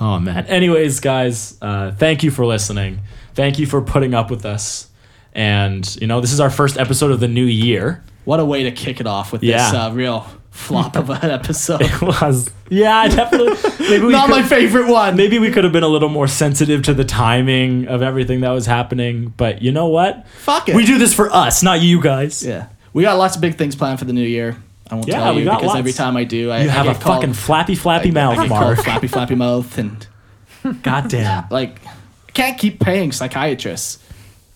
S2: Oh man. Anyways, guys, uh, thank you for listening. Thank you for putting up with us. And you know, this is our first episode of the new year.
S3: What a way to kick it off with this
S2: Yeah.
S3: uh, real flop of an episode.
S2: Was yeah, I definitely. Maybe we
S3: Not my
S2: could,
S3: favorite one.
S2: maybe we could have been a little more sensitive to the timing of everything that was happening. But you know what?
S3: Fuck it.
S2: We do this for us, not you guys.
S3: Yeah, we got lots of big things planned for the new year. I won't
S2: Yeah,
S3: tell
S2: we
S3: you
S2: got
S3: because
S2: lots.
S3: every time I do, I
S2: You
S3: I
S2: have a
S3: get called,
S2: fucking flappy, flappy
S3: I
S2: mouth,
S3: get called
S2: Mark.
S3: flappy, flappy mouth, and
S2: Goddamn.
S3: like I can't keep paying psychiatrists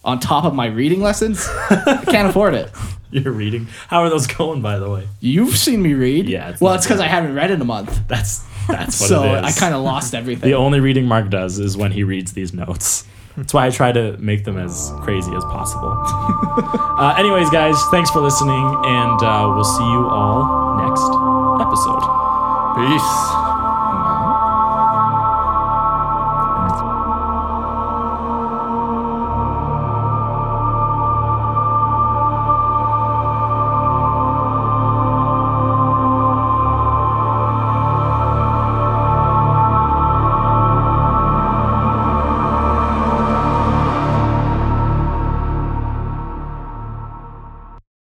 S3: on top of my reading lessons. I can't afford it.
S2: You're reading. How are those going, by the way?
S3: You've seen me read.
S2: Yeah, it's
S3: well,
S2: not
S3: it's because I haven't read in a month,
S2: That's that's what
S3: so
S2: it is.
S3: I kind of lost everything.
S2: The only reading Mark does is when he reads these notes. That's why I try to make them as crazy as possible. uh, anyways, guys, thanks for listening, and uh, we'll see you all next episode.
S5: Peace.